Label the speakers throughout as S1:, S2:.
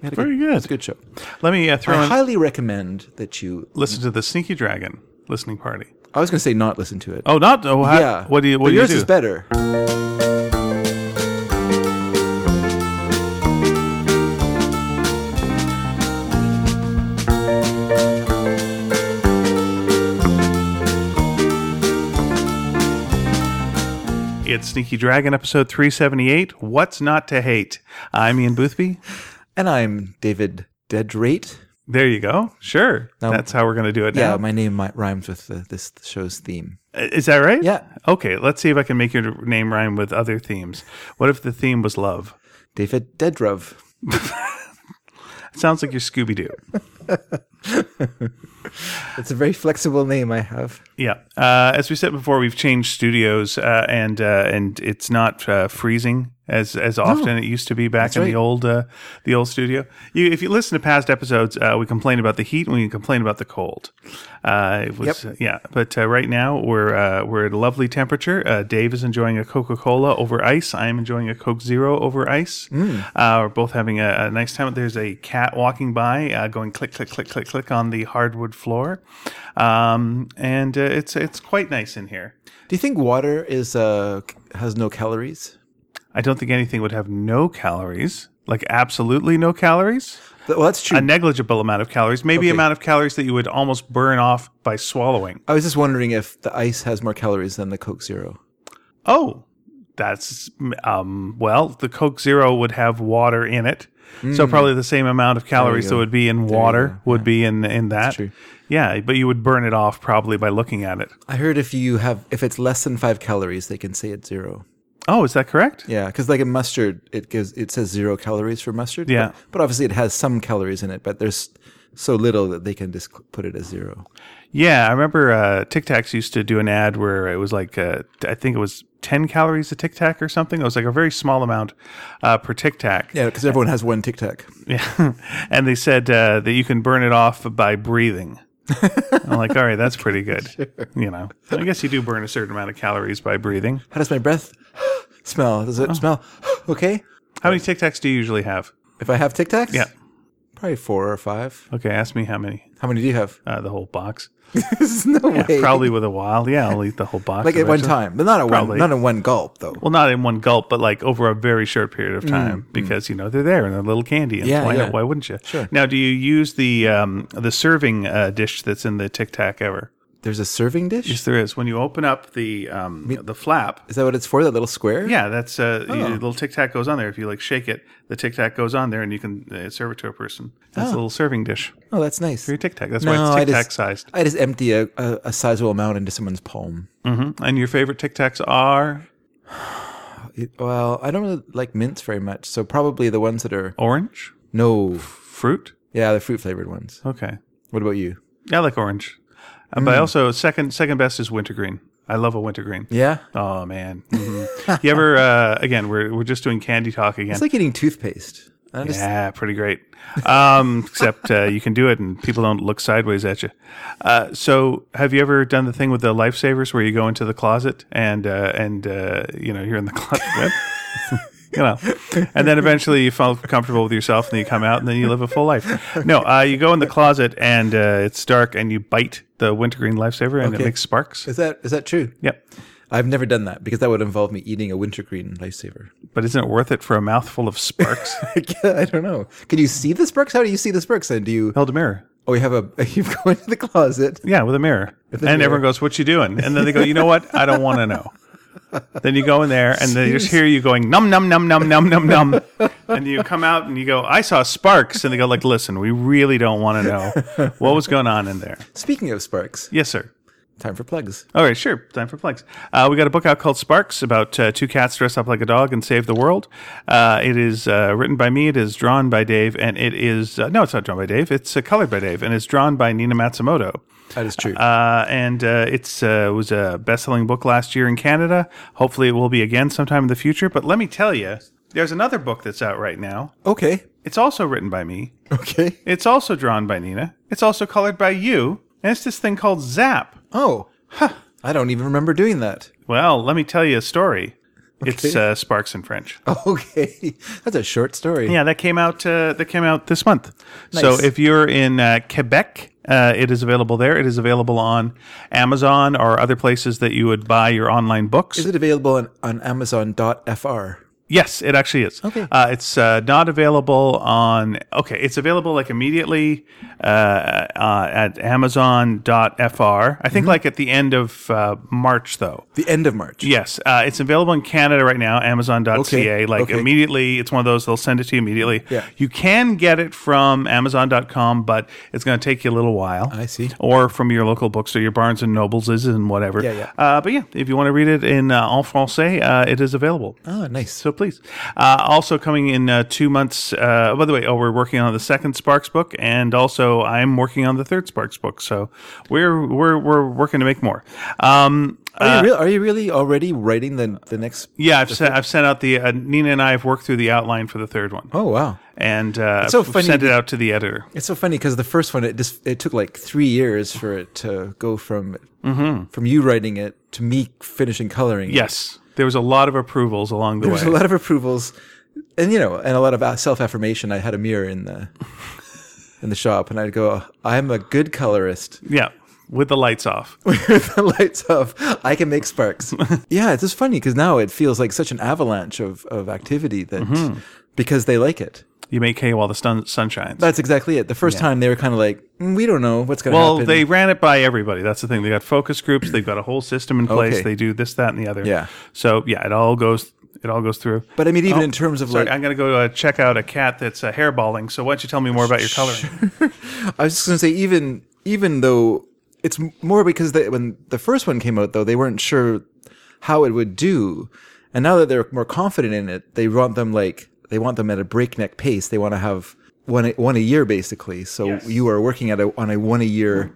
S1: We had a
S2: Very good.
S1: It's a good show.
S2: Let me uh, throw
S1: I
S2: in.
S1: highly recommend that you.
S2: listen to the Sneaky Dragon listening party.
S1: I was going to say not listen to it.
S2: Oh, not oh, how,
S1: yeah.
S2: What do you? What
S1: but
S2: do you
S1: yours
S2: do?
S1: is better.
S2: It's Sneaky Dragon episode three seventy eight. What's not to hate? I'm Ian Boothby.
S1: And I'm David Dedrate.
S2: There you go. Sure,
S1: No.
S2: that's how we're going to do it.
S1: Yeah,
S2: Now.
S1: my name mi- rhymes with the, this show's theme.
S2: Is that right?
S1: Yeah.
S2: Okay. Let's see if I can make your name rhyme with other themes. What if the theme was love?
S1: David Dedrov.
S2: It sounds like you're Scooby Doo.
S1: It's a very flexible name I have.
S2: Yeah. Uh, as we said before, we've changed studios, uh, and uh, and it's not uh, freezing as as often it used to be back in
S1: right.
S2: the old uh, the old studio. You, if you listen to past episodes, uh, we complain about the heat and we complain about the cold. Uh, it was yeah, but uh, right now we're uh, we're at a lovely temperature. Uh, Dave is enjoying a Coca Cola over ice. I am enjoying a Coke Zero over ice. Uh, we're both having a, a nice time. There's a cat walking by, uh, going click click click click click on the hardwood floor um, and uh, it's it's quite nice in here.
S1: Do you think water is uh, c- has no calories?
S2: I don't think anything would have no calories, like absolutely no calories,
S1: Th- Well, that's true.
S2: a negligible amount of calories, maybe
S1: Okay.
S2: amount of calories that you would almost burn off by swallowing.
S1: I was just wondering if the ice has more calories than the Coke Zero.
S2: Oh, that's um, well, the Coke Zero would have water in it. So probably the same amount of calories that
S1: Mm. go.
S2: would be in water would be in in that.
S1: true.
S2: Yeah, but you would burn it off probably by looking at it.
S1: I heard if you have if it's less than five calories, they can say it's zero.
S2: Oh, is that correct?
S1: Yeah, because like in mustard, it gives it says zero calories for mustard.
S2: Yeah.
S1: but, but obviously it has some calories in it, but there's so little that they can just cl- put it as zero.
S2: Yeah, I remember uh, Tic Tacs used to do an ad where it was like uh, I think it was ten calories a Tic Tac or something. It was like a very small amount uh, per Tic Tac.
S1: Yeah, because everyone has one Tic Tac.
S2: Yeah. and they said uh, that you can burn it off by breathing. I'm like, all right, that's pretty good. You know, I guess you do burn a certain amount of calories by breathing.
S1: How does my breath smell? Does it smell okay?
S2: How many Tic Tacs do you usually have?
S1: If I have Tic Tacs,
S2: Yeah.
S1: probably four or five.
S2: Okay, ask me how many.
S1: How many do you have?
S2: Uh, the whole box.
S1: There's no way.
S2: Probably with a while. Yeah, I'll eat the whole box.
S1: like at one
S2: eventually.
S1: time, but not at
S2: Probably.
S1: one, not in one gulp though.
S2: Well, not in one gulp, but like over a very short period of time, because you know they're there and they're little candy, and
S1: Mm, Yeah,
S2: why
S1: yeah.
S2: not? Why wouldn't you? Sure. Now, do you use the um, the serving uh, dish that's in the Tic Tac ever?
S1: There's a serving dish.
S2: Yes, there is. When you open up the um, the flap,
S1: Is that what it's for? That little square?
S2: yeah, that's uh,
S1: Oh.
S2: you- the little Tic Tac goes on there. If you like shake it, the Tic Tac goes on there, and you can uh, serve it to a person. That's a little serving dish for
S1: Oh, that's nice.
S2: your Tic Tac. That's
S1: Oh. No,
S2: why
S1: I
S2: it's Tic Tac
S1: just-
S2: sized.
S1: I just empty a, a, a sizable amount into someone's palm.
S2: hmm And your favorite Tic Tacs are
S1: It- well, I don't really like mints very much, so probably the ones that are
S2: orange
S1: no,
S2: fruit.
S1: yeah, the fruit flavored ones.
S2: Okay.
S1: What about you?
S2: Yeah, I like orange, Uh, but I also second second best is wintergreen. I love a wintergreen.
S1: Mm. Yeah,
S2: Oh man, Mhm. you ever uh, again? We're we're just doing candy talk again.
S1: it's like eating toothpaste. I just,
S2: yeah, pretty great. Um, except uh, you can do it, and people don't look sideways at you. Uh, so, have you ever done the thing with the lifesavers where you go into the closet and uh, and uh, you know you're in the closet, with, you know, and then eventually you feel comfortable with yourself, and then you come out, and then you live a full life. No, uh, you go in the closet and uh, it's dark, and you bite the wintergreen lifesaver, and it
S1: Okay.
S2: makes sparks.
S1: Is that is that true?
S2: Yep.
S1: I've never done that because that would involve me eating a wintergreen lifesaver.
S2: But isn't it worth it for a mouthful of sparks?
S1: I don't know. Can you see the sparks? How do you see the sparks? Then do you?
S2: Held a mirror.
S1: Oh, you have a you go into the closet.
S2: Yeah, with a mirror. and everyone goes, "What you doing?" And then they go, "You know what? I don't want to know." then you go in there, and they just hear you going, "Num num num num num num num," and you come out and you go, "I saw sparks," and they go, "Like, listen, we really don't want to know what was going on in there."
S1: Speaking of sparks,
S2: Yes, sir.
S1: time for plugs.
S2: All right, sure. Time for plugs. Uh, we got a book out called Sparks about uh, two cats dressed up like a dog and save the world. Uh, it is uh, written by me. It is drawn by Dave, and it is uh, no, it's not drawn by Dave. It's uh, colored by Dave, and it's drawn by Nina Matsumoto.
S1: That is true.
S2: Uh, and uh, it's uh, was a best-selling book last year in Canada. Hopefully, it will be again sometime in the future. But let me tell you, there's another book that's out right now.
S1: okay.
S2: It's also written by me.
S1: Okay.
S2: It's also drawn by Nina. It's also colored by you. And it's this thing called Zap.
S1: Oh, huh. I don't even remember doing that.
S2: Well, let me tell you a story. It's uh, Sparks in French.
S1: Okay, that's a short story.
S2: Yeah, that came out. Uh, that came out this month. So if you're in uh, Quebec, uh, it is available there. It is available on Amazon or other places that you would buy your online books.
S1: Is it available on, on Amazon.fr?
S2: Yes, it actually is.
S1: Okay.
S2: Uh, it's uh, not available on. Okay, it's available like immediately uh, uh, at Amazon.fr. I
S1: Mm-hmm.
S2: think like at the end of uh, March, though.
S1: The end of March.
S2: Yes, uh, it's available in Canada right now. Amazon.ca.
S1: Okay,
S2: Like
S1: okay.
S2: immediately, it's one of those they'll send it to you immediately.
S1: Yeah.
S2: You can get it from Amazon.com, but it's going to take you a little while.
S1: I see.
S2: Or from your local bookstore, your Barnes and Nobles is and whatever.
S1: Yeah, yeah.
S2: Uh, but yeah, if you want to read it in uh, en français, uh, it is available.
S1: Oh, nice.
S2: So please. Uh, also coming in uh, two months. Uh, by the way, oh, we're working on the second Sparks book, and also I'm working on the third Sparks book. So we're we're we're working to make more. Um,
S1: Are, you, real, are you really already writing the the next?
S2: yeah, I've sent, I've sent out the uh, Nina and I have worked through the outline for the third one,
S1: Oh wow,
S2: and uh,
S1: so
S2: I've
S1: funny
S2: sent it
S1: that-
S2: out to the editor.
S1: it's so funny because the first one it just it took like three years for it to go from from you writing it to me finishing coloring. it.
S2: Yes, there was a lot of approvals along the
S1: there was a
S2: way.
S1: lot of approvals, and you know, and a lot of self affirmation. I had a mirror in the in the shop, and I'd go, "I'm a good colorist."
S2: yeah, with the lights off.
S1: with the lights off, I can make sparks. yeah, it's just funny because now it feels like such an avalanche of, of activity that
S2: Mm-hmm.
S1: because they like it.
S2: You make hay while the sun sun shines.
S1: That's exactly it. The first time they were kind of like, "Mm, we don't know what's going to
S2: well,
S1: happen.
S2: they ran it by everybody. That's the thing. They got focus groups. They've got a whole system in place.
S1: Okay.
S2: They do this, that, and the other.
S1: Yeah.
S2: So yeah, it all goes. It all goes through.
S1: but I mean, even in terms of
S2: Oh, Sorry,
S1: like,
S2: I'm going to go uh, check out a cat that's uh, hairballing. So why don't you tell me more about your coloring?
S1: I was just going to say, even even though it's m- more because they, when the first one came out, though they weren't sure how it would do, and now that they're more confident in it, they want them like they want them at a breakneck pace. They want to have one a- one a year basically. So
S2: Yes. Hmm.
S1: you are working at a, on a one a year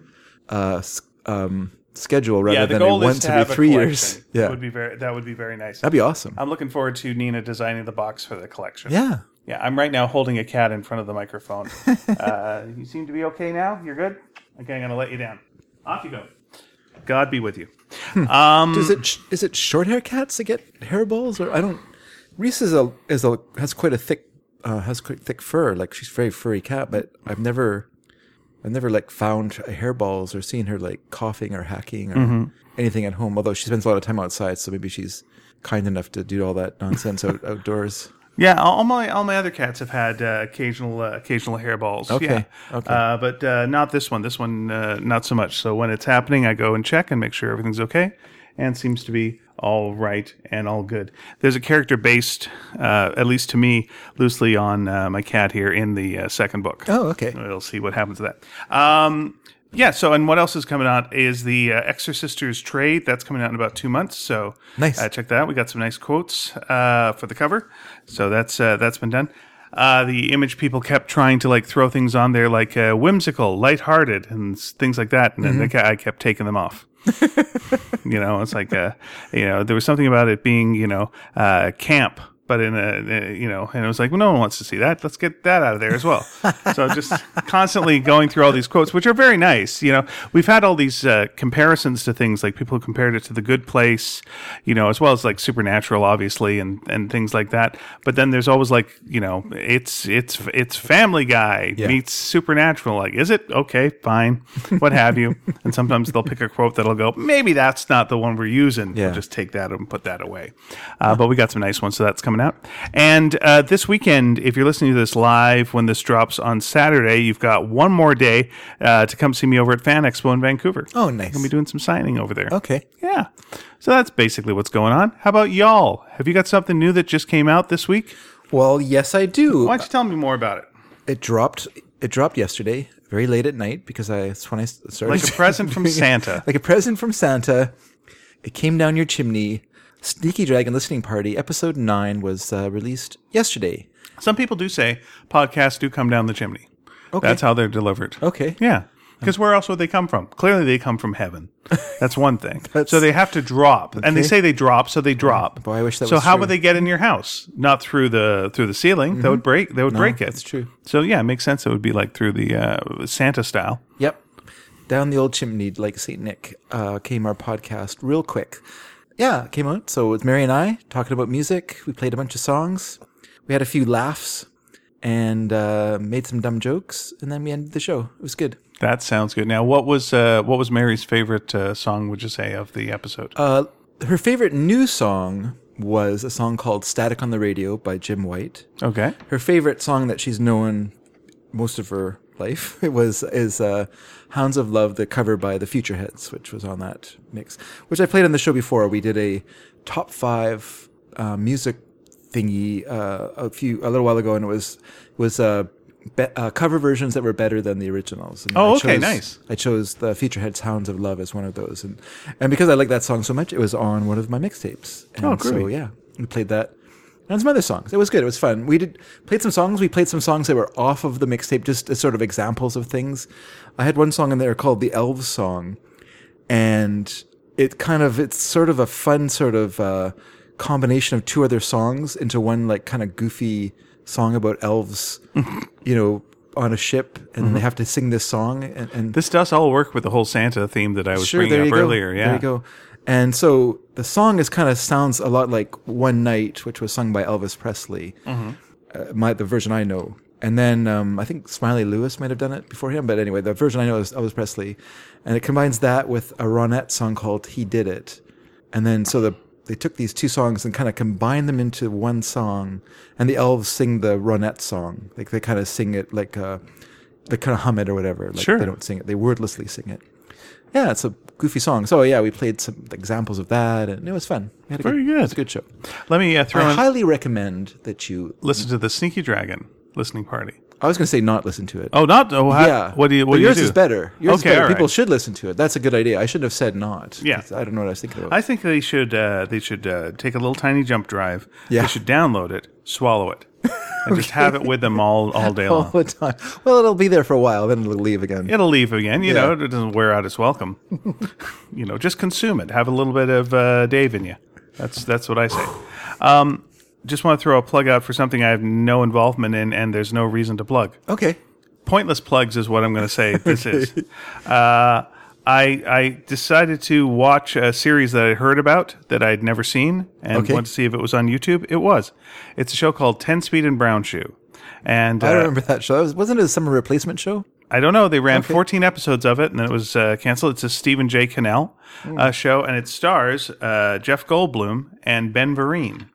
S1: uh, s- um, schedule rather
S2: yeah, the
S1: than a
S2: goal is
S1: once
S2: to
S1: every
S2: have a
S1: three
S2: collection.
S1: years. Yeah,
S2: would be very. That would be very nice.
S1: that'd be awesome.
S2: I'm looking forward to Nina designing the box for the collection.
S1: yeah.
S2: Yeah, I'm right now holding a cat in front of the microphone. uh, you seem to be okay now. You're good. Okay, I'm going to let you down. Off you go. God be with you.
S1: is it sh- is it short hair cats that get hairballs or I don't? Reese is a is a has quite a thick uh, has quite thick fur. Like she's a very furry cat, but I've never I've never like found hairballs or seen her like coughing or hacking or anything at home. Although she spends a lot of time outside, so maybe she's kind enough to do all that nonsense out, outdoors.
S2: Yeah, all all my all my other cats have had uh, occasional uh, occasional hairballs.
S1: Okay,
S2: yeah.
S1: okay.
S2: Uh, but uh, not this one. This one uh, not so much. So when it's happening, I go and check and make sure everything's okay, and seems to be all right and all good. There's a character based, uh, at least to me, loosely on uh, my cat here in the uh, second book.
S1: Oh, okay.
S2: We'll see what happens to that. Um, yeah. So, and what else is coming out is the uh, Exorcisters trade that's coming out in about two months. So
S1: Nice.
S2: Uh, check that out. We got some nice quotes uh, for the cover. So that's uh, that's been done. Uh, the image people kept trying to like throw things on there like uh, whimsical, lighthearted, and s- things like that, and
S1: Mm-hmm.
S2: then the guy kept taking them off. you know, it's like uh, you know, there was something about it being you know uh, camp, but in a, uh you know, and it was like, well, no one wants to see that. Let's get that out of there as well. so just constantly going through all these quotes, which are very nice. You know, we've had all these uh, comparisons to things like people compared it to The Good Place, you know, as well as like Supernatural, obviously, and and things like that. But then there's always like you know, it's it's it's Family Guy
S1: Yeah.
S2: meets Supernatural. Like, is it okay? Fine, what have you? And sometimes they'll pick a quote that'll go, maybe that's not the one we're using.
S1: Yeah.
S2: We'll just take that and put that away. Uh, but we got some nice ones, so that's coming out. And uh, this weekend, if you're listening to this live when this drops on Saturday, you've got one more day uh, to come see me over at Fan Expo in Vancouver.
S1: Oh, nice.
S2: Gonna be doing some signing over there.
S1: Okay.
S2: Yeah. So that's basically what's going on. How about y'all? Have you got something new that just came out this week?
S1: Well, yes, I do.
S2: Why don't you tell me more about it?
S1: It dropped. It dropped yesterday, very late at night, because I that's when I s- started.
S2: Like a present from Santa.
S1: like a present from Santa. It came down your chimney. Sneaky Dragon Listening Party, episode nine, was uh, released yesterday.
S2: Some people do say podcasts do come down the chimney. That's how they're delivered.
S1: Okay.
S2: Yeah. Because where else would they come from? Clearly, they come from heaven. That's one thing. so they have to drop, and they say they drop, so they drop.
S1: Boy, I wish that
S2: So
S1: was
S2: how
S1: true. Mm-hmm.
S2: would they get in your house? Not through the through the ceiling. That would break. They would break it.
S1: that's true.
S2: So yeah, it makes sense. It would be like through the uh, Santa style.
S1: Yep. Down the old chimney, like St. Nick, uh, came our podcast real quick. yeah, it came out. So it's Mary and I talking about music. We played a bunch of songs. We had a few laughs and uh, made some dumb jokes, and then we ended the show. It was good.
S2: That sounds good. Now, what was uh, what was Mary's favorite uh, song? Would you say of the episode?
S1: Uh, her favorite new song was a song called "Static on the Radio" by Jim White.
S2: okay,
S1: Her favorite song that she's known most of her life it was is uh, "Hounds of Love," the cover by the Futureheads, which was on that mix, which I played on the show before. We did a top five uh, music thingy uh, a few a little while ago, and it was was uh, be- uh, cover versions that were better than the originals. And
S2: Oh,
S1: I
S2: okay,
S1: chose-
S2: nice.
S1: I chose the Futureheads "Hounds of Love" as one of those, and and because I like that song so much, it was on one of my mixtapes. And
S2: Oh,
S1: so
S2: groovy.
S1: yeah, we played that and some other songs. It was good. It was fun. We did played some songs. We played some songs that were off of the mixtape, just as sort of examples of things. I had one song in there called the Elves Song, and it kind of it's sort of a fun sort of uh, combination of two other songs into one like kind of goofy song about elves, you know, on a ship, and then they have to sing this song and. and
S2: this does all work with the whole Santa theme that I was bringing up earlier.
S1: Go.
S2: Yeah,
S1: There you go. And so the song is kind of sounds a lot like One Night, which was sung by Elvis Presley,
S2: Mm-hmm.
S1: uh, my, the version I know. And then um, I think Smiley Lewis might have done it before him, but anyway, the version I know is Elvis Presley, and it combines that with a Ronette song called "He Did It," and then so the they took these two songs and kind of combined them into one song, and the elves sing the Ronette song, like they kind of sing it like uh, they kind of hum it or whatever. Like
S2: Sure.
S1: They don't sing it; they wordlessly sing it. Yeah, it's a goofy song. So yeah, we played some examples of that, and it was fun. We had a
S2: Very good.
S1: It was a good show.
S2: Let me uh, throw
S1: I
S2: in.
S1: highly recommend that you.
S2: listen to the Sneaky Dragon listening party.
S1: I was going to say not listen to it.
S2: Oh, not oh, how-
S1: yeah.
S2: What do you? What
S1: but
S2: do
S1: yours
S2: you do?
S1: is better. Yours
S2: Okay,
S1: is better.
S2: all right.
S1: People should listen to it. That's a good idea. I shouldn't have said not.
S2: Yeah.
S1: I don't know what I was thinking about.
S2: I think they should uh, they should uh, take a little tiny jump drive.
S1: Yeah.
S2: They should download it, swallow it, and just have it with them all all day
S1: all
S2: long.
S1: the time. Well, it'll be there for a while, then it'll leave again.
S2: It'll leave again, you
S1: Yeah.
S2: know. It doesn't wear out its welcome. you know, just consume it. Have a little bit of uh, Dave in you. That's that's what I say. Um, just want to throw a plug out for something I have no involvement in, and there's no reason to plug.
S1: Okay.
S2: pointless plugs is what I'm going to say. This is. Uh, I I decided to watch a series that I heard about that I'd never seen and
S1: Okay.
S2: wanted to see if it was on YouTube. It was. It's a show called Ten Speed and Brown Shoe, and uh,
S1: I remember that show. That was, wasn't it a summer replacement show?
S2: I don't know. They ran 14 episodes of it, and then it was uh, canceled. It's a Stephen J. Cannell
S1: Hmm.
S2: uh, show, and it stars uh, Jeff Goldblum and Ben Vereen.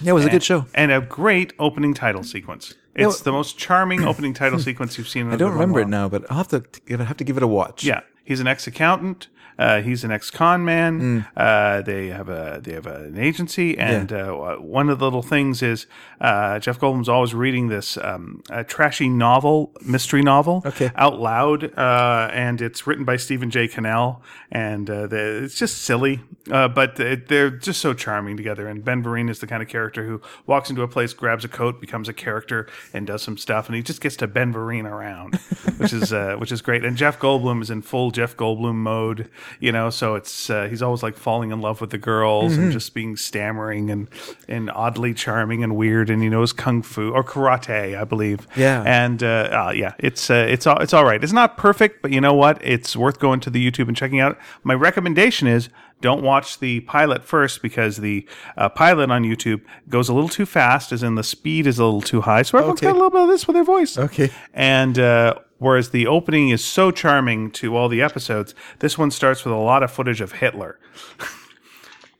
S1: Yeah, it was a good show.
S2: and a great opening title sequence. It's the most charming opening title sequence you've seen. in
S1: I don't remember it now, but I'll have to give it, have to give it a watch.
S2: Yeah, he's an ex accountant. Uh, he's an ex con man. Uh, they have a they have an agency, and uh, one of the little things is uh, Jeff Goldblum's always reading this um, a trashy novel, mystery novel,
S1: Okay.
S2: out loud, uh, and it's written by Stephen J. Cannell, and uh, the, it's just silly, uh, but it, they're just so charming together. And Ben Vereen is the kind of character who walks into a place, grabs a coat, becomes a character, and does some stuff, and he just gets to Ben Vereen around, which is uh, which is great. And Jeff Goldblum is in full Jeff Goldblum mode, you know, so it's uh, he's always like falling in love with the girls and just being stammering and and oddly charming and weird, and he knows kung fu or karate, I believe.
S1: Yeah.
S2: And and uh, uh, yeah, it's uh, it's all it's all right. It's not perfect, but you know what? It's worth going to the YouTube and checking out. My recommendation is don't watch the pilot first because the uh, pilot on YouTube goes a little too fast, as in the speed is a little too high. So everyone's
S1: Okay.
S2: got a little bit of this with their voice.
S1: Okay.
S2: And uh, whereas the opening is so charming to all the episodes, this one starts with a lot of footage of Hitler.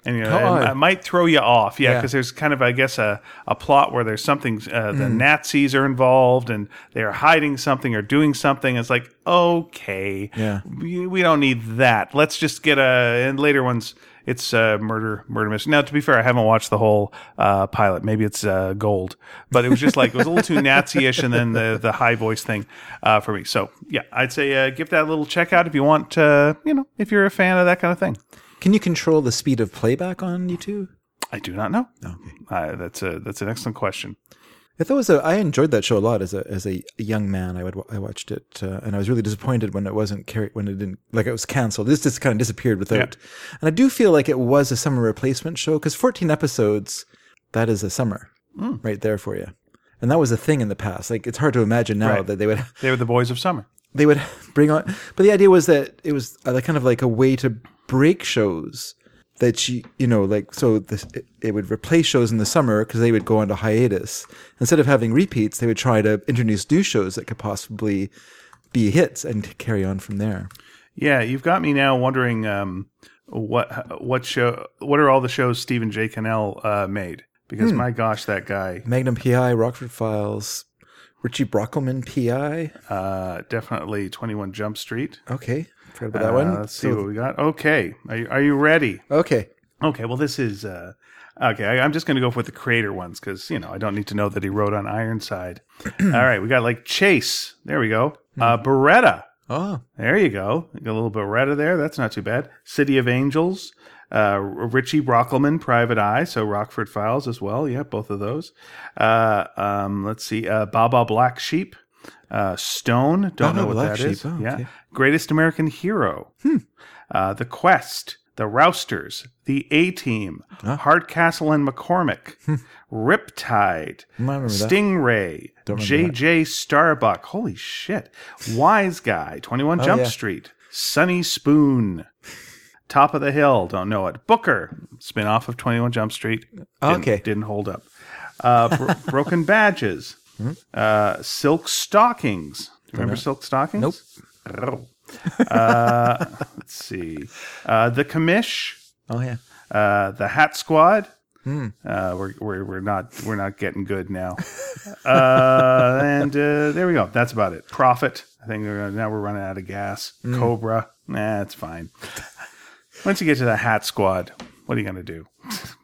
S2: And you know,
S1: Come
S2: it,
S1: on.
S2: it might throw you off, yeah,
S1: Yeah.
S2: because there's kind of, I guess, a, a plot where there's something uh, the
S1: Mm.
S2: Nazis are involved and they are hiding something or doing something. It's like, okay,
S1: Yeah.
S2: we, we don't need that. Let's just get a and later ones. It's uh, murder, murder mystery. Now, to be fair, I haven't watched the whole uh, pilot. Maybe it's uh, gold, but it was just like it was a little too Nazi-ish, and then the the high voice thing uh, for me. So yeah, I'd say uh, give that a little check out if you want. Uh, you know, if you're a fan of that kind of thing.
S1: Can you control the speed of playback on YouTube?
S2: I do not know. Uh, that's a that's an excellent question.
S1: If that was a, I enjoyed that show a lot as a as a young man. I would I watched it, uh, and I was really disappointed when it wasn't carried when it didn't like it was canceled. This just kind of disappeared without. And I do feel like it was a summer replacement show because fourteen episodes, that is a summer right there for you. And that was a thing in the past. Like it's hard to imagine now
S2: Right.
S1: that they would
S2: They were the boys of summer.
S1: they would bring on. But the idea was that it was uh, like kind of like a way to break shows that she, you know, like so this, it, it would replace shows in the summer because they would go on to hiatus. Instead of having repeats, they would try to introduce new shows that could possibly be hits and carry on from there.
S2: Yeah, you've got me now wondering um, what what show what are all the shows Stephen J. Cannell uh, made? Because my gosh, that guy
S1: Magnum PI, Rockford Files, Richie Brockelman PI.
S2: uh, definitely Twenty One Jump Street.
S1: Okay, forgot about that
S2: Uh,
S1: one.
S2: let's see
S1: So-
S2: what we got. Okay, are you, are you ready?
S1: okay,
S2: Okay, well this is uh, okay. I, I'm just going to go with the creator ones because you know I don't need to know that he wrote on Ironside. All right, we got like Chase. There we go. Uh, Beretta.
S1: oh,
S2: There you go. You got a little Beretta there. That's not too bad. City of Angels. Uh, Richie Brockelman, Private Eye. So Rockford Files as well. Yeah, both of those. Uh, um, let's see. Uh, Baba Black Sheep. Uh, Stone. Don't
S1: Baba
S2: know what
S1: Black
S2: that is.
S1: Sheep. Oh,
S2: yeah.
S1: okay. Hmm.
S2: Greatest American Hero. Uh, the Quest. The Rousters. The A Team. Hardcastle and McCormick.
S1: Hmm.
S2: Riptide.
S1: I remember that.
S2: Stingray, JJ Starbuck, holy shit, Wise Guy, 21 Jump
S1: Oh, yeah.
S2: Street, Sunny Spoon, Top of the Hill, don't know it, Booker, spin off of 21 Jump Street, didn't-
S1: Okay.
S2: didn't hold up, uh, bro- Broken Badges,
S1: Hmm?
S2: uh, Silk Stockings, Do you remember Silk Stockings?
S1: Nope.
S2: Nope. uh, let's see, uh, The Commish,
S1: oh yeah.
S2: uh, the Hat Squad.
S1: Hmm.
S2: Uh, we're, we're we're not we're not getting good now. uh, and uh, there we go. That's about it. Profit. I think we're, now we're running out of gas.
S1: Hmm.
S2: Cobra. Nah, it's fine. Once you get to the Hat Squad, what are you gonna do?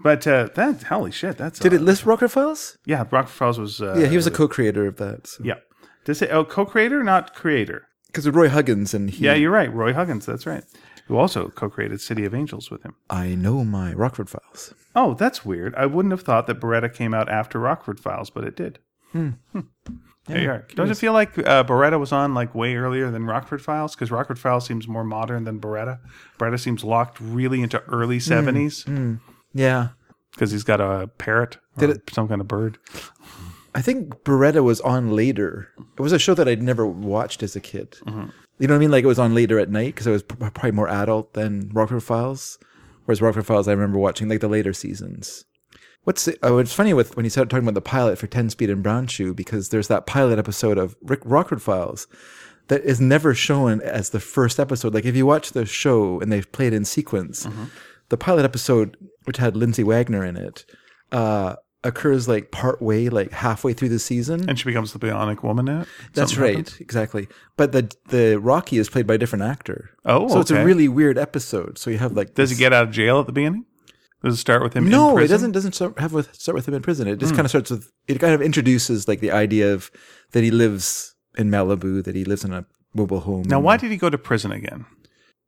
S2: But uh, that holy shit, that's
S1: Did it list Rocker Files?
S2: Yeah, Rock Files was. Uh,
S1: Yeah, he was a co-creator of that. So.
S2: Yeah. Does it? Oh, co-creator, not creator.
S1: because of Roy Huggins and he.
S2: Yeah, you're right. Roy Huggins. That's right. Who also co-created City of Angels with him.
S1: I know my Rockford Files.
S2: Oh, that's weird. I wouldn't have thought that Beretta came out after Rockford Files, but it did. Hmm. There you are. Don't it feel like uh, Beretta was on like way earlier than Rockford Files? Because Rockford Files seems more modern than Beretta. Beretta seems locked really into early
S1: Hmm.
S2: seventies
S1: Yeah,
S2: because he's got a parrot or
S1: Did
S2: some kind of bird.
S1: I think Beretta was on later. It was a show that I'd never watched as a kid. You know what I mean? Like it was on later at night because I was p- probably more adult than Rockford Files. Whereas Rockford Files, I remember watching like the later seasons. What's the, oh, it's funny with when you started talking about the pilot for Ten Speed and Brown Shoe because there's that pilot episode of Rick Rockford Files that is never shown as the first episode. Like if you watch the show and they've played in sequence, the pilot episode, which had Lindsay Wagner in it, uh, occurs like part way, like halfway through the season.
S2: And she becomes the bionic woman now.
S1: That's right, exactly. But the the Rocky is played by a different actor.
S2: Oh,
S1: so it's a
S2: okay.
S1: really weird episode. So you have like
S2: Does he get out of jail at the beginning? Does it start with him? in
S1: no, it
S2: prison? Hmm.
S1: doesn't doesn't start have with start with him in prison. It just kind of starts with it kind of introduces like the idea of that he lives in Malibu, that he lives in a mobile home.
S2: Now, why did he go to prison again?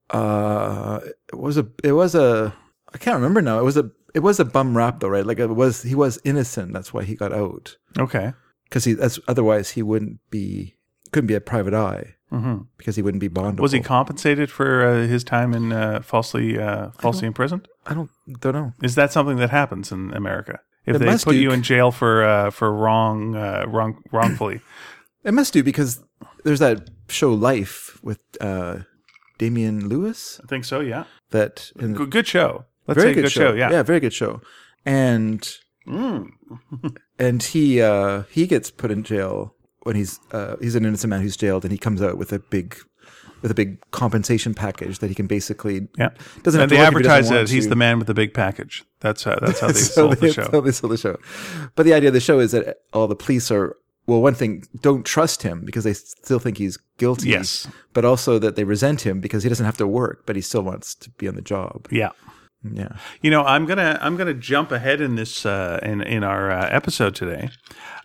S1: Uh, it was a it was a I can't remember now. It was a it was a bum rap though, right? Like it was he was innocent. That's why he got out
S2: Okay.
S1: because he that's otherwise he wouldn't be couldn't be a private eye
S2: hmm
S1: because he wouldn't be bondable.
S2: Was he compensated for uh, his time in uh, falsely uh, falsely imprisoned?
S1: I don't don't know.
S2: Is that something that happens in America? If
S1: It
S2: they
S1: must
S2: put
S1: do.
S2: you in jail for uh, for wrong, uh, wrong, wrongfully,
S1: It must do because there's that show Life with uh, Damian Lewis
S2: I think so. Yeah,
S1: that in
S2: good, good show. Let's say good show. Yeah. Hmm.
S1: very good show. And and he uh, he gets put in jail when he's uh, he's an innocent man who's jailed, and he comes out with a big with a big compensation package that he can basically
S2: yeah.
S1: doesn't have to
S2: And they
S1: work if he doesn't
S2: advertise
S1: want
S2: that he's
S1: to.
S2: the man with the big package. That's how, that's how they
S1: so
S2: sold
S1: they,
S2: the show.
S1: so they sold the show. But the idea of the show is that all the police are well. One thing, don't trust him because they still think he's guilty.
S2: Yes.
S1: but also that they resent him because he doesn't have to work, but he still wants to be on the job.
S2: yeah.
S1: Yeah,
S2: You know, I'm gonna I'm gonna jump ahead in this uh, in in our uh, episode today,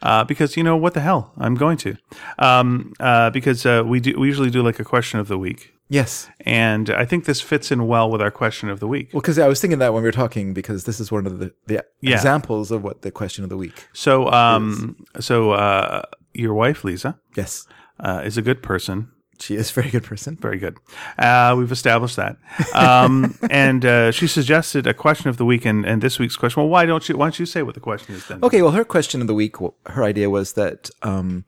S2: uh, because you know what the hell I'm going to, um, uh, because uh, we do we usually do like a question of the week,
S1: yes.
S2: and I think this fits in well with our question of the week.
S1: Well, because I was thinking that when we were talking, because this is one of the, the
S2: Yeah.
S1: examples of what the question of the week.
S2: So, um, so uh, your wife Lisa
S1: Yes,
S2: uh, is a good person.
S1: she is a very good person.
S2: Very good. Uh, we've established that. Um, and uh, she suggested a question of the week, and, and this week's question. Well, why don't you? Why don't you say what the question is then?
S1: Okay, well, her question of the week, w- her idea was that um,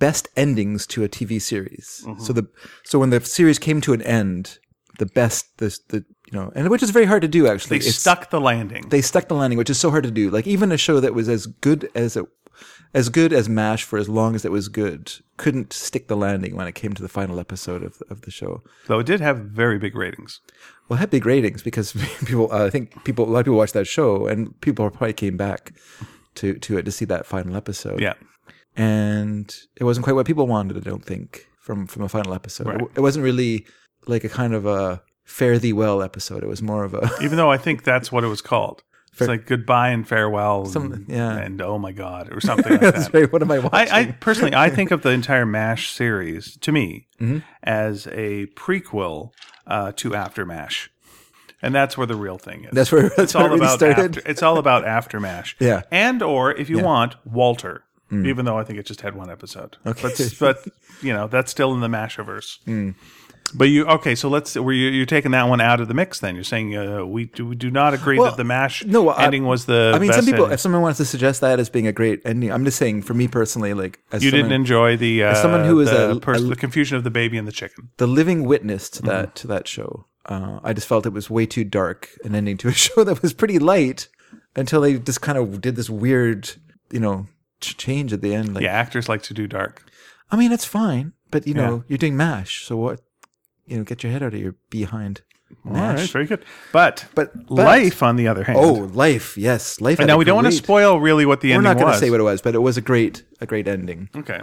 S1: best endings to a TV series. So the so when the series came to an end, the best the, the you know and which is very hard to do actually
S2: They stuck the landing.
S1: they stuck the landing which is so hard to do like even a show that was as good as it as good as mash for as long as it was good couldn't stick the landing when it came to the final episode of, of the show
S2: Though it did have very big ratings.
S1: well it had big ratings because people uh, i think people a lot of people watched that show and people probably came back to to it to see that final episode
S2: Yeah.
S1: and it wasn't quite what people wanted. I don't think from from a final episode. It, it wasn't really like a kind of a fare thee well episode. It was more of a
S2: Even though I think that's what it was called. It's like goodbye and farewell and,
S1: yeah.
S2: and oh my god or something like that.
S1: sorry, what am I watching?
S2: I, I personally, I think of the entire Mash series to me
S1: Mm-hmm.
S2: as a prequel uh, to After Mash, and that's where the real thing is.
S1: That's where- that's
S2: it's
S1: where it
S2: all
S1: really
S2: about.
S1: started.
S2: After, it's all about After Mash.
S1: Yeah. Mm.
S2: and or if you want Walter, even though I think it just had one episode. But, but you know that's still in the Mashiverse.
S1: Mm.
S2: But you okay? So let's. Were you you're taking that one out of the mix? Then you're saying uh, we do, we do not agree
S1: Well,
S2: that the Mash
S1: no, I-
S2: ending was the.
S1: I mean,
S2: best
S1: some people.
S2: ending.
S1: If someone wants to suggest that as being a great ending, I'm just saying for me personally, like as
S2: You
S1: someone,
S2: didn't enjoy the uh,
S1: someone who is
S2: the
S1: a-
S2: pers-
S1: a-
S2: the confusion of the baby and the chicken.
S1: the living witness
S2: Mm-hmm.
S1: to that to that show. Uh, I just felt it was way too dark an ending to a show that was pretty light until they just kind of did this weird, you know, ch- change at the end. Like,
S2: Yeah, actors like to do dark.
S1: I mean, that's fine, but you know, you're doing mash, so what? You know, get your head out of your behind.
S2: All right, very good. But
S1: But- but-
S2: life, on the other hand,
S1: Oh, life, yes, life.
S2: and now we don't want to spoil really what the
S1: We're
S2: ending
S1: not going to
S2: was.
S1: say what it was, but it was a great, a great ending.
S2: okay,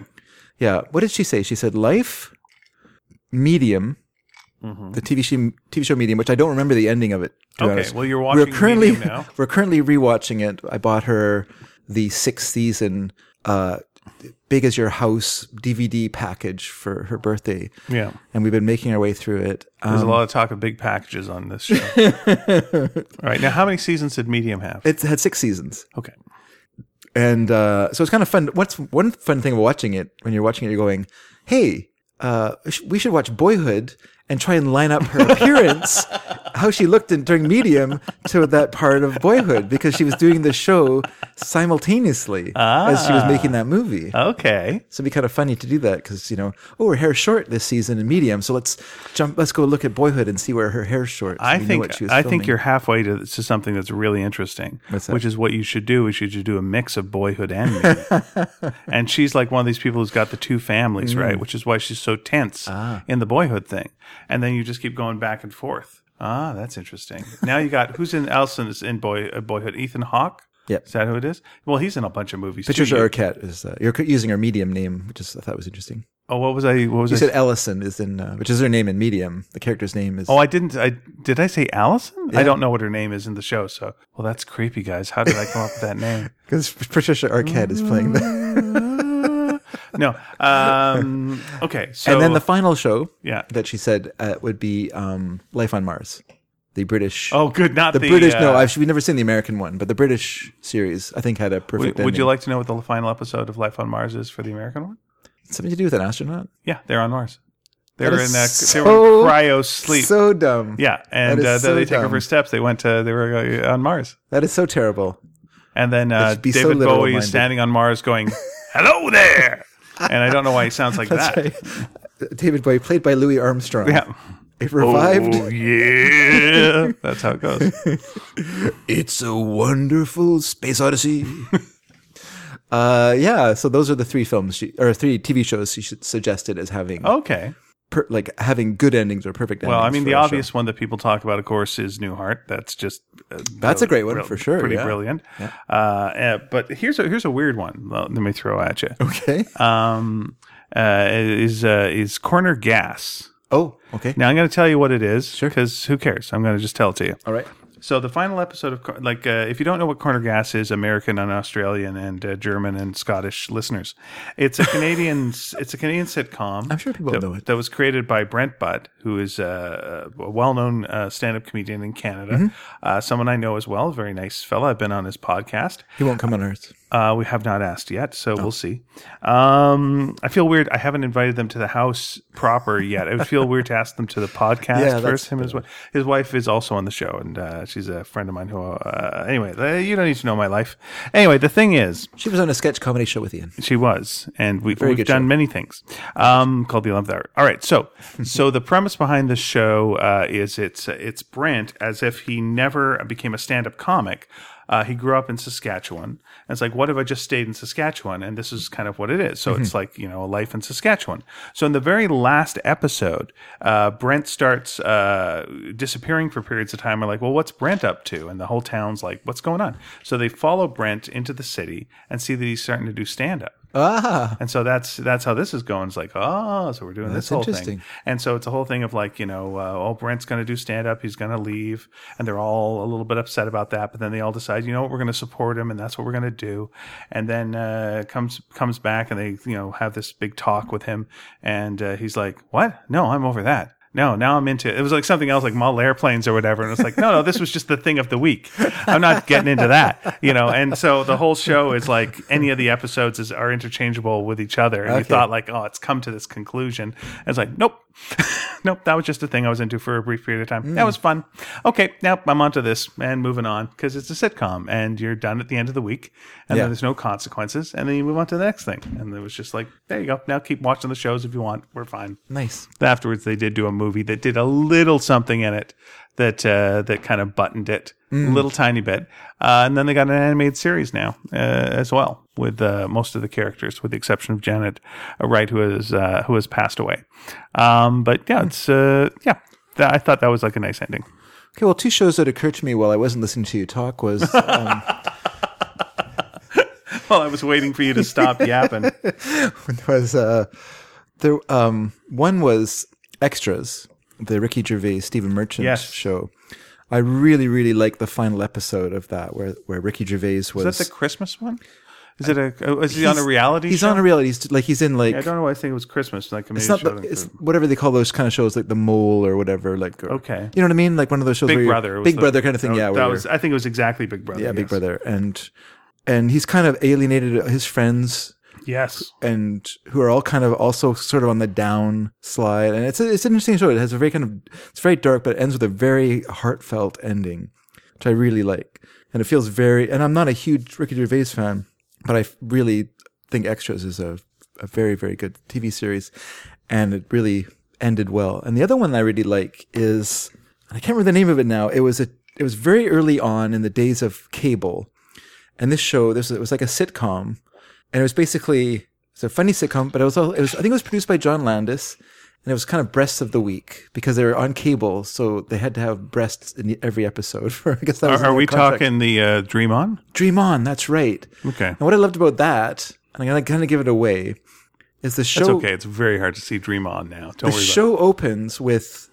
S1: Yeah. What did she say? She said life, medium, the TV show, TV show medium, which I don't remember the ending of it. to be
S2: Mm-hmm. Okay,
S1: honest.
S2: well, you're watching
S1: currently
S2: Medium now.
S1: we're currently rewatching it. I bought her the sixth season, uh, big as your house DVD package for her birthday.
S2: yeah.
S1: And we've been making our way through it. Um,
S2: There's a lot of talk of big packages on this show. All right, now how many seasons did Medium have?
S1: it's had six seasons.
S2: Okay,
S1: and uh, so it's kind of fun. What's one fun thing of watching it when you're watching it? You're going, "Hey, uh, sh- we should watch Boyhood and try and line up her appearance, how she looked in, during Medium to that part of Boyhood because she was doing the show simultaneously as
S2: Ah.
S1: she was making that movie."
S2: okay.
S1: So it'd be kind of funny to do that because you know, oh, her hair's short this season in Medium, so let's jump, let's go look at Boyhood and see where her hair's short. so
S2: I
S1: we know what
S2: think
S1: she was
S2: I think
S1: filming.
S2: you're halfway to, to something that's really interesting,
S1: What's that?
S2: which is what you should do. Is you should do a mix of Boyhood and Medium. and she's like one of these people who's got the two
S1: Mm.
S2: families, right? Which is why she's so tense
S1: Ah.
S2: in the Boyhood thing. And then you just keep going back and forth. Ah, that's interesting. now you got who's in Elson is in Boy uh, Boyhood. Ethan Hawke.
S1: Yep.
S2: is that who it is? Well, he's in a bunch of movies. too.
S1: Patricia Arquette is uh, you're using her Medium name, which is, I thought was interesting.
S2: Oh, what was I? What was I?
S1: You said Ellison is in, uh, which is her name in Medium. The character's name is.
S2: Oh, I didn't. I did. I say Allison. I don't know what her name is in the show. So, well, that's creepy, guys. How did I come up with that name?
S1: because Patricia Arquette is playing the.
S2: no. Um, okay. So
S1: and then the final show
S2: yeah.
S1: that she said uh, would be um, Life on Mars, the British.
S2: Oh, good. Not the,
S1: the, British. no,
S2: uh,
S1: I've we've never seen the American one, but the British series I think had a perfect.
S2: would, would you
S1: ending.
S2: like to know what the final episode of Life on Mars is for the American one?
S1: something to do with an astronaut?
S2: Yeah, they're on Mars. They're
S1: That is
S2: in that.
S1: so-
S2: they were in cryo sleep.
S1: So dumb.
S2: yeah, and
S1: is
S2: uh, then
S1: so
S2: they take
S1: dumb.
S2: her first steps. They went to. They were uh, on Mars,
S1: that is so terrible.
S2: and then uh,
S1: should be
S2: David
S1: so literal
S2: Bowie
S1: minded.
S2: is standing on Mars, going, "Hello there." And I don't know why he sounds like that.
S1: David Bowie, played by Louis Armstrong,
S2: Yeah.
S1: it revived.
S2: Oh, yeah. That's how it goes.
S1: It's a wonderful space odyssey. uh, yeah, so those are the three films she, or three TV shows she su- suggested as having
S2: Okay.
S1: per, like having good endings or perfect endings.
S2: Oh. Well, I mean,
S1: for a
S2: the
S1: show.
S2: obvious one that people talk about, of course, is Newhart. That's just uh,
S1: That's a great one
S2: brill-
S1: for sure,
S2: Pretty
S1: yeah.
S2: brilliant. Uh, uh, but here's a here's a weird one. Well, let me throw at you.
S1: Okay.
S2: Um, uh, is uh, is corner gas?
S1: oh, okay.
S2: Now I'm going to tell you what it is, sure. Because who cares? I'm going to just tell it to you.
S1: All right.
S2: So the final episode of Cor- like uh, if you don't know what corner gas is, American and Australian and uh, German and Scottish listeners, it's a Canadian it's a Canadian sitcom.
S1: I'm sure people
S2: that,
S1: know it.
S2: That was created by Brent Butt, who is uh, a well-known uh, stand-up comedian in Canada.
S1: Mm-hmm.
S2: Uh, someone I know as well, very nice fella. I've been on his podcast.
S1: He won't come on Earth.
S2: Uh, we have not asked yet, so we'll see. Um, I feel weird. I haven't invited them to the house proper yet. It would feel weird to ask them to the podcast
S1: Yeah, that's
S2: first. Him and his wife. His wife is also on the show, and uh, She's a friend of mine who, uh, anyway, uh, you don't need to know my life. Anyway, the thing is,
S1: She was on a sketch comedy show with Ian.
S2: she was, and we, we've
S1: good
S2: done
S1: show.
S2: many things um, called the Eleventh Hour. All right, so so the premise behind the show uh, is it's it's Brent as if he never became a stand up comic. Uh, he grew up in Saskatchewan. And it's like, what if I just stayed in Saskatchewan? And this is kind of what it is. So it's like you know a life in Saskatchewan. So in the very last episode, uh, Brent starts uh, disappearing for periods of time. We're like, well, what's Brent up to? And the whole town's like, what's going on? So they follow Brent into the city and see that he's starting to do stand up.
S1: Ah,
S2: And so that's that's how this is going. It's like, oh, so we're doing this whole
S1: interesting.
S2: thing. And so it's a whole thing of like, you know, uh, oh, Brent's going to do stand up. He's going to leave. And they're all a little bit upset about that. But then they all decide, you know what, we're going to support him and that's what we're going to do. And then uh, comes comes back and they, you know, have this big talk with him. And uh, he's like, what? No, I'm over that. No, now I'm into it. It was like something else, like model airplanes or whatever. And it's like, no, no, this was just the thing of the week. I'm not getting into that, you know. And so the whole show is like any of the episodes is are interchangeable with each other. And you
S1: Okay.
S2: thought like, oh, it's come to this conclusion. And it's like, nope, nope, that was just a thing I was into for a brief period of time. That was fun. Okay, now I'm onto this and moving on because it's a sitcom and you're done at the end of the week and
S1: Yeah.
S2: then there's no consequences and then you move on to the next thing. And it was just like, there you go. Now keep watching the shows if you want. We're fine
S1: nice.
S2: afterwards they did do a movie that did a little something in it that uh, that kind of buttoned it a little tiny bit uh, and then they got an animated series now uh, as well with uh, most of the characters with the exception of Janet uh, Wright who has uh, who has passed away um, but yeah it's uh, yeah Th- I thought that was like a nice ending
S1: Okay, well, two shows that occurred to me while I wasn't listening to you talk was um,
S2: well I was waiting for you to stop yapping
S1: was uh, there um, one was Extras, the Ricky Gervais Stephen Merchant
S2: Yes.
S1: show. I really, really liked the final episode of that, where where Ricky Gervais was.
S2: is that the Christmas one is it a oh, is he on a
S1: He's-
S2: reality
S1: He's
S2: show?
S1: on a reality. He's like he's in like
S2: I don't know why I think it was Christmas like a
S1: it's not the,
S2: show
S1: it's whatever they call those kind of shows, like the Mole or whatever. Like or-
S2: Okay.
S1: you know what I mean? Like one of those shows, where
S2: Big
S1: you're-
S2: Brother was
S1: Big
S2: the-
S1: Brother kind of thing.
S2: oh,
S1: yeah, where
S2: that
S1: you're-
S2: was I think it was exactly Big Brother
S1: yeah, Big
S2: yes.
S1: Brother, and and he's kind of alienated his friends
S2: yes
S1: and who are all kind of also sort of on the down slide. And it's a, it's an interesting show. It has a very kind of it's very dark, but it ends with a very heartfelt ending, which I really like. And it feels very. And I'm not a huge Ricky Gervais fan, but I f- really think Extras is a a very very good TV series, and it really ended well. And the other one I really like is and I can't remember the name of it now. It was a it was very early on in the days of cable. And this show, this was- it was like a sitcom, and it was basically it's a funny sitcom, but it was all it was. I think it was produced by John Landis, and it was kind of breasts of the week because they were on cable, so they had to have breasts in every episode. For I guess that was
S2: Are,
S1: in
S2: are
S1: their
S2: we
S1: contract.
S2: talking the uh, Dream On?
S1: Dream on, that's right.
S2: Okay.
S1: And what I loved about that, and I'm gonna kind of give it away, is the show.
S2: It's okay. It's very hard to see Dream On now. Don't
S1: The
S2: worry
S1: show opens with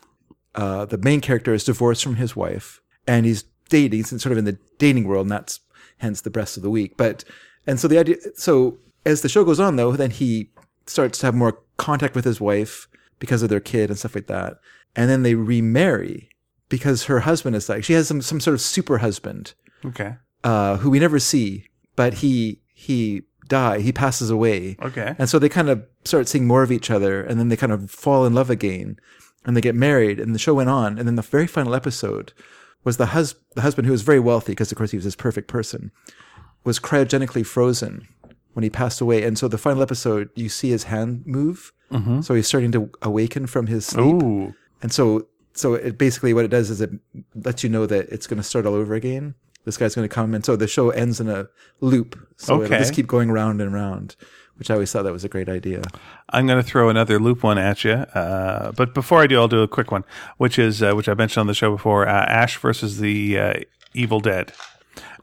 S1: uh, the main character is divorced from his wife, and he's dating. He's in- sort of in the dating world, and that's hence the breast of the week. But and so the idea. So as the show goes on, though, then he starts to have more contact with his wife because of their kid and stuff like that, and then they remarry because her husband is like she has some some sort of super husband
S2: about it. Okay.
S1: uh, who we never see, but he he die he passes away.
S2: Okay.
S1: And so they kind of start seeing more of each other, and then they kind of fall in love again, and they get married, and the show went on. And then the very final episode was the, hus- the husband, who was very wealthy, because of course he was this perfect person, was cryogenically frozen when he passed away. And so the final episode, you see his hand move. So he's starting to awaken from his sleep.
S2: Ooh.
S1: And so, so it basically what it does is it lets you know that it's going to start all over again. This guy's going to come, and so the show ends in a loop. So
S2: Okay.
S1: it'll just keep going round and round, which I always thought that was a great idea.
S2: I'm going to throw another loop one at you, uh, but before I do, I'll do a quick one, which is uh, which I mentioned on the show before: uh, Ash versus the uh, Evil Dead.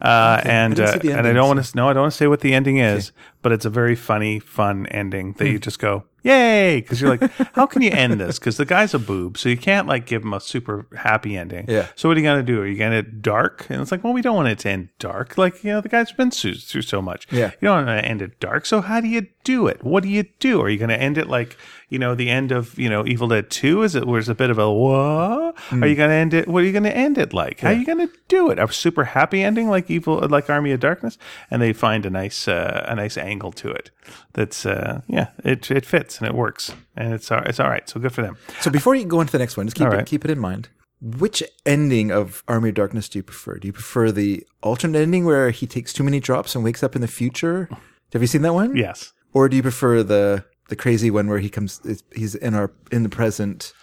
S2: Uh, and
S1: didn't
S2: uh,
S1: see the
S2: and I
S1: ending,
S2: don't want to no, I don't want to say what the ending is, but it's a very funny, fun ending that
S1: Hmm.
S2: you just go yay because you're like, how can you end this? Because the guy's a boob, so you can't like give him a super happy ending.
S1: Yeah.
S2: So what are you gonna do? Are you gonna dark? And it's like, well, we don't want it to end dark. Like you know, the guy's been through, through so much.
S1: Yeah.
S2: You don't want to end it dark. So how do you do it? What do you do? Are you going to end it like you know the end of you know Evil Dead Two? Is it where's a bit of a whoa? Are you going to end it? What are you going to end it like? How are you going to do it? A super happy ending like Evil like Army of Darkness? And they find a nice uh, a nice angle to it. That's uh, yeah, it it fits and it works and it's all, it's all right. So good for them.
S1: So before you go on to the next one, just keep
S2: All
S1: it,
S2: right.
S1: keep it in mind. Which ending of Army of Darkness do you prefer? Do you prefer the alternate ending where he takes too many drops and wakes up in the future? Have you seen that one?
S2: Yes.
S1: Or do you prefer the the crazy one where he comes? it's- He's in our in the present.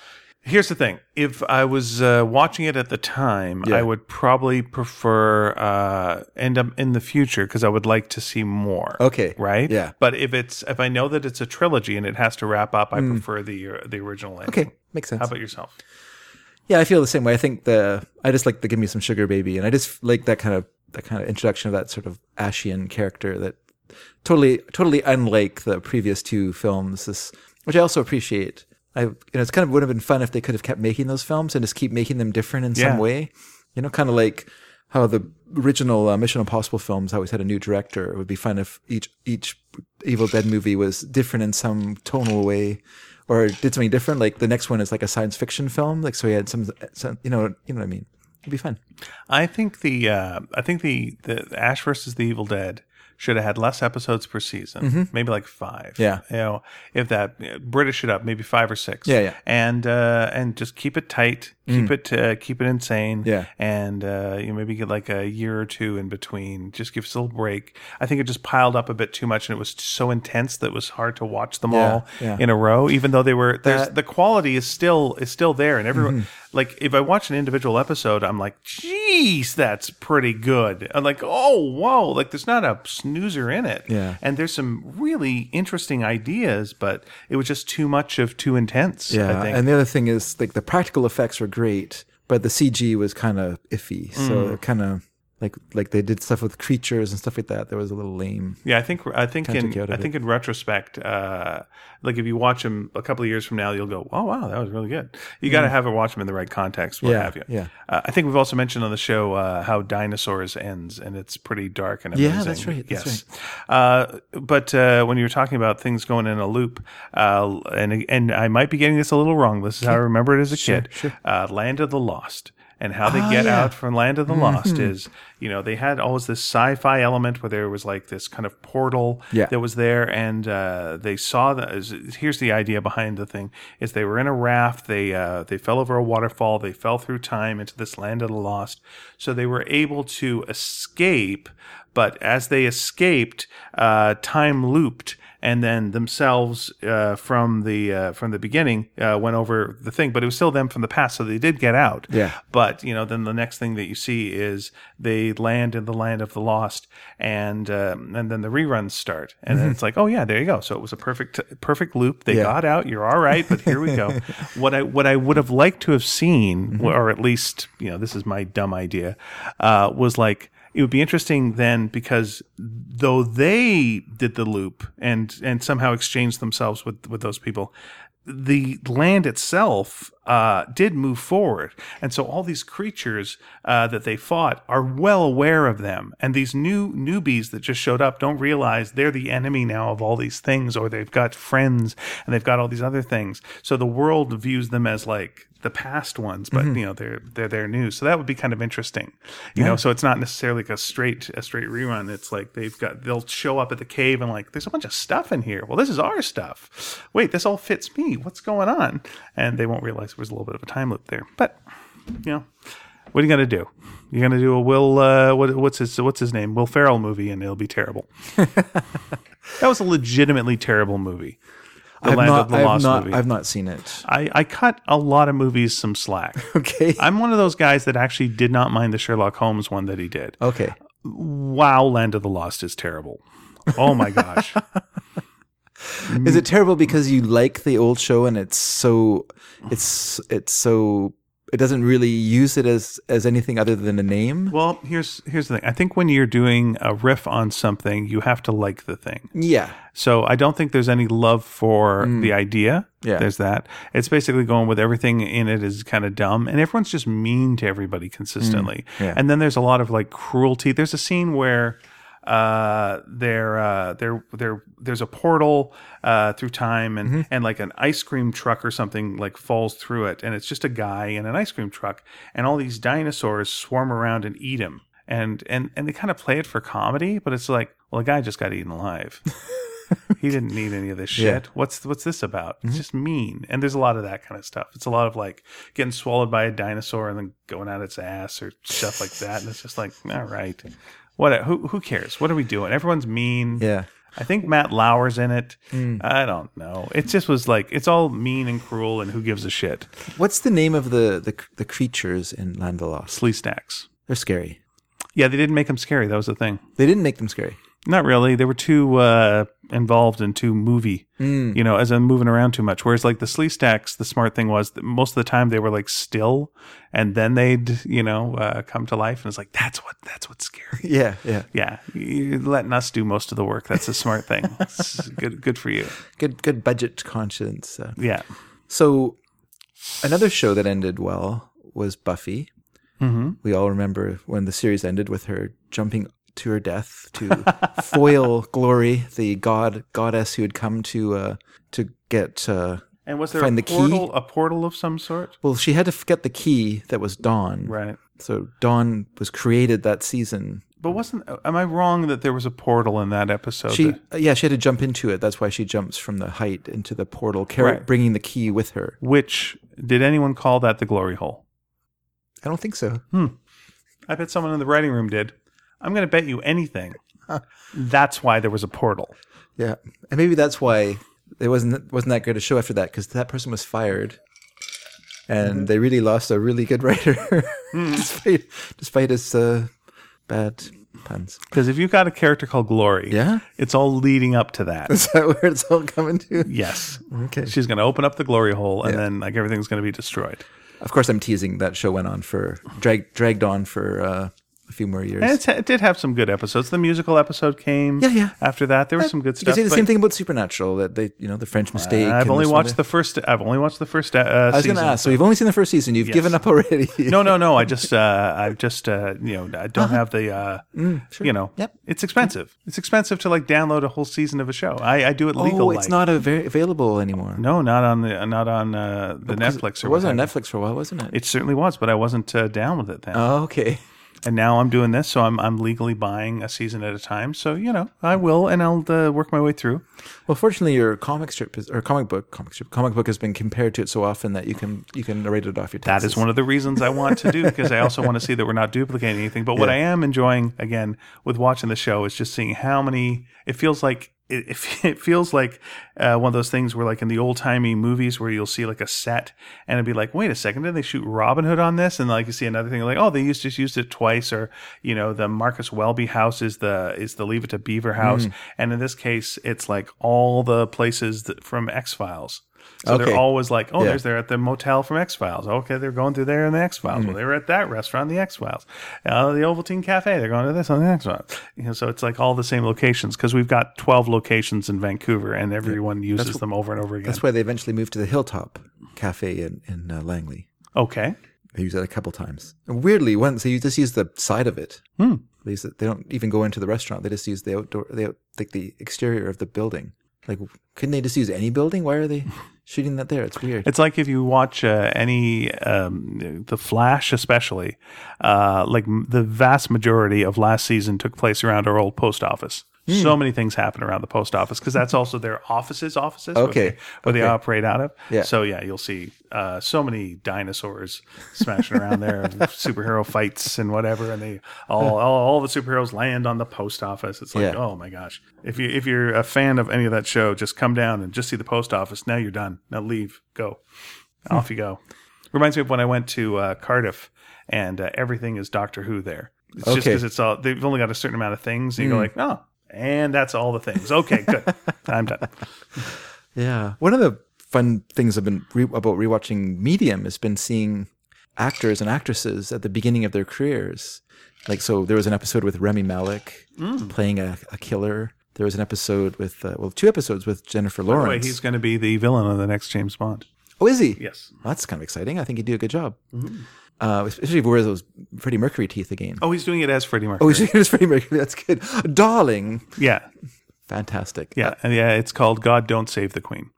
S2: Here's the thing: if I was uh, watching it at the time,
S1: Yeah.
S2: I would probably prefer uh, end up in the future because I would like to see more.
S1: Okay.
S2: right?
S1: Yeah.
S2: But if it's if I know that it's a trilogy and it has to wrap up, I prefer the uh, the original ending.
S1: Mm. Okay, makes sense.
S2: How about yourself?
S1: Yeah, I feel the same way. I think the I just like the give me some sugar baby, and I just like that kind of that kind of introduction of that sort of Ashian character that totally totally unlike the previous two films. This which I also appreciate. I you know it's kind of would have been fun if they could have kept making those films and just keep making them different in
S2: Yeah.
S1: some way. You know, kind of like how the original uh, Mission Impossible films always had a new director. It would be fun if each each Evil Dead movie was different in some tonal way, or did something different. Like the next one is like a science fiction film. Like so, he had some, some you know, you know what I mean. It'd be fun.
S2: I think the uh, I think the, the Ash versus the Evil Dead should have had less episodes per season, maybe like five.
S1: Mm-hmm. Yeah.
S2: you know, if that you know, British it up, maybe five or six.
S1: Yeah, yeah.
S2: and uh, and just keep it tight, keep it uh, keep it insane.
S1: Yeah.
S2: and uh, you know, maybe get like a year or two in between. Just give us a little break. I think it just piled up a bit too much, and it was so intense that it was hard to watch them all
S1: yeah.
S2: in a row. Even though they were there's the quality is still is still there, and everyone
S1: Mm-hmm.
S2: like if I watch an individual episode, I'm like, jeez, that's pretty good. I'm like, oh whoa, like there's not a snoozer in it.
S1: Yeah.
S2: and there's some really interesting ideas, but it was just too much of too intense. I think.
S1: and the other thing is like the practical effects were great, but the CG was kind of iffy.
S2: Mm.
S1: So kind of like like they did stuff with creatures and stuff like that. That was a little lame.
S2: Yeah, I think I think in
S1: took you out
S2: I
S1: of
S2: think in retrospect, uh, like if you watch them a couple of years from now, you'll go, "Oh wow, that was really good." You got to have it watch them in the right context, what
S1: Mm. Yeah,
S2: have you.
S1: yeah.
S2: Uh, I think we've also mentioned on the show uh, how dinosaurs ends, and it's pretty dark and amazing.
S1: Yeah, that's right, that's
S2: yes, Uh, but uh, when you were talking about things going in a loop, uh, and and I might be getting this a little wrong. This is how I remember it as a kid. Uh, Land of the Lost. And how they get
S1: Ah, yeah. Mm-hmm.
S2: out from Land of the Lost is, you know, they had always this sci-fi element where there was like this kind of portal
S1: Yeah.
S2: that was there, and uh, they saw that. Is, here's the idea behind the thing: is they were in a raft, they uh, they fell over a waterfall, they fell through time into this land of the lost, so they were able to escape. But as they escaped, uh, time looped. And then themselves uh, from the uh, from the beginning uh, went over the thing, but it was still them from the past, so they did get out.
S1: Yeah.
S2: But you know, then the next thing that you see is they land in the land of the lost, and um, and then the reruns start, and then it's like, oh yeah, there you go. So it was a perfect perfect loop. They
S1: Yeah.
S2: got out. You're all right, but here we go. what I what I would have liked to have seen, or at least you know, this is my dumb idea, uh, was like. It would be interesting then because though they did the loop and and somehow exchanged themselves with with those people, the land itself uh, did move forward. And so all these creatures uh, that they fought are well aware of them. And these new newbies that just showed up don't realize they're the enemy now of all these things, or they've got friends and they've got all these other things. So the world views them as like the past ones, but
S1: Mm-hmm.
S2: you know, they're they're they're new. So that would be kind of interesting. You know, so it's not necessarily like a straight a straight rerun. It's like they've got they'll show up at the cave and like there's a bunch of stuff in here. Well, this is our stuff. Wait, this all fits me. What's going on? And they won't realize there was a little bit of a time loop there. But you know, what are you gonna do? You're gonna do a Will uh, what, what's his what's his name Will Ferrell movie and it'll be terrible. that was a legitimately terrible movie. The
S1: I've
S2: Land
S1: not,
S2: of the
S1: I've
S2: Lost
S1: not,
S2: movie.
S1: I've not seen it.
S2: I, I cut a lot of movies some slack.
S1: Okay.
S2: I'm one of those guys that actually did not mind the Sherlock Holmes one that he did.
S1: okay.
S2: Wow, Land of the Lost is terrible. Oh my gosh. Mm.
S1: Is it terrible because you like the old show and it's so it's it's so it doesn't really use it as as anything other than a name?
S2: well, here's here's the thing. I think when you're doing a riff on something, you have to like the thing.
S1: yeah.
S2: So I don't think there's any love for the idea.
S1: Mm. Yeah.
S2: There's that. It's basically going with everything in it is kind of dumb and everyone's just mean to everybody consistently.
S1: Mm. Yeah.
S2: And then there's a lot of like cruelty. There's a scene where uh there uh there there there's a portal uh through time
S1: Mm-hmm.
S2: and and like an ice cream truck or something like falls through it and it's just a guy in an ice cream truck and all these dinosaurs swarm around and eat him and and and they kind of play it for comedy but it's like well the guy just got eaten alive he didn't need any of this shit.
S1: Yeah. Mm-hmm.
S2: What's what's this about? It's just mean. And there's a lot of that kind of stuff. It's a lot of like getting swallowed by a dinosaur and then going out its ass or stuff like that. And it's just like, all right, what? Who who cares? What are we doing? Everyone's mean.
S1: Yeah. Mm.
S2: I think Matt Lauer's in it. I don't know. It just was like it's all mean and cruel, and who gives a shit?
S1: What's the name of the the, the creatures in Landalost?
S2: Slee stacks.
S1: They're scary.
S2: Yeah, they didn't make him scary. That was the thing.
S1: They didn't make them scary.
S2: Not really. They were too uh, involved in too movie,
S1: Mm.
S2: you know, as I'm moving around too much. Whereas like the slee stacks, the smart thing was that most of the time they were like still, and then they'd you know uh, come to life, and it's like that's what that's what's scary.
S1: Yeah, yeah.
S2: Yeah, you're letting us do most of the work. That's a smart thing. It's good, good for you.
S1: Good good budget conscience. Uh,
S2: Yeah.
S1: so another show that ended well was Buffy.
S2: Mhm.
S1: We all remember when the series ended with her jumping to her death to foil Glory, the god goddess who had come to uh, to get. Uh,
S2: And was there
S1: Find
S2: a
S1: the key?
S2: portal, a portal of some sort?
S1: well, she had to f- get the key that was Dawn.
S2: Right.
S1: So Dawn was created that season.
S2: But wasn't? uh, Am I wrong that there was a portal in that episode?
S1: She uh,
S2: that-
S1: yeah, she had to jump into it. That's why she jumps from the height into the portal, carry,
S2: Right.
S1: bringing the key with her.
S2: which did anyone call that the glory hole?
S1: I don't think so.
S2: I bet someone in the writing room did. I'm going to bet you anything. That's why there was a portal.
S1: Yeah, and maybe that's why it wasn't wasn't that great a show after that because that person was fired, and
S2: Mm-hmm.
S1: they really lost a really good writer,
S2: Mm.
S1: despite despite his uh, bad puns.
S2: Because if you've got a character called Glory,
S1: Yeah?
S2: it's all leading up to that.
S1: Is that where it's all coming to?
S2: yes.
S1: Okay.
S2: She's going to open up the glory hole, and then like everything's going to be destroyed.
S1: Of course, I'm teasing. That show went on for drag, dragged on for uh, a few more years.
S2: And it's, it did have some good episodes. The musical episode came.
S1: Yeah, yeah.
S2: After that, there was some good
S1: You can
S2: stuff.
S1: say the
S2: but
S1: same thing about Supernatural that they, you know, the French Mistake.
S2: I've
S1: and
S2: only
S1: this one there.
S2: watched the first. I've only watched the first. Uh, uh,
S1: I was going to ask. So you've only seen the first season. You've given up already.
S2: no, no, no. I just, uh, I've just, uh, you know, I don't have the, uh, you know,
S1: Uh-huh. Mm, Yep.
S2: it's expensive. It's expensive to like download a whole season of a show. I, I do it legal.
S1: oh, it's
S2: like.
S1: not a very available anymore.
S2: No, not on the, not on uh, the Netflix or
S1: Oh, it was on
S2: whatever.
S1: Netflix for a while, wasn't it?
S2: It certainly was, but I wasn't uh, down with it then.
S1: Oh, okay.
S2: and now I'm doing this, so I'm, I'm legally buying a season at a time. So you know, I will, and I'll uh, work my way through.
S1: Well, fortunately, your comic strip is, or comic book, comic strip, comic book has been compared to it so often that you can you can narrate it off your.
S2: That
S1: Taxes.
S2: is one of the reasons I want to do because I also want to see that we're not duplicating anything. But what I am enjoying again with watching the show is just seeing how many. It feels like it, it it feels like uh, one of those things where like in the old timey movies where you'll see like a set and it'd be like, wait a second, did they shoot Robin Hood on this? And like you see another thing like, oh, they used just used it twice, or you know, the Marcus Welby house is the is the Leave It to Beaver house, and in this case, it's like all the places that, from X Files. So
S1: Okay.
S2: they're always like, oh,
S1: Yeah.
S2: there's they're at the motel from X Files. Okay, they're going through there in the X Files.
S1: Mm-hmm.
S2: Well, they were at that restaurant, the X Files. Uh, the Ovaltine Cafe, they're going to this on the X Files. You know, so it's like all the same locations because we've got 12 locations in Vancouver and everyone uses them over and over again.
S1: That's why they eventually moved to the Hilltop Cafe in in uh, Langley.
S2: Okay.
S1: They used that a couple times. And weirdly, once they just use the side of it. They, use it, they don't even go into the restaurant. They just use the outdoor, the out, like the exterior of the building. Like, couldn't they just use any building? Why are they shooting that there? It's weird.
S2: It's like if you watch uh, any, um, The Flash especially, uh, like m- the vast majority of last season took place around our old post office.
S1: Hmm.
S2: So many things happen around the post office because that's also their offices, offices where
S1: Okay.
S2: they- where they, operate out of.
S1: Yeah.
S2: So yeah, you'll see uh, so many dinosaurs smashing around there, and superhero fights and whatever, and they all, all all the superheroes land on the post office. It's
S1: Yeah.
S2: like oh my gosh, if you if you're a fan of any of that show, just come down and just see the post office. Now you're done. Now leave, go
S1: Hmm.
S2: off you go. Reminds me of when I went to uh, Cardiff and uh, everything is Doctor Who there. It's just
S1: Okay. Hmm.
S2: because it's all they've only got a certain amount of things, and you go like, oh, and that's all the things. Okay, good, I'm done.
S1: Yeah. One of the fun things I've been re- about rewatching Medium has been seeing actors and actresses at the beginning of their careers. Like, so there was an episode with Remy Malik
S2: Mm.
S1: playing a, a killer. There was an episode with, uh, well, two episodes with Jennifer
S2: Anyway,
S1: Lawrence.
S2: he's going to be the villain of the next James Bond.
S1: oh, is he?
S2: Yes.
S1: Well, that's kind of exciting. I think he'd do a good job. Uh, especially if he wears those Freddie Mercury teeth again.
S2: Mm-hmm. Oh, he's doing it as Freddie Mercury.
S1: Oh, he's doing his Freddie Mercury. That's good. Darling.
S2: yeah,
S1: Fantastic.
S2: yeah, and yeah. It's called God Don't Save the Queen.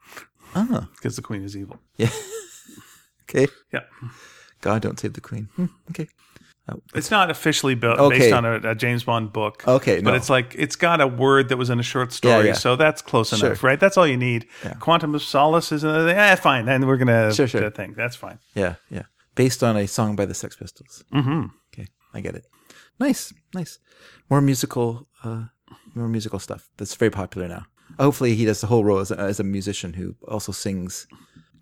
S1: Ah.
S2: because the Queen is evil.
S1: Okay.
S2: Yeah.
S1: God, don't save the Queen. Hmm, okay.
S2: It's not officially built
S1: Okay.
S2: based on a, a James Bond book.
S1: Okay,
S2: but
S1: no.
S2: it's like it's got a word that was in a short story,
S1: yeah.
S2: so that's close enough, right? That's all you need. Quantum of Solace is another thing. Eh, fine, then we're gonna
S1: Sure, sure.
S2: uh, think that's fine.
S1: Yeah, yeah. Based on a song by the Sex Pistols. Mm-hmm. Okay, I get it. Nice, nice. More musical, uh, more musical stuff that's very popular now. Hopefully, he does the whole role as a, as a musician who also sings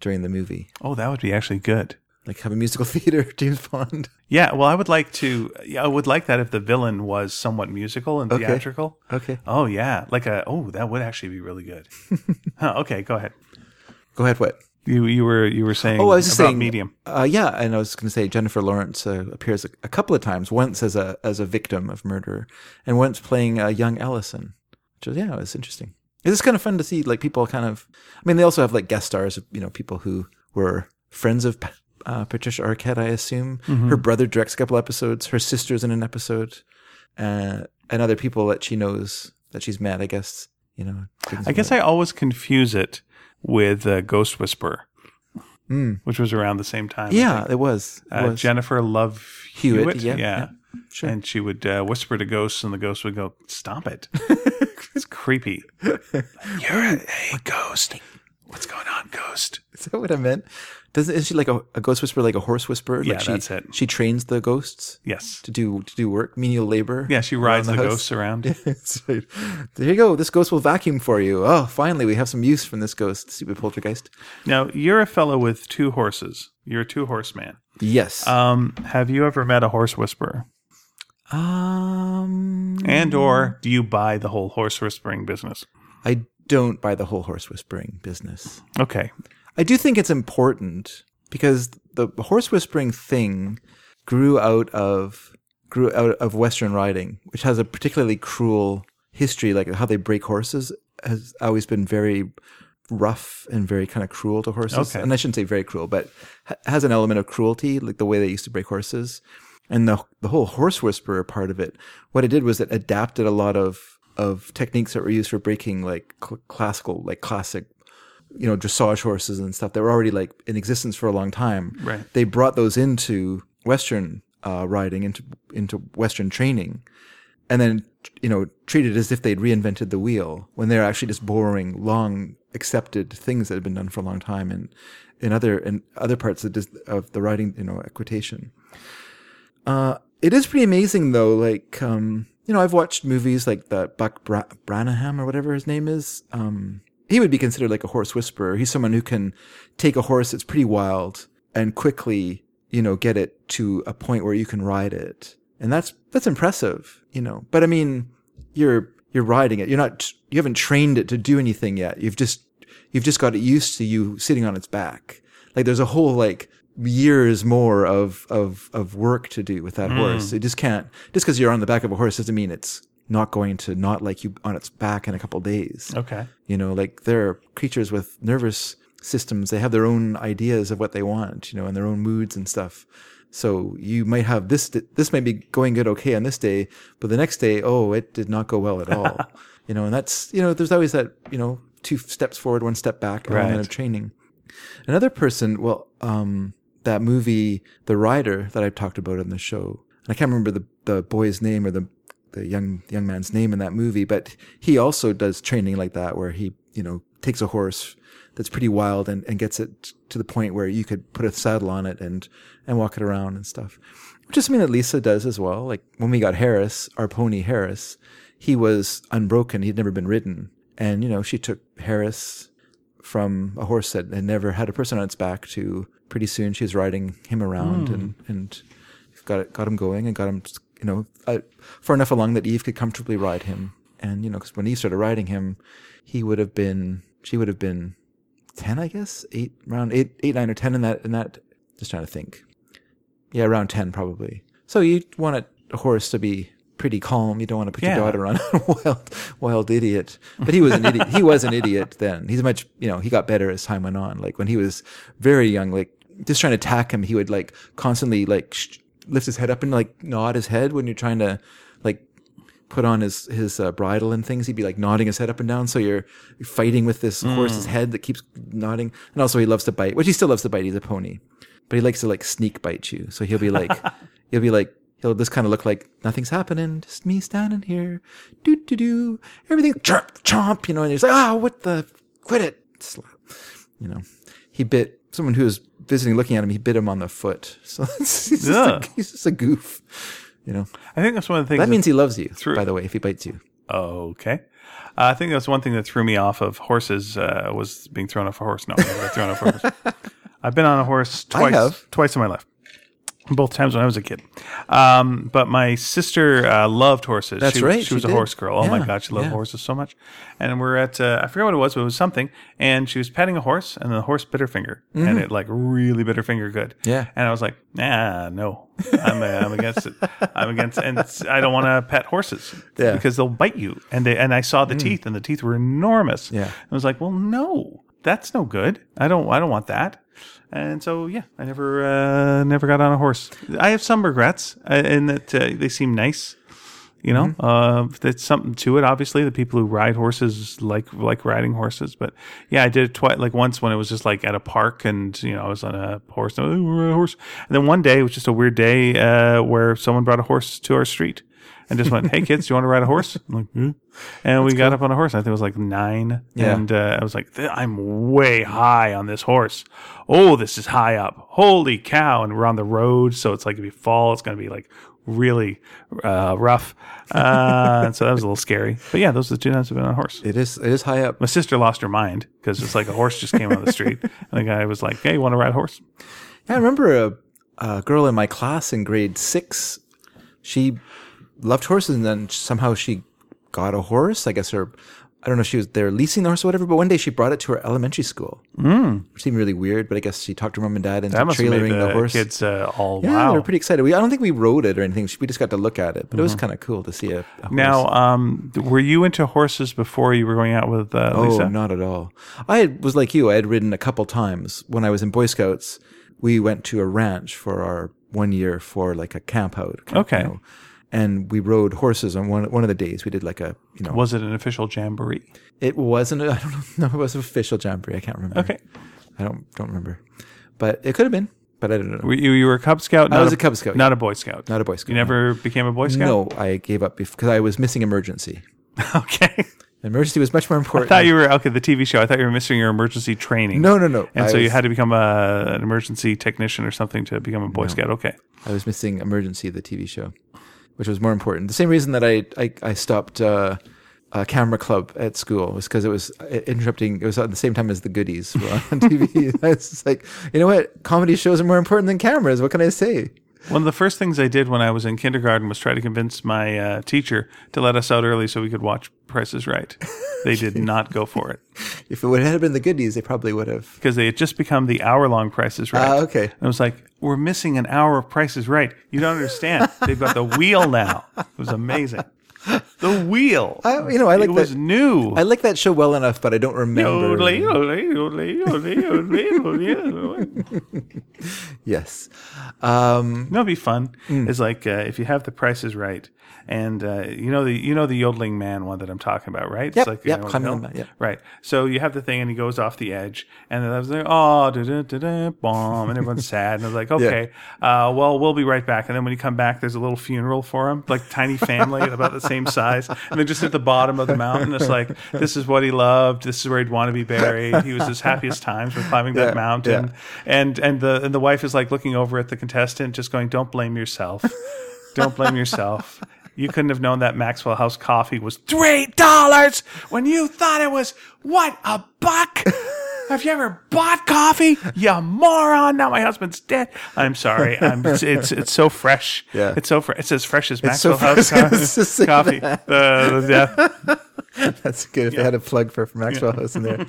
S1: during the movie.
S2: Oh, that would be actually good.
S1: Like have a musical theater, James Bond.
S2: Yeah, well, I would like to. Yeah, I would like that if the villain was somewhat musical and theatrical.
S1: Okay,
S2: Oh yeah, like a. Oh, that would actually be really good. huh, okay, go ahead.
S1: go ahead. What?
S2: You you were you were saying.
S1: Oh, I was just
S2: about
S1: saying
S2: medium.
S1: Uh, yeah, and I was going to say Jennifer Lawrence uh, appears a, a couple of times. Once as a as a victim of murder, and once playing uh, young Ellison, which is yeah, it's interesting. It's just kind of fun to see like people kind of. I mean, they also have like guest stars. You know, people who were friends of uh, Patricia Arquette. I assume
S2: Mm-hmm.
S1: her brother directs a couple episodes. Her sister's in an episode, uh, and other people that she knows that she's met. I guess you know. things
S2: I
S1: like
S2: guess I always confuse it with uh, Ghost Whisperer,
S1: Mm.
S2: which was around the same time. I
S1: that. yeah, it was. It
S2: uh,
S1: was.
S2: Jennifer Love
S1: Hewitt,
S2: Hewitt.
S1: yeah,
S2: yeah.
S1: Sure.
S2: And she would uh, whisper to ghosts, and the ghosts would go, "Stop it! it's creepy. You're a hey, ghost. What's going on, ghost?
S1: Is that what I meant? Doesn't is she like a, a ghost whisperer, like a horse whisperer?
S2: Yeah,
S1: like she,
S2: that's it.
S1: She trains the ghosts
S2: Yes.
S1: to do to do work, menial labor.
S2: Yeah, she rides the,
S1: house.
S2: ghosts around.
S1: It's like, there you go. This ghost will vacuum for you. Oh, finally, we have some use from this ghost, stupid poltergeist.
S2: Now you're a fellow with two horses. You're a two horse man.
S1: Yes.
S2: Um, have you ever met a horse whisperer?
S1: um,
S2: And or do you buy the whole horse whispering business?
S1: I don't buy the whole horse whispering business.
S2: Okay.
S1: I do think it's important because the horse whispering thing grew out of grew out of Western riding, which has a particularly cruel history. Like how they break horses has always been very rough and very kind of cruel to horses.
S2: Okay.
S1: And I shouldn't say very cruel, but ha- has an element of cruelty, like the way they used to break horses. And the the whole horse whisperer part of it, what it did was it adapted a lot of of techniques that were used for breaking like cl- classical, like classic you know dressage horses and stuff that were already like in existence for a long time.
S2: Right.
S1: They brought those into Western uh, riding into into Western training, and then you know treated as if they'd reinvented the wheel when they're actually just borrowing long accepted things that had been done for a long time and in other in other parts of, dis- of the riding you know equitation. Uh, it is pretty amazing though. Like, um, you know, I've watched movies like the Buck Bra- Branaham or whatever his name is. Um, he would be considered like a horse whisperer. He's someone who can take a horse that's pretty wild and quickly, you know, get it to a point where you can ride it. And that's, that's impressive, you know, but I mean, you're, you're riding it. You're not, you haven't trained it to do anything yet. You've just, you've just got it used to you sitting on its back. Like there's a whole like years more of of of work to do with that horse. It just can't just because you're on the back of a horse doesn't mean it's not going to not like you on its back in a couple days.
S2: Okay.
S1: You know, like they're creatures with nervous systems. They have their own ideas of what they want, you know, and their own moods and stuff. So you might have this, this may be going good okay on this day, but the next day, oh, it did not go well at all. you know, and that's, you know, there's always that, you know, two steps forward, one step back element
S2: Right.
S1: of training. Another person, well, um, that movie, The Rider, that I've talked about on the show, and I can't remember the, the boy's name or the the young young man's name in that movie, but he also does training like that where he you know takes a horse that's pretty wild and, and gets it to the point where you could put a saddle on it and and walk it around and stuff, which is something that Lisa does as well. Like when we got Harris, our pony Harris, he was unbroken; he'd never been ridden, and you know she took Harris from a horse that had never had a person on its back to pretty soon she was riding him around and and got it, got him going and got him you know uh, far enough along that Eve could comfortably ride him and you know because when Eve started riding him he would have been she would have been ten I guess eight around eight eight nine or ten in that in that just trying to think yeah around ten probably so you want a, a horse to be pretty calm you don't want to put
S2: Yeah.
S1: your daughter run on a wild, wild idiot. But he was an idiot. He was an idiot then. He's much, you know, he got better as time went on. Like when he was very young, like just trying to attack him, he would like constantly like sh- lift his head up and like nod his head when you're trying to like put on his his uh, bridle and things. He'd be like nodding his head up and down. So you're fighting with this horse's head that keeps nodding. And also he loves to bite, which he still loves to bite. He's a pony, but he likes to like sneak bite you. So he'll be like, he'll be like. they'll just kind of look like nothing's happening, just me standing here, do do do, everything chomp chomp, you know, and he's like, ah, what the, quit it, Slap. you know. He bit someone who was visiting, looking at him. He bit him on the foot, so it's, he's,
S2: Ugh.
S1: just a, he's just a goof, you know.
S2: I think that's one of the things.
S1: That means he loves you,
S2: True.
S1: by the way, if he bites you.
S2: Okay. Uh, I think that's one thing that threw me off of horses uh, was being thrown off a horse. No, I never got thrown off a horse. I've been on a horse
S1: I
S2: twice.
S1: have.
S2: Twice in my life. Both times when I was a kid. Um, but my sister uh, loved horses.
S1: That's
S2: she,
S1: right,
S2: She was
S1: she
S2: a
S1: did.
S2: horse girl. Oh my
S1: Yeah,
S2: God, she loved
S1: yeah.
S2: horses so much. And we're at, uh, I forget what it was, but it was something. And she was petting a horse, and the horse bit her finger. And it like really bit her finger good.
S1: Mm-hmm. Yeah.
S2: And I was like, nah, no, I'm, uh, I'm against it. I'm against, and it's- I don't want to pet horses
S1: Yeah.
S2: because they'll bite you. And they, and I saw the teeth, and the teeth were enormous.
S1: Yeah.
S2: I was like, well, no, that's no good. I don't, I don't want that. And so, yeah, I never, uh, never got on a horse. I have some regrets uh, in that uh, they seem nice. You know, uh, that's something to it. Obviously, the people who ride horses like like riding horses. But yeah, I did it twice. Like once when it was just like at a park, and you know, I was on a horse. And, I was, "Ooh, we're on a horse. And then one day it was just a weird day uh, where someone brought a horse to our street and just went, "Hey kids, do you want to ride a horse?" I'm like, "Hmm." and we got up on a horse. I think it was like nine,
S1: Yeah.
S2: and uh, I was like, "Th- "I'm way high on this horse. Oh, this is high up. Holy cow!" And we're on the road, so it's like if you fall, it's going to be like really uh, rough. Uh, and so that was a little scary. But yeah, those are the two times I've been on a horse.
S1: It is it is high up.
S2: My sister lost her mind because it's like a horse just came on the street, and the guy was like, "Hey, you want to ride a horse?"
S1: Yeah, I remember a, a girl in my class in grade six. She loved horses, and then somehow she got a horse. I guess her, I don't know, if she was there leasing the horse or whatever. But one day she brought it to her elementary school, mm. which seemed really weird. But I guess she talked to her mom and dad into
S2: Hmm. That must have made
S1: trailering
S2: the,
S1: the, horse.
S2: kids uh, all
S1: Yeah,
S2: wow. Mm-hmm.
S1: they were pretty excited. We, I don't think we rode it or anything. We just got to look at it, but it was kind of cool to see a, a horse.
S2: Now, um, th- were you into horses before you were going out with uh, Lisa?
S1: Oh, not at all. I had- was like you. I had ridden a couple times when I was in Boy Scouts. We went to a ranch for our one year for like a camp out. camp,
S2: Okay.
S1: you know, and we rode horses on one one of the days. We did like a you know
S2: Was it an official jamboree?
S1: it wasn't I I don't know no, it was an official jamboree. I can't remember.
S2: Okay,
S1: I don't don't remember, but it could have been. But I don't know.
S2: were you, you were a Cub Scout. Not
S1: was a Cub Scout,
S2: not a Boy Scout.
S1: Not a Boy Scout.
S2: You never became a Boy Scout.
S1: No, I gave up because I was missing emergency.
S2: No. Okay.
S1: Emergency was much more important.
S2: thought you were okay. The TV show. I thought you were missing your emergency training.
S1: no, no, no.
S2: And
S1: I
S2: so you
S1: was-
S2: had to become a, an emergency technician or something to become a Boy Scout. Okay.
S1: I was missing Emergency, the TV show, which was more important. The same reason that I I, I stopped uh, a camera club at school was because it was uh, interrupting. It was at the same time as the goodies were on TV. I was just like, you know what? Comedy shows are more important than cameras. What can I say?
S2: One of the first things I did when I was in kindergarten was try to convince my uh, teacher to let us out early so we could watch Price is Right. They did not go for it
S1: If it would have been the goodies, they probably would have.
S2: because they had just become the hour long Price is Right.
S1: Ah, okay.
S2: And I was like, we're missing an hour of Price is Right. You don't understand. They've got the wheel now. It was amazing. The wheel.
S1: I, you know, I like
S2: it
S1: that.
S2: was new.
S1: I like that show well enough, but I don't remember.
S2: no,
S1: Yes. Um,
S2: it'd be fun. It's like uh, if you have the prices right, and uh, you know the you know the yodeling man one that I'm talking about, right?
S1: Yep,
S2: it's like
S1: yep,
S2: you know,
S1: climbing
S2: hill.
S1: the mountain, yep.
S2: Right. So you have the thing, and he goes off the edge, and then I was like, oh, da da da da, bomb, and everyone's sad, and I was like, okay, uh, well, we'll be right back. And then when you come back, there's a little funeral for him, like tiny family, about the same size, and then just at the bottom of the mountain, it's like, this is what he loved, this is where he'd want to be buried. He was his happiest times when climbing that
S1: Yeah,
S2: mountain, and and the and the wife is like looking over at the contestant, just going, don't blame yourself, don't blame yourself. You couldn't have known that Maxwell House coffee was three dollars when you thought it was what a buck. Have you ever bought coffee, you moron? Now my husband's dead. I'm sorry. I'm, it's, it's it's so fresh.
S1: Yeah.
S2: it's so fre- it's as fresh as
S1: so
S2: Maxwell
S1: fresh.
S2: House
S1: I
S2: co-
S1: was just saying
S2: coffee. The, the, yeah,
S1: that's good. If they had a plug for, for Maxwell House in there,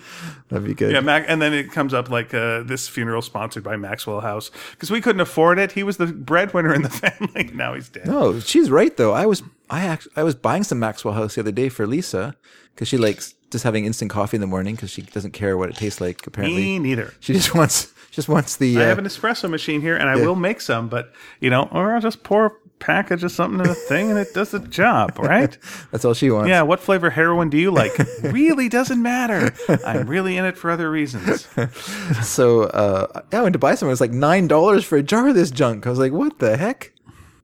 S1: that'd be good.
S2: yeah, Mac, and then it comes up like uh, this funeral sponsored by Maxwell House because we couldn't afford it. He was the breadwinner in the family. Now he's dead.
S1: No, she's right though. I was I act, I was buying some Maxwell House the other day for Lisa because she likes just having instant coffee in the morning because she doesn't care what it tastes like.
S2: Me
S1: Apparently,
S2: neither.
S1: she just wants just wants the.
S2: I
S1: Uh,
S2: have an espresso machine here, and I will make some, but you know, or I'll just pour a package of something in a thing, and it does the job, right?
S1: that's all she wants.
S2: Yeah. What flavor heroin do you like? really doesn't matter. I'm really in it for other reasons.
S1: So uh, I went to buy some. It was like nine dollars for a jar of this junk. I was like, what the heck?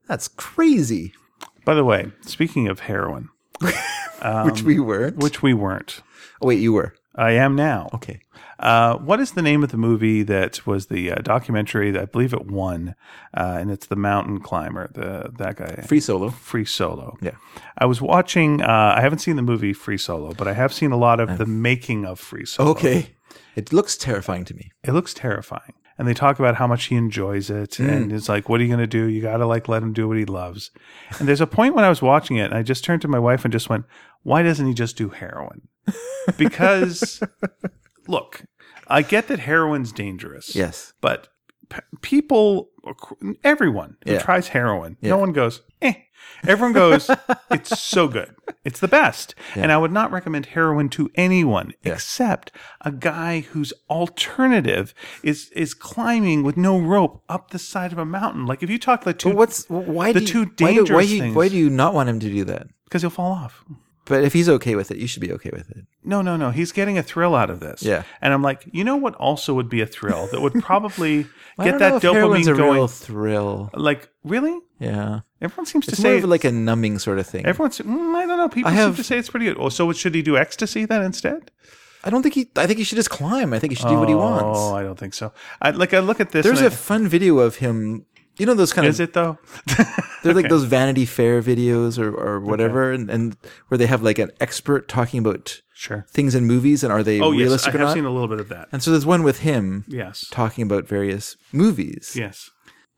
S1: That's crazy.
S2: By the way, speaking of heroin,
S1: which we were.
S2: which Um, we weren't,
S1: Oh, wait, you were.
S2: I am now.
S1: Okay.
S2: Uh, what is the name of the movie that was the uh, documentary that I believe it won? Uh, and it's the mountain climber, the that guy
S1: Free solo.
S2: Free Solo.
S1: Yeah.
S2: I was watching. Uh, I haven't seen the movie Free Solo, but I have seen a lot of the making of Free Solo.
S1: Okay. It looks terrifying to me.
S2: it looks terrifying. And they talk about how much he enjoys it,
S1: Mm.
S2: and it's like, what are you going to do? You got to like let him do what he loves. And there's a point when I was watching it, and I just turned to my wife and just went, "Why doesn't he just do heroin?" Because, look, I get that heroin's dangerous.
S1: Yes.
S2: But p- people, ac- everyone who
S1: Yeah.
S2: tries heroin,
S1: Yeah.
S2: no one goes, eh. Everyone goes, it's so good. It's the best. And I would not recommend heroin to anyone except a guy whose alternative is is climbing with no rope up the side of a mountain. Like if you talk like two,
S1: What's why
S2: The
S1: do you-
S2: two
S1: why do- why
S2: dangerous
S1: do, you,
S2: things.
S1: why do you not want him to do that?
S2: because he'll fall off.
S1: But if he's okay with it, you should be okay with it.
S2: No, no, no. He's getting a thrill out of this.
S1: Yeah.
S2: And I'm like, you know what also would be a thrill that would probably
S1: Well, I
S2: get
S1: don't know
S2: that
S1: if heroin's a
S2: dopamine going?
S1: real thrill.
S2: Like, really?
S1: Yeah,
S2: Everyone seems
S1: it's
S2: to
S1: more
S2: say
S1: of like a numbing sort of thing.
S2: Everyone's, mm, I don't know. People
S1: I
S2: seem
S1: have-
S2: to say it's pretty good. Oh, so should he do ecstasy then instead?
S1: I don't think he. I think he should just climb. I think he should do what he
S2: Oh,
S1: wants.
S2: I don't think so. I like. I look at this.
S1: There's a
S2: and I-
S1: fun video of him. You know those kind
S2: is
S1: of.
S2: it though?
S1: They're like those Vanity Fair videos or, or whatever, and, and where they have like an expert talking about
S2: sure.
S1: things in movies and are they
S2: Oh yes, I
S1: realistic
S2: have
S1: or
S2: seen
S1: not.
S2: a little bit of that.
S1: And so there's one with him
S2: Yes.
S1: talking about various movies.
S2: Yes.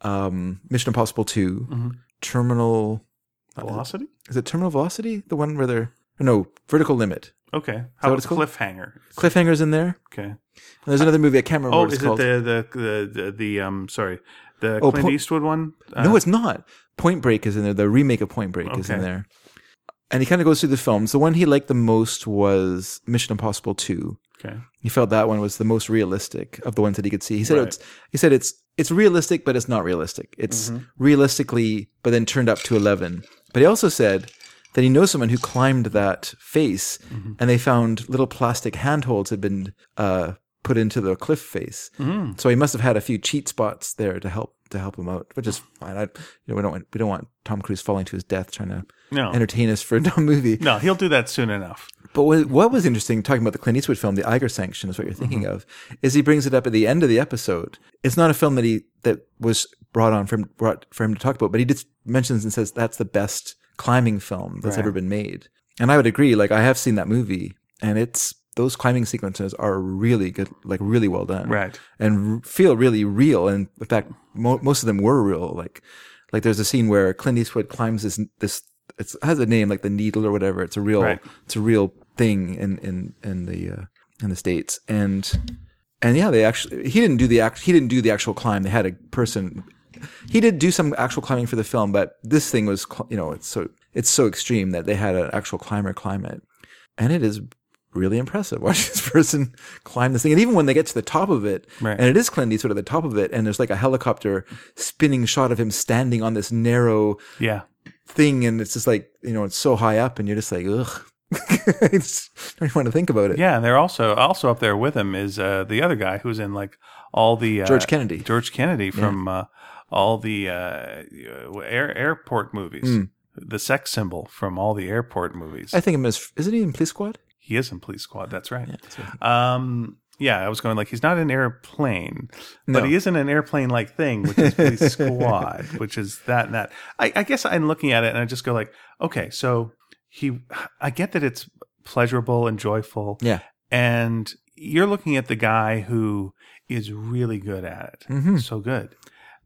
S1: Um, Mission Impossible 2
S2: Mm-hmm.
S1: Terminal.
S2: Velocity.
S1: Is it Terminal Velocity? The one where they're no Vertical Limit.
S2: Okay. How
S1: what
S2: about
S1: it's called?
S2: cliffhanger?
S1: Cliffhangers in there.
S2: Okay.
S1: And there's another movie I can't remember
S2: Oh,
S1: what
S2: is
S1: it's called.
S2: it the the the the, the um? Sorry, the
S1: Oh,
S2: Clint
S1: po-
S2: Eastwood one. Uh,
S1: No, it's not. Point Break is in there. The remake of Point Break is in
S2: Okay.
S1: there. And he kind of goes through the films. The one he liked the most was Mission Impossible 2.
S2: okay.
S1: He felt that one was the most realistic of the ones that he could see. He said
S2: Right.
S1: it's he said it's it's realistic, but it's not realistic. It's
S2: Mm-hmm.
S1: realistically, but then turned up to eleven. But he also said that he knows someone who climbed that face,
S2: Mm-hmm.
S1: and they found little plastic handholds had been uh, put into the cliff face.
S2: Mm.
S1: So he must have had a few cheat spots there to help to help him out, which is fine. I, you know, we don't want, we don't want Tom Cruise falling to his death trying to
S2: No.
S1: entertain us for a dumb movie.
S2: No, he'll do that soon enough.
S1: But what, what was interesting, talking about the Clint Eastwood film, The Iger Sanction, is what you're thinking
S2: Mm-hmm.
S1: of, is he brings it up at the end of the episode. It's not a film that he that was brought on for him, brought for him to talk about, but he just mentions and says that's the best climbing film that's
S2: Right.
S1: ever been made. And I would agree. Like I have seen that movie, and it's those climbing sequences are really good, like really well done,
S2: Right.
S1: And r- feel really real. And in fact, mo- most of them were real. Like like there's a scene where Clint Eastwood climbs this this it's, it has a name like the needle or whatever. It's a real
S2: Right.
S1: it's a real thing in in in the uh, in the states and and yeah they actually he didn't do the act he didn't do the actual climb. They had a person. He did do some actual climbing for the film, but this thing was cl- you know it's so it's so extreme that they had an actual climber climb it, and it is really impressive watching this person climb this thing. And even when they get to the top of it,
S2: Right.
S1: and it is Clint Eastwood at the top of it, and there's like a helicopter spinning shot of him standing on this narrow
S2: Yeah.
S1: thing, and it's just like you know, it's so high up, and you're just like, ugh, it's, don't even want to think about it.
S2: Yeah, and they're also also up there with him is uh, the other guy who's in like all the uh,
S1: George Kennedy.
S2: George Kennedy from uh, all the uh, uh, air, airport movies, the sex symbol from all the airport movies.
S1: I think him as isn't he in Police Squad?
S2: he is in Police Squad. That's right. Um, yeah, I was going like he's not an airplane, but
S1: No.
S2: he is in an airplane-like thing, which is Police Squad, which is that and that. I, I guess I'm looking at it and I just go like, okay, so he, I get that it's pleasurable and joyful,
S1: Yeah,
S2: and you're looking at the guy who is really good at it,
S1: Mm-hmm.
S2: so good.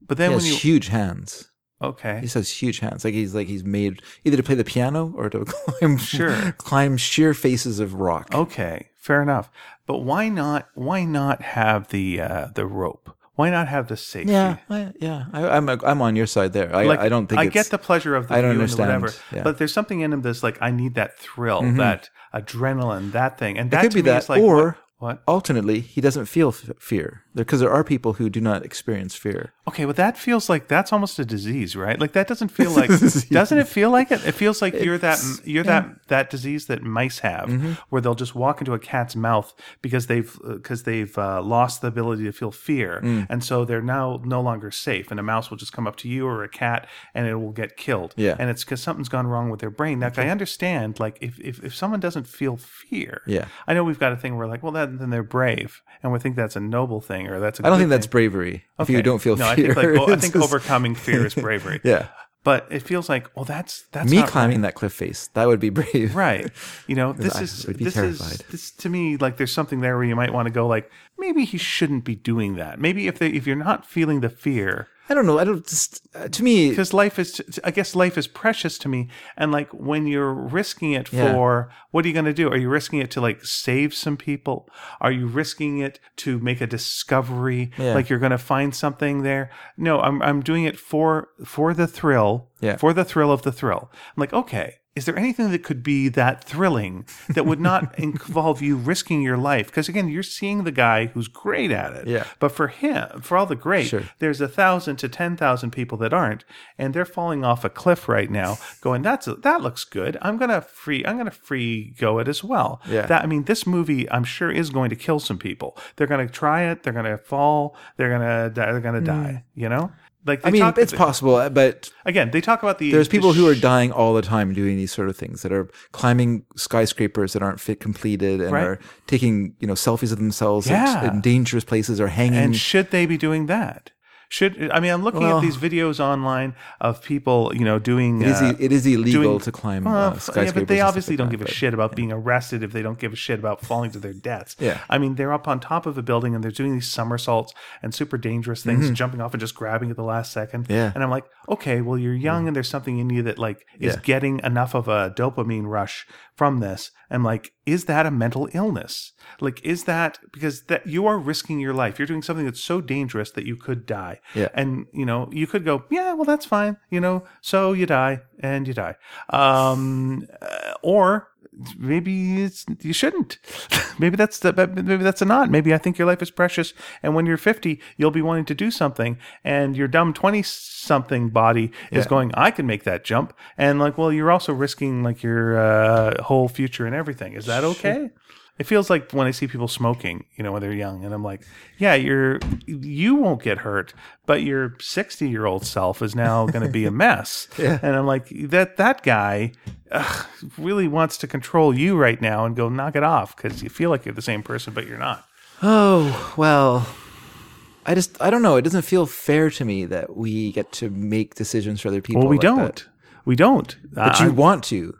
S2: But then
S1: he
S2: when
S1: has
S2: you
S1: huge hands.
S2: okay,
S1: He just has huge hands. Like he's like he's made either to play the piano or to climb
S2: Sure. Oh,
S1: climb sheer faces of rock.
S2: okay, fair enough. But why not? Why not have the uh, the rope? Why not have the safety?
S1: yeah, I, yeah. I, I'm a, I'm on your side there. I,
S2: Like,
S1: I don't think
S2: I
S1: it's,
S2: get the pleasure of the
S1: I don't
S2: view and
S1: understand,
S2: whatever,
S1: yeah. Mm-hmm.
S2: but there's something in him that's like I need that thrill, that adrenaline, that thing, and that
S1: It could
S2: to
S1: be
S2: me is
S1: that
S2: like
S1: or
S2: what?
S1: alternately he doesn't feel f- fear. Because there are people who do not experience fear.
S2: Okay, but that feels like that's almost a disease, right? Like that doesn't feel like doesn't it feel like it? It feels like you're that
S1: It's- Mm-hmm.
S2: you're
S1: yeah.
S2: that that disease that mice have, where they'll just walk into a cat's mouth because they've because they've uh, lost the ability to feel fear,
S1: Mm.
S2: and so they're now no longer safe. And a mouse will just come up to you or a cat, and it will get killed.
S1: Yeah.
S2: and it's because something's gone wrong with their brain. Now, I understand, like if, if if someone doesn't feel fear,
S1: Yeah.
S2: I know we've got a thing where like, well, that, then they're brave, and we think that's a noble thing or that's. I
S1: I don't think that's bravery. If you
S2: Okay.
S1: don't feel
S2: no,
S1: fear,
S2: I think, like, oh, I
S1: It's
S2: think
S1: just-
S2: overcoming fear is bravery.
S1: Yeah.
S2: but it feels like well, that's that's
S1: me
S2: not
S1: climbing that cliff face that would be brave.
S2: right. You know, this
S1: I
S2: is
S1: would be
S2: this is
S1: terrified.
S2: this to me like there's something there where you might want to go like maybe he shouldn't be doing that. Maybe if they if you're not feeling the fear,
S1: I don't know. I don't just uh, to me.
S2: because life is i guess life is precious to me and like when you're risking it
S1: Yeah.
S2: for what are you going to do are you risking it to like save some people are you risking it to make a discovery
S1: Yeah.
S2: like you're going to find something there no i'm i'm doing it for for the thrill
S1: Yeah.
S2: for the thrill of the thrill i'm like okay is there anything that could be that thrilling that would not involve you risking your life? Because again, you're seeing the guy who's great at it.
S1: Yeah.
S2: But for him, for all the great,
S1: Sure.
S2: there's a thousand to ten thousand people that aren't, and they're falling off a cliff right now. Going, that's that looks good. I'm gonna free. I'm gonna free go it as well.
S1: Yeah.
S2: That I mean, this movie, I'm sure, is going to kill some people. They're gonna try it. They're gonna fall. They're gonna die. They're gonna die. You know, like they
S1: Mm. I mean,
S2: talk,
S1: it's possible, uh, but
S2: again. They talk about the
S1: there's
S2: the
S1: people who
S2: sh-
S1: are dying all the time doing these sort of things that are climbing skyscrapers that aren't fit completed and
S2: Right.
S1: are taking you know selfies of themselves
S2: Yeah.
S1: in, in dangerous places or hanging.
S2: And should they be doing that? Should I mean I'm looking at
S1: Well-
S2: these videos online of people, you know, doing
S1: it, is, e,
S2: uh,
S1: i- it is illegal
S2: doing-
S1: to climb
S2: Well,
S1: uh,
S2: f-
S1: skyscrapers.
S2: yeah, but they
S1: and stuff
S2: obviously
S1: like
S2: don't
S1: that,
S2: give a
S1: but-
S2: shit about being arrested if they don't give a shit about falling to their deaths.
S1: Yeah.
S2: I mean, they're up on top of a building and they're doing these somersaults and super dangerous things, jumping off and just grabbing at the last second.
S1: Mm-hmm. Yeah. Mm-hmm.
S2: And I'm like, okay, well, you're young and there's something in you that like is
S1: Yeah.
S2: getting enough of a dopamine rush from this. And like, is that a mental illness? Like, is that because that you are risking your life? You're doing something that's so dangerous that you could die.
S1: Yeah.
S2: And you know, you could go, yeah, well, that's fine. You know, so you die and you die. Um, uh, or maybe it's, you shouldn't. maybe that's the, but maybe that's a not. Maybe I think your life is precious, and when you're 50, you'll be wanting to do something, and your dumb 20 something body is
S1: Yeah.
S2: going, I can make that jump, and like, well, you're also risking like your uh, whole future and everything. Is that okay? It feels like when I see people smoking, you know, when they're young, and I'm like, yeah, you're you won't get hurt, but your 60 year old self is now going to be a mess.
S1: Yeah.
S2: And I'm like, that that guy ugh, really wants to control you right now and go knock it off because you feel like you're the same person, but you're not.
S1: Oh, well, I just, I don't know. It doesn't feel fair to me that we get to make decisions for other people.
S2: Well, we
S1: like
S2: don't.
S1: that.
S2: We don't.
S1: But
S2: I,
S1: you want to.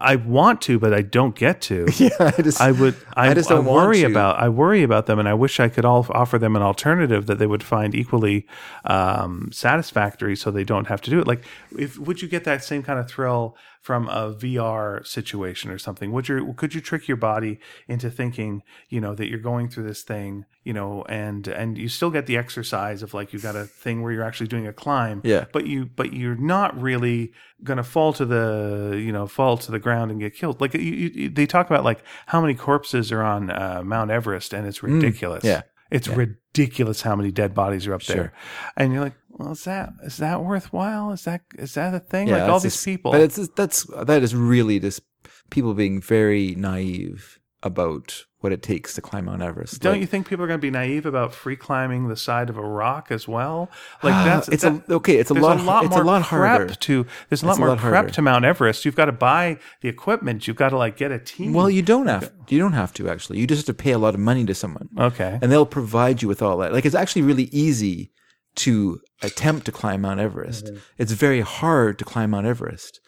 S2: I want to, but I don't get to.
S1: Yeah, I just,
S2: I would. I,
S1: I just
S2: I
S1: don't want
S2: worry
S1: to.
S2: about. I worry about them, and I wish I could all offer them an alternative that they would find equally um, satisfactory, so they don't have to do it. Like, if would you get that same kind of thrill from a VR situation or something? Would you? Could you trick your body into thinking, you know, that you're going through this thing, you know, and and you still get the exercise of like you've got a thing where you're actually doing a climb,
S1: Yeah.
S2: but you but you're not really gonna fall to the you know fall to the ground and get killed like you, you, you- they talk about like how many corpses are on uh, mount everest and it's ridiculous
S1: Mm, yeah.
S2: it's ridiculous how many dead bodies are up there
S1: Sure.
S2: and you're like well is that is that worthwhile is that is that a thing
S1: yeah,
S2: like all
S1: it's
S2: these
S1: just-
S2: people
S1: But it's just- that's that is really just people being very naive about what it takes to climb Mount Everest.
S2: don't
S1: Like,
S2: you think people are going to be naive about free climbing the side of a rock as well? Like that's
S1: Ah, it's
S2: that-
S1: a, okay. It's a
S2: there's
S1: lot. it's a lot
S2: prep
S1: harder.
S2: to there's a lot
S1: It's a
S2: more
S1: lot
S2: prep
S1: harder.
S2: to Mount Everest. You've got to buy the equipment. You've got to like get a team.
S1: Well, you don't have. You don't have to actually. You just have to pay a lot of money to someone.
S2: okay,
S1: and they'll provide you with all that. Like it's actually really easy to attempt to climb Mount Everest.
S2: Mm-hmm.
S1: It's very hard to climb Mount Everest.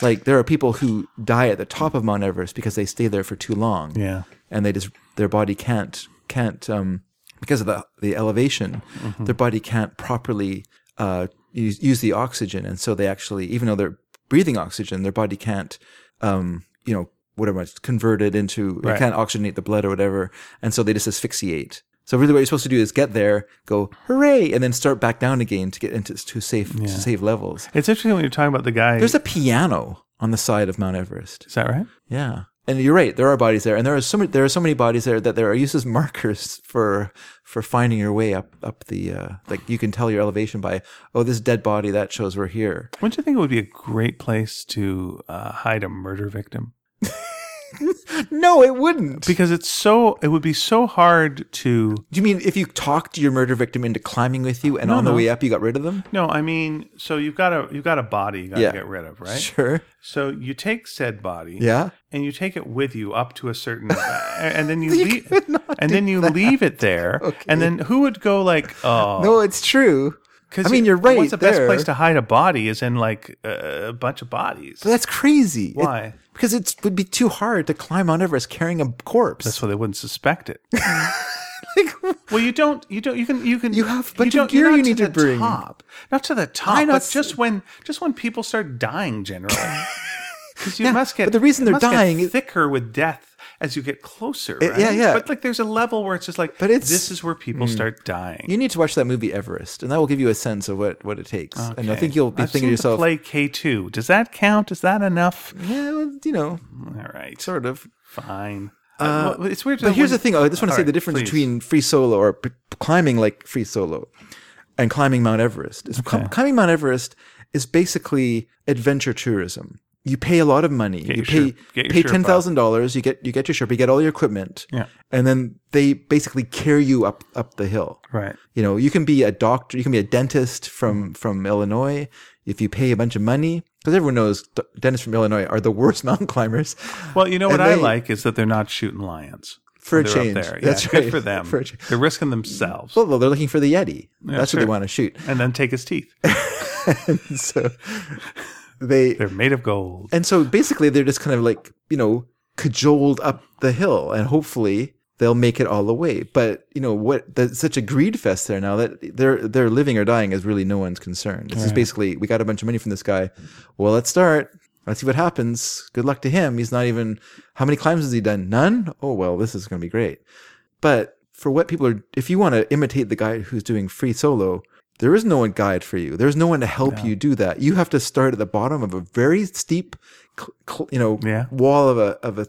S1: Like there are people who die at the top of Mount Everest because they stay there for too long.
S2: Yeah.
S1: And they just their body can't can't um because of the the elevation, their body can't properly uh use, use the oxygen and so they actually even though they're breathing oxygen, their body can't um you know whatever it's converted into
S2: Right.
S1: it can't oxygenate the blood or whatever, and so they just asphyxiate. So really, what you're supposed to do is get there, go hooray, and then start back down again to get into to safe to safe levels.
S2: It's interesting when you're talking about the guy.
S1: There's a piano on the side of Mount Everest.
S2: is that right?
S1: Yeah, and you're right. There are bodies there, and there are so many, there are so many bodies there that there are used as markers for for finding your way up up the uh, like you can tell your elevation by oh this dead body that shows we're here.
S2: Wouldn't you think it would be a great place to uh, hide a murder victim?
S1: no, it wouldn't.
S2: Because it's so it would be so hard to
S1: Do you mean if you talked your murder victim into climbing with you, and
S2: No,
S1: on the
S2: no.
S1: way up you got rid of them?
S2: No, I mean, so you've got a you've got a body you got to
S1: Yeah.
S2: get rid of, right?
S1: Sure.
S2: So you take said body,
S1: Yeah.
S2: and you take it with you up to a certain, and then you, leave, and then you leave it there, and then who would go like, oh,
S1: No, it's true.
S2: 'cause
S1: I mean,
S2: it-
S1: you're right.
S2: What's the best
S1: there.
S2: place to hide a body is in like a a bunch of bodies.
S1: But that's crazy. It-
S2: Why?
S1: because it would be too hard to climb Mount Everest carrying a corpse.
S2: so they wouldn't suspect it. well, you don't. You don't. You can. You can.
S1: You have a bunch of
S2: don't-
S1: gear
S2: you're not
S1: you need to
S2: the
S1: bring.
S2: Top, not to the top,
S1: know,
S2: but
S1: it's-
S2: just when just when people start dying, generally. 'Cause you
S1: Yeah,
S2: must get.
S1: but the reason
S2: it
S1: they're
S2: must get
S1: dying is- Eh,
S2: thicker with death as you get closer. Right?
S1: yeah, yeah.
S2: But like, there's a level where it's just like.
S1: But it's- Hmm.
S2: this is where people start dying.
S1: you need to watch that movie Everest, and that will give you a sense of what, what it takes. And I
S2: Okay.
S1: think you'll be
S2: I've
S1: thinking to
S2: seen
S1: yourself,
S2: the play K two. Does that count? Is that enough?
S1: yeah, well, you know,
S2: All right.
S1: sort of.
S2: Fine. Uh, well, it's weird.
S1: But here's the thing. oh, I just want to say the difference
S2: between.
S1: between free solo or p- climbing like free solo and climbing Mount Everest. Is cl- climbing Mount Everest is basically adventure tourism. You pay a lot of money. you
S2: your
S1: pay
S2: Sherpa. Get your
S1: pay
S2: Sherpa.
S1: ten thousand dollars. You get you get your Sherpa. You get all your equipment.
S2: Yeah.
S1: And then they basically carry you up up the hill.
S2: Right.
S1: You know, you can be a doctor. You can be a dentist from from Illinois if you pay a bunch of money. Because everyone knows d- dentists from Illinois are the worst mountain climbers.
S2: Well, you know what
S1: And
S2: I
S1: they-
S2: like is that they're not shooting lions
S1: For a
S2: They're up
S1: change.
S2: there. Yeah,
S1: That's
S2: good
S1: right.
S2: for them.
S1: For a change.
S2: they're risking themselves
S1: Well, they're looking for the Yeti. That's what
S2: sure.
S1: they want to shoot.
S2: and then take his teeth.
S1: so they
S2: They're made of gold.
S1: and so basically they're just kind of like you know cajoled up the hill and hopefully they'll make it all the way but you know what there's such a greed fest there now that they're they're living or dying is really no one's concerned this is basically we got a bunch of money from this guy well let's start let's see what happens good luck to him he's not even how many climbs has he done none oh well this is going to be great but for what people are, if you want to imitate the guy who's doing free solo, there is no one guide for you. There's no one to help you do that. You have to start at the bottom of a very steep, cl- cl- you know,
S2: Yeah.
S1: wall of a of a,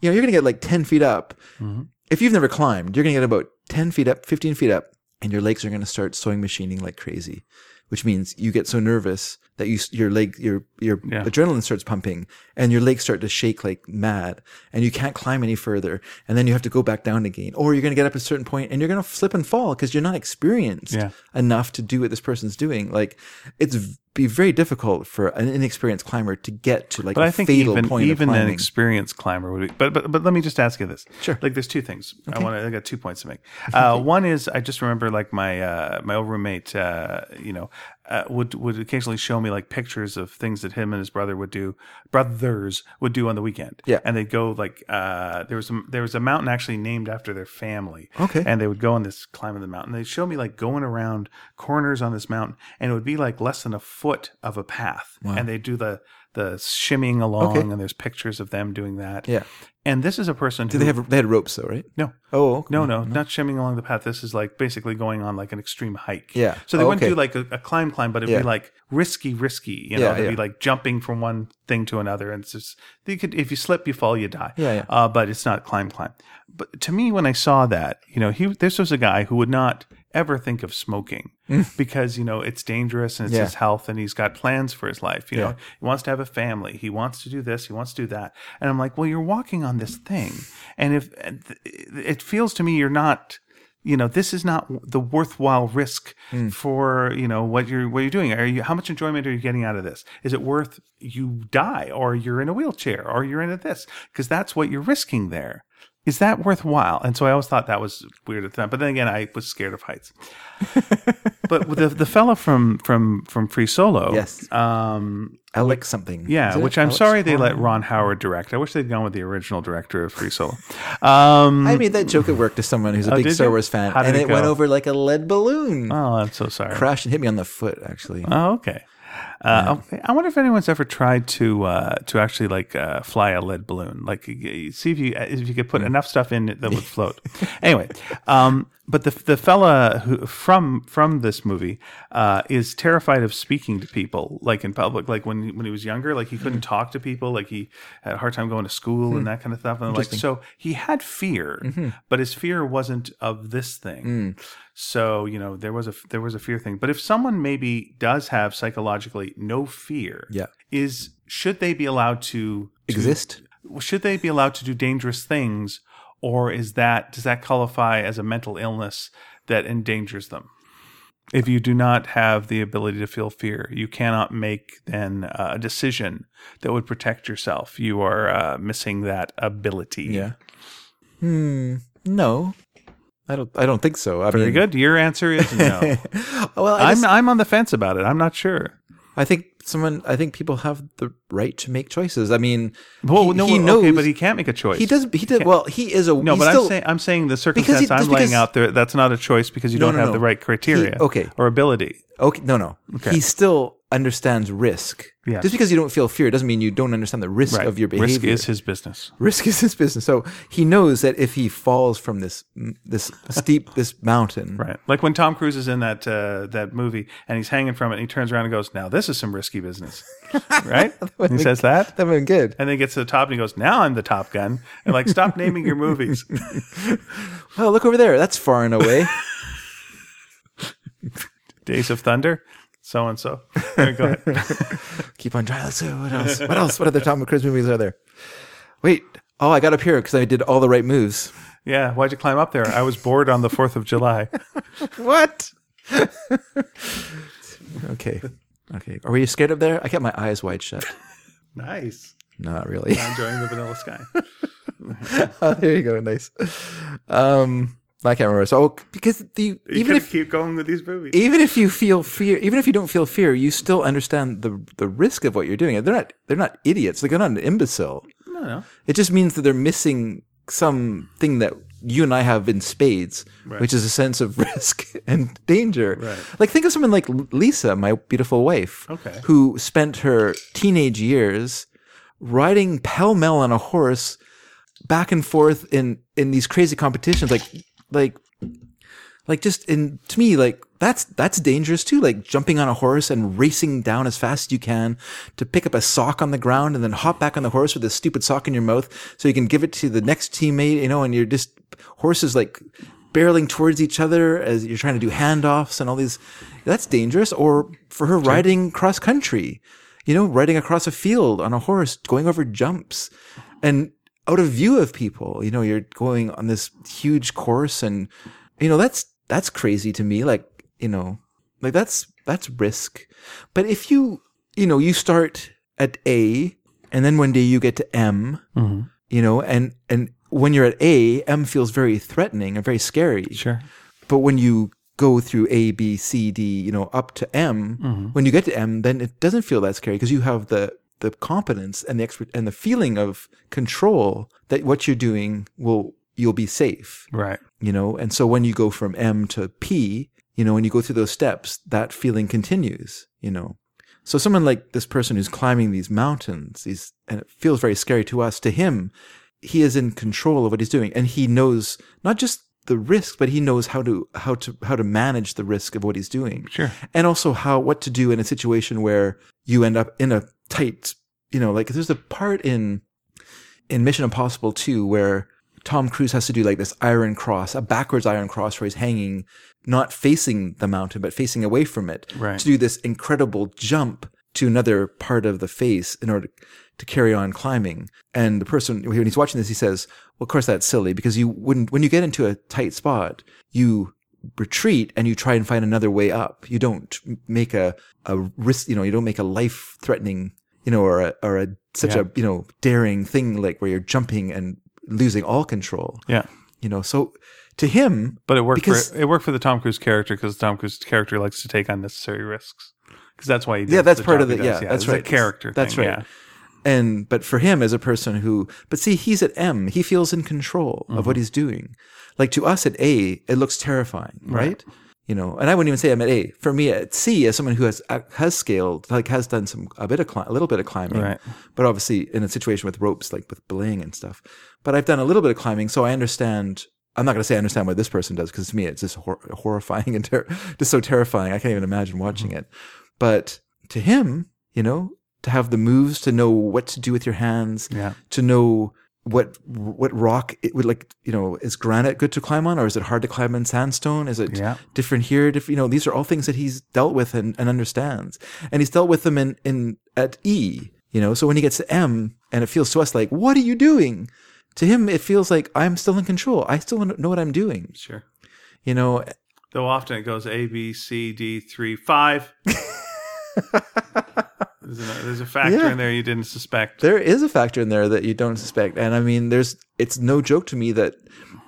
S1: you know, you're gonna get like ten feet up. If you've never climbed, you're gonna get about ten feet up, fifteen feet up, and your legs are gonna start sewing machining like crazy, which means you get so nervous that you s- your leg your your
S2: Yeah.
S1: adrenaline starts pumping and your legs start to shake like mad and you can't climb any further and then you have to go back down again or you're going to get up at a certain point and you're going to slip and fall because you're not experienced
S2: Yeah.
S1: enough to do what this person's doing like it's v- be very difficult for an inexperienced climber to get to like
S2: But
S1: a
S2: I think
S1: fatal
S2: even
S1: point
S2: even
S1: of
S2: an
S1: climbing
S2: experienced climber would. Be, but, but but let me just ask you this.
S1: Sure.
S2: Like there's two things. I want to. I got two points to make. Uh, one is I just remember like my uh, my old roommate. Uh, you know, uh, would would occasionally show me like pictures of things that him and his brother would do. Brothers would do on the weekend.
S1: Yeah.
S2: And they'd go like uh, there was a, there was a mountain actually named after their family.
S1: Okay.
S2: And they would go on this climb of the mountain. They'd show me like going around corners on this mountain, and it would be like less than a foot of a path. And they do the the shimmying along,
S1: Okay.
S2: and there's pictures of them doing that.
S1: yeah
S2: And this is a person.
S1: do they have they had ropes though right
S2: no?
S1: oh okay.
S2: No, no, not shimmying along the path. This is like basically going on like an extreme hike.
S1: Yeah.
S2: So they
S1: Oh,
S2: wouldn't
S1: okay.
S2: do like a, a climb, climb, but it'd
S1: Yeah.
S2: be like risky, risky. You know,
S1: Yeah,
S2: it'd be
S1: yeah.
S2: like jumping from one thing to another, and it's just you could if you slip, you fall, you die.
S1: Yeah, yeah.
S2: Uh, but it's not climb, climb. But to me, when I saw that, you know, he this was a guy who would not ever think of smoking because you know it's dangerous and it's
S1: Mm. Yeah.
S2: his health and he's got plans for his life you know he wants to have a family he wants to do this he wants to do that and i'm like well you're walking on this thing and if and th- it feels to me you're not you know this is not the worthwhile risk
S1: Hmm.
S2: for you know what you're what you're doing are you how much enjoyment are you getting out of this is it worth you die or you're in a wheelchair or you're in a this because that's what you're risking there is that worthwhile and so i always thought that was weird at the time but then again i was scared of heights but with the the fella from from from Free Solo,
S1: Yes.
S2: um,
S1: alex something
S2: yeah,
S1: Is it
S2: which I'm
S1: Alex
S2: sorry they
S1: Horn?
S2: let Ron Howard direct. I wish they'd gone with the original director of Free Solo. Um,
S1: I made that joke at work to someone who's a big
S2: Oh, did
S1: Star
S2: you?
S1: Wars fan,
S2: How did
S1: and
S2: it
S1: it went
S2: go?
S1: over like a lead balloon.
S2: oh, I'm so sorry.
S1: Crashed and hit me on the foot, actually.
S2: Oh, okay. Uh, okay. I wonder if anyone's ever tried to uh, to actually like uh, fly a lead uh, balloon, like y- y- see if you if you could put enough stuff in it that would float. anyway, um, but the the fella who, from from this movie uh, is terrified of speaking to people, like in public. Like when when he was younger, like he couldn't talk to people, like he had a hard time going to school and that kind of stuff. And like so, he had fear, but his fear wasn't of this thing. So you know there was a there was a fear thing. But if someone maybe does have psychologically no fear,
S1: Yeah.
S2: is should they be allowed to
S1: Exist?
S2: should they be allowed to do dangerous things or is that does that qualify as a mental illness that endangers them if you do not have the ability to feel fear you cannot make then uh, a decision that would protect yourself you are uh, missing that ability
S1: Yeah. Hmm. No, I don't. I don't think so. I
S2: very good your answer is no
S1: Well, I,
S2: I'm,
S1: just-
S2: I'm on the fence about it i'm not sure
S1: I think someone. I think people have the right to make choices. I mean,
S2: well
S1: he,
S2: no
S1: he
S2: okay,
S1: knows,
S2: but he can't make a choice
S1: He does. He did. Well, he is a.
S2: no,
S1: he's
S2: but
S1: still,
S2: I'm saying I'm saying the
S1: he-
S2: circumstance I'm
S1: just
S2: laying
S1: because-
S2: out there that's not a choice because you
S1: No,
S2: don't
S1: no,
S2: have
S1: no.
S2: the right criteria,
S1: He- okay.
S2: or ability.
S1: Okay, no, no.
S2: Okay.
S1: He still understands risk.
S2: Yes.
S1: Just because you don't feel fear doesn't mean you don't understand the risk of your behavior.
S2: Risk is his business.
S1: risk is his business. So he knows that if he falls from this this steep this mountain,
S2: Right. Like when Tom Cruise is in that uh, that movie and he's hanging from it and he turns around and goes, Now this is some risky business. right? he says that.
S1: that would have been good.
S2: And then he gets to the top and he goes, Now I'm the top gun. And like, stop naming your movies.
S1: Oh, look over there. That's far and away.
S2: Days of Thunder, so and so. Go ahead.
S1: Keep on trying. Let's see what else. What else? What other Tom Cruise movies are there? Wait. Oh, I got up here because I did all the right moves.
S2: Yeah, why'd you climb up there? I was bored on the fourth of July.
S1: What? okay. Okay. Are we scared up there? I kept my eyes wide shut.
S2: Nice.
S1: Not really.
S2: Enjoying the vanilla sky.
S1: Oh, there you go. Nice. Um, I can't remember. So, oh, because the
S2: You
S1: even
S2: Even
S1: if
S2: keep going with these movies.
S1: even if you feel fear, even if you don't feel fear, you still understand the the risk of what you're doing. They're not they're not idiots. Like, They're not an imbecile.
S2: no, no.
S1: It just means that they're missing something that you and I have in spades, which is a sense of risk and danger.
S2: Right.
S1: Like think of someone like L- Lisa, my beautiful wife,
S2: Okay.
S1: who spent her teenage years riding pell mell on a horse back and forth in in these crazy competitions, like like like just in to me like that's that's dangerous too like jumping on a horse and racing down as fast as you can to pick up a sock on the ground and then hop back on the horse with a stupid sock in your mouth so you can give it to the next teammate you know and you're just horses like barreling towards each other as you're trying to do handoffs and all these that's dangerous or for her riding cross country you know riding across a field on a horse going over jumps and out of view of people. You know, you're going on this huge course and you know, that's that's crazy to me. Like, you know, like that's that's risk. But if you you know, you start at A and then one day you get to M, you know, and and when you're at A, M feels very threatening and very scary.
S2: Sure.
S1: But when you go through A, B, C, D, you know, up to M, when you get to M, then it doesn't feel that scary because you have the the competence and the expert and the feeling of control that what you're doing will you'll be safe,
S2: Right.
S1: you know. And so when you go from M to P, you know, when you go through those steps, that feeling continues, you know. So someone like this person who's climbing these mountains, these and it feels very scary to us, to him, he is in control of what he's doing and he knows not just the risk but he knows how to how to how to manage the risk of what he's doing
S2: Sure.
S1: and also how what to do in a situation where you end up in a tight you know like there's a part in in mission impossible 2 where tom cruise has to do like this iron cross a backwards iron cross where he's hanging not facing the mountain but facing away from it
S2: Right.
S1: to do this incredible jump to another part of the face in order to carry on climbing. And the person, when he's watching this, he says, well, of course, that's silly because you wouldn't, when you get into a tight spot, you retreat and you try and find another way up. You don't make a, a risk, you know, you don't make a life threatening, you know, or a, or a, such
S2: Yeah.
S1: a, you know, daring thing like where you're jumping and losing all control,
S2: Yeah.
S1: you know, so to him,
S2: But it worked
S1: Because-
S2: for it worked for the Tom Cruise character because Tom Cruise character likes to take unnecessary risks because that's why he does
S1: yeah, that's
S2: the
S1: part of
S2: job he
S1: it.
S2: does.
S1: Yeah, that's
S2: it's a
S1: right.
S2: character.
S1: That's
S2: thing,
S1: right.
S2: yeah.
S1: And but for him as a person who, but see, he's at M. He feels in control
S2: Mm-hmm.
S1: of what he's doing. Like to us at A, it looks terrifying, right? You know, and I wouldn't even say I'm at A. For me, at C, as someone who has uh, has scaled, like has done some a bit of cli- a little bit of climbing,
S2: Right.
S1: but obviously in a situation with ropes, like with belaying and stuff. But I've done a little bit of climbing, so I understand I'm not going to say I understand what this person does because to me it's just hor- horrifying and ter- just so terrifying. I can't even imagine watching it. But to him, you know, to have the moves, to know what to do with your hands,
S2: Yeah.
S1: to know what what rock it would like, you know, is granite good to climb on or is it hard to climb in sandstone? Is it
S2: Yeah.
S1: different here? Diff- you know, these are all things that he's dealt with and, and understands, and he's dealt with them in in at E. You know, so when he gets to M, and it feels to us like, what are you doing? To him, it feels like I'm still in control. I still know what I'm doing.
S2: Sure.
S1: You know,
S2: Though often it goes A, B, C, D, three, five. there's, a, there's a factor
S1: Yeah.
S2: in there you didn't suspect.
S1: there is a factor in there that you don't suspect and i mean there's it's no joke to me that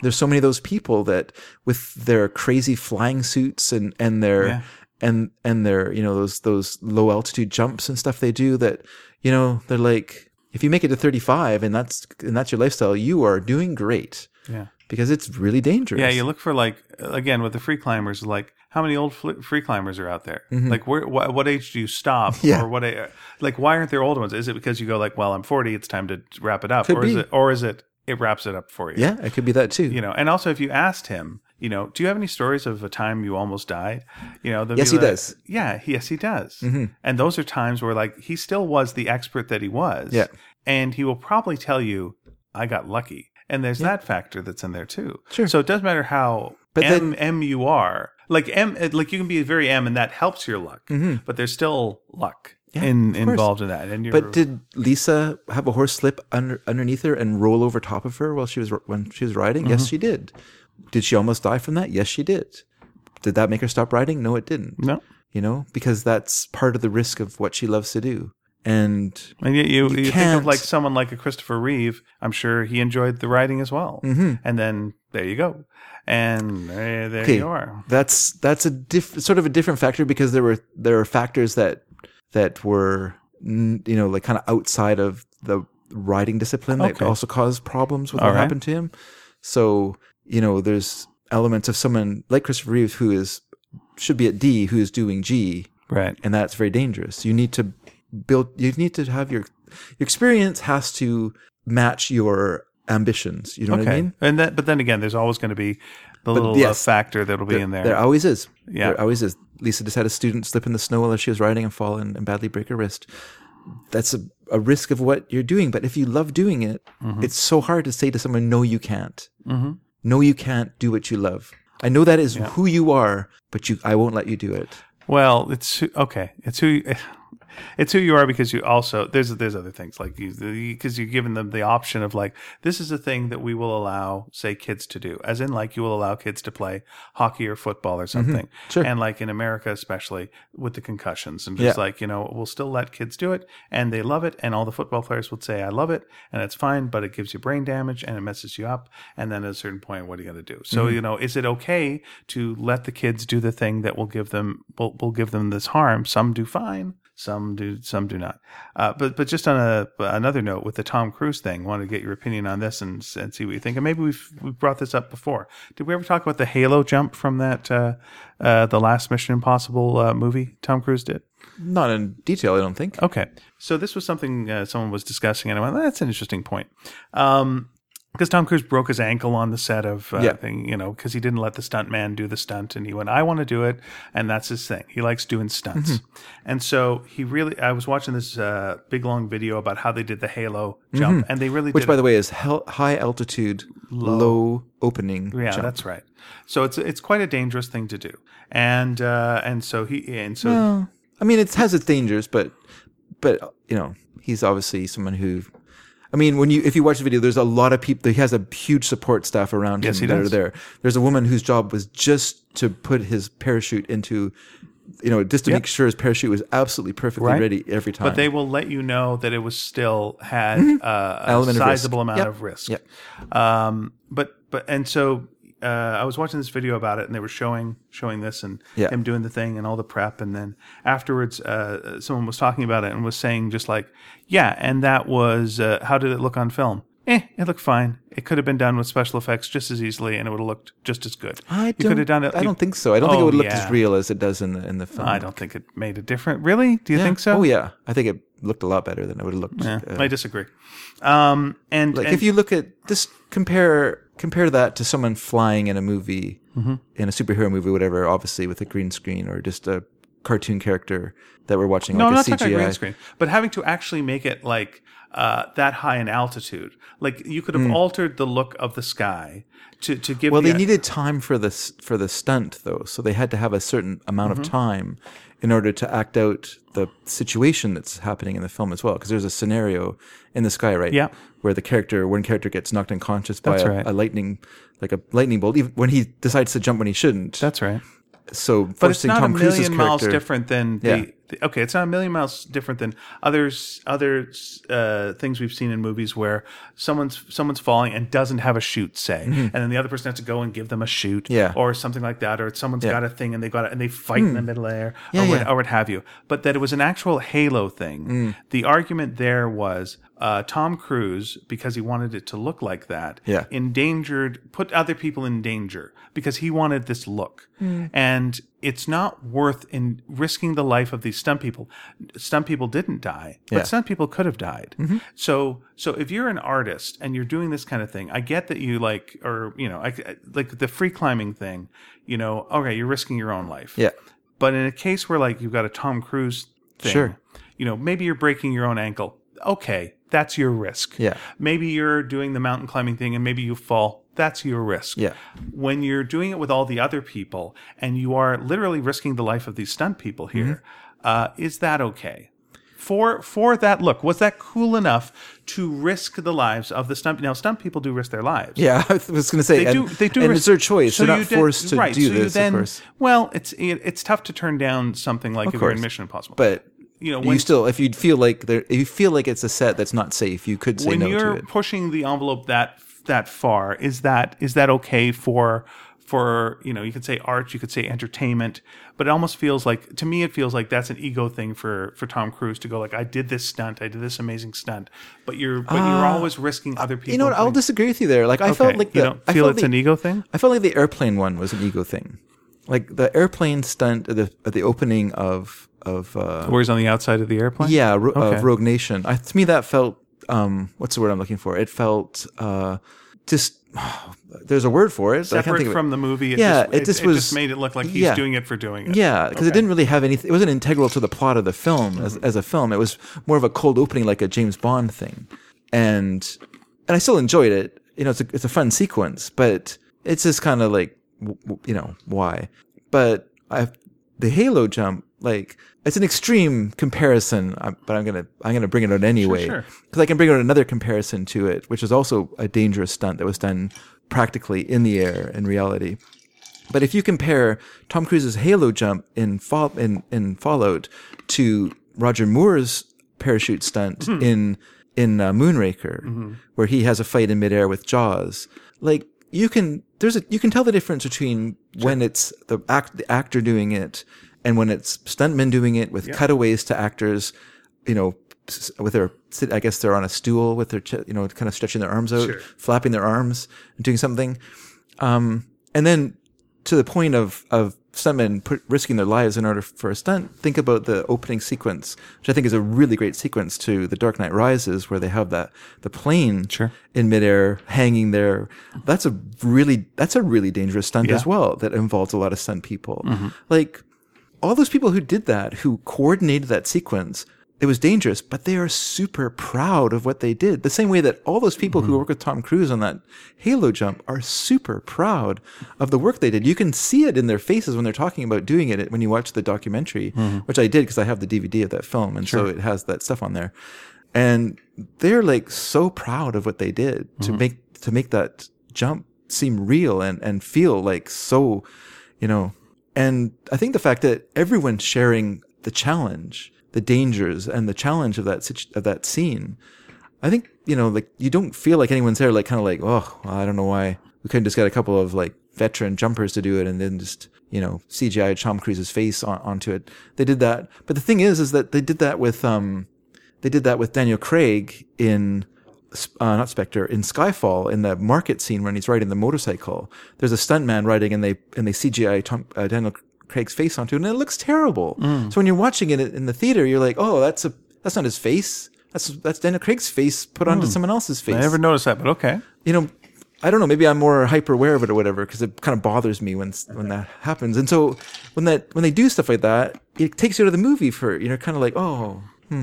S1: there's so many of those people that with their crazy flying suits and and their
S2: Yeah.
S1: and and their you know those those low altitude jumps and stuff they do that you know they're like if you make it to 35 and that's and that's your lifestyle you are doing great
S2: Yeah.
S1: because it's really dangerous
S2: Yeah, you look for like again with the free climbers, like how many old fl- free climbers are out there? Like where, wh- what age do you stop?
S1: Mm-hmm. Yeah.
S2: Or what? a- Like why aren't there old ones? Is it because you go like, well, I'm 40, it's time to wrap it up,
S1: Could
S2: or is
S1: be.
S2: it, or is it it wraps it up for you?
S1: yeah it could be that too
S2: You know, and also if you asked him, you know, do you have any stories of a time you almost died? You know, they'll
S1: Yes,
S2: be
S1: he
S2: like-
S1: does. Mm-hmm.
S2: Yeah, he- yes, he does. And those are times where like he still was the expert that he was.
S1: Yeah.
S2: And he will probably tell you, I got lucky. And there's that factor that's in there too.
S1: Sure.
S2: So it doesn't matter how
S1: But
S2: M M you are. Like M like you can be very M and that helps your luck.
S1: Mm-hmm.
S2: But there's still luck in, involved in that. And you're
S1: But did Lisa have a horse slip under, underneath her and roll over top of her while she was when she was riding? Yes, she did. Did she almost die from that? Yes, she did. Did that make her stop riding? No, it didn't.
S2: no.
S1: You know, because that's part of the risk of what she loves to do. And
S2: And yet you, you, think of
S1: can't.
S2: like someone like a Christopher Reeve. I'm sure he enjoyed the writing as well. And then there you go, and there, there
S1: Mm-hmm. Okay.
S2: you are.
S1: that's that's a diff, sort of a different factor because there were there are factors that that were n- you know like kind of outside of the riding discipline that
S2: Okay.
S1: also caused problems with what
S2: right.
S1: happened to him. So you know there's elements of someone like Christopher Reeves who is should be at D who is doing G
S2: Right.
S1: and that's very dangerous. You need to build. You need to have your your experience has to match your ambitions. You know what I
S2: Okay.
S1: mean?
S2: And that, but then again, there's always going to be the little uh,
S1: yes,
S2: factor that'll be in there.
S1: There always is.
S2: Yeah.
S1: There always is. Lisa just had a student slip in the snow while she was riding and fall and, and badly break her wrist. That's a, a risk of what you're doing. But if you love doing it,
S2: Mm-hmm.
S1: it's so hard to say to someone, no, you can't. No, you can't do what you love. I know that is who you are, but you, I won't let you do it.
S2: Well, it's who- okay. It's who you- it's who you are because you also there's there's other things like you because you've given them the option of like this is a thing that we will allow say kids to do as in like you will allow kids to play hockey or football or something
S1: Mm-hmm. Sure.
S2: and like in America especially with the concussions and just
S1: Yeah.
S2: like you know we'll still let kids do it and they love it and all the football players would say I love it and it's fine but it gives you brain damage and it messes you up and then at a certain point what are you going to do so
S1: Mm-hmm.
S2: you know is it okay to let the kids do the thing that will give them will, will give them this harm some do fine some do some do not uh, but but just on a another note with the tom cruise thing wanted to get your opinion on this and, s- and see what you think and maybe we've we brought this up before did we ever talk about the halo jump from that uh, uh, the last mission impossible uh, movie tom cruise did
S1: Not in detail, I don't think.
S2: Okay. So this was something uh, someone was discussing, and I went, "That's an interesting point." Um, because Tom Cruise broke his ankle on the set of uh,
S1: Yeah.
S2: thing, you know, because he didn't let the stunt man do the stunt, and he went, "I want to do it," and that's his thing. He likes doing stunts,
S1: Mm-hmm.
S2: and so he really. I was watching this uh, big long video about how they did the Halo jump, and they really
S1: Mm-hmm. Which,
S2: did
S1: by the way, is hel- high altitude, low, opening.
S2: yeah,
S1: jump.
S2: that's right. So it's it's quite a dangerous thing to do, and uh, and so he and so
S1: Well, I mean, it has its dangers, but but you know, he's obviously someone who. I mean, when you if you watch the video, there's a lot of people. He has a huge support staff around
S2: Yes,
S1: him
S2: he
S1: that
S2: does.
S1: are there. There's a woman whose job was just to put his parachute into, you know, just to make sure his parachute was absolutely perfectly
S2: Right.
S1: ready every time.
S2: But they will let you know that it was still had uh, a
S1: Mm-hmm. Element of risk.
S2: sizable amount
S1: Yep.
S2: of risk.
S1: Yep.
S2: Um, but but and so uh, I was watching this video about it, and they were showing showing this and
S1: Yeah.
S2: him doing the thing and all the prep, and then afterwards, uh, someone was talking about it and was saying just like, yeah, and that was uh, how did it look on film? Eh, it looked fine. It could have been done with special effects just as easily, and it would have looked just as good.
S1: I
S2: You
S1: don't.
S2: it-
S1: I
S2: you-
S1: don't think so. I don't think
S2: Oh,
S1: it would look
S2: yeah.
S1: as real as it does in the in the film.
S2: I don't think it made a difference. Really? Do you think so?
S1: Oh yeah, I think it looked a lot better than it would have looked. uh,
S2: I disagree. Um, and,
S1: Like
S2: and
S1: if you look at just compare compare that to someone flying in a movie,
S2: Mm-hmm.
S1: in a superhero movie, whatever, obviously with a green screen or just a cartoon character that we're watching.
S2: No, I'm not
S1: like a
S2: talking
S1: CGI.
S2: about green screen, but having to actually make it like uh, that high in altitude. Like you could have altered the look of the sky to to give.
S1: Hmm. Well,
S2: the,
S1: they needed time for this for the stunt though, so they had to have a certain amount
S2: Mm-hmm.
S1: of time in order to act out the situation that's happening in the film as well. Because there's a scenario in the sky, right?
S2: Yeah.
S1: Where the character, one character gets knocked unconscious
S2: That's
S1: by a,
S2: right.
S1: a lightning, like a lightning bolt, even when he decides to jump when he shouldn't.
S2: That's right.
S1: so
S2: But it's
S1: forcing
S2: not
S1: Tom
S2: a
S1: Cruise's
S2: million miles
S1: character-
S2: different than the,
S1: Yeah.
S2: the- Okay, it's not a million miles different than others other uh, things we've seen in movies where someone's someone's falling and doesn't have a chute, say, and then the other person has to go and give them a chute,
S1: Mm-hmm. Yeah. Mm.
S2: or something like that, or someone's got a thing and they got it and they fight in the middle air, or,
S1: yeah. Mm.
S2: What, or what have you. But that it was an actual Halo thing. The argument there was uh, Tom Cruise because he wanted it to look like that
S1: Yeah.
S2: endangered, put other people in danger because he wanted this look.
S1: Mm.
S2: And it's not worth in risking the life of these stunt people. Stunt people didn't die, but
S1: Yeah. Mm-hmm.
S2: stunt people could have died. So, so if you're an artist and you're doing this kind of thing, I get that you like, or you know, I, I- like the free climbing thing. You know, okay, you're risking your own life.
S1: Yeah.
S2: But in a case where like you've got a Tom Cruise thing,
S1: Sure.
S2: you know, maybe you're breaking your own ankle. Okay, that's your risk.
S1: Yeah.
S2: Maybe you're doing the mountain climbing thing and maybe you fall. That's your risk.
S1: Yeah.
S2: When you're doing it with all the other people and you are literally risking the life of these stunt people here,
S1: Mm-hmm.
S2: uh, is that okay? For for that look, was that cool enough to risk the lives of the stunt? Now, stunt people do risk their lives.
S1: Yeah, I was going to say,
S2: They
S1: and,
S2: do. They do.
S1: and
S2: risk-
S1: it's their choice. They're
S2: you
S1: not
S2: did-
S1: forced to
S2: right,
S1: do
S2: so you
S1: this,
S2: then-
S1: of course.
S2: Well, it's it, it's tough to turn down something like if you're in
S1: course.
S2: Mission Impossible.
S1: But
S2: you know,
S1: you still, if you feel like there, if you feel like it's a set that's not safe, you could say
S2: when
S1: no to
S2: you're
S1: it.
S2: pushing the envelope that that far is that is that okay for for you know you could say art you could say entertainment but it almost feels like to me it feels like that's an ego thing for for tom cruise to go like i did this stunt i did this amazing stunt but you're but you're always risking other people
S1: Ah. You know what? I'll disagree with you there. Like I felt like the
S2: you don't
S1: I
S2: feel
S1: felt
S2: it's
S1: the-
S2: an e ego thing
S1: I felt like the airplane one was an ego thing. Like the airplane stunt at the at the opening of of uh,
S2: where's on the outside of the airplane
S1: yeah Ro-
S2: Okay.
S1: of Rogue Nation. I, to me, that felt um, what's the word I'm looking for? It felt uh, just there's a word for it. but I can't
S2: separate
S1: think of it.
S2: from the movie it
S1: Yeah,
S2: just,
S1: it just was-
S2: made it look like he's
S1: yeah.
S2: doing it for doing it
S1: Yeah, because it didn't really have anything. It wasn't integral to the plot of the film as,
S2: Mm-hmm.
S1: as a film. It was more of a cold opening, like a James Bond thing, and and I still enjoyed it. You know, it's a it's a fun sequence, but it's just kind of like w- w- you know why. But I the Halo jump, like it's an extreme comparison, I- but I'm gonna I'm gonna bring it out anyway
S2: sure.
S1: because I can bring out another comparison to it, which is also a dangerous stunt that was done practically in the air in reality. But if you compare Tom Cruise's Halo jump in Fall in, in Fallout to Roger Moore's parachute stunt in in uh, Moonraker, where he has a fight in midair with Jaws, like you can there's a you can tell the difference between when it's the act the actor doing it and when it's stuntmen doing it with cutaways to actors, you know, s- with their sit- I guess they're on a stool with their ch- you know kind of stretching their arms out, flapping their arms, and doing something and then to the point of of stuntmen put, risking their lives in order for a stunt, think about the opening sequence, which I think is a really great sequence to The Dark Knight Rises, where they have that the plane
S2: Sure.
S1: in midair hanging there. That's a really that's a really dangerous stunt as well that involves a lot of stunt people. Like all those people who did that, who coordinated that sequence, it was dangerous, but they are super proud of what they did. The same way that all those people who work with Tom Cruise on that Halo jump are super proud of the work they did. You can see it in their faces when they're talking about doing it when you watch the documentary, which I did because I have the DVD of that film. And so it has that stuff on there. And they're like so proud of what they did to make, to make that jump seem real and, and feel like so, you know, and I think the fact that everyone's sharing the challenge, the dangers, and the challenge of that situ- of that scene, I think you know, like you don't feel like anyone's there, like kind of like, oh, I don't know why we couldn't just get a couple of like veteran jumpers to do it, and then just you know CGI Tom Cruise's face on- onto it. They did that, but the thing is, is that they did that with um, they did that with Daniel Craig in uh, not Spectre in Skyfall in the market scene when he's riding the motorcycle. There's a stuntman riding and they and they CGI Tom, uh, Daniel Craig's face onto it and it looks terrible. So when you're watching it in the theater, you're like, oh, that's a that's not his face. That's that's Daniel Craig's face put onto someone else's face.
S2: i never noticed that but okay
S1: you know, I don't know. Maybe I'm more hyper aware of it or whatever because it kind of bothers me when when that happens. And so when that when they do stuff like that, it takes you out of the movie for you know kind of like oh, hmm,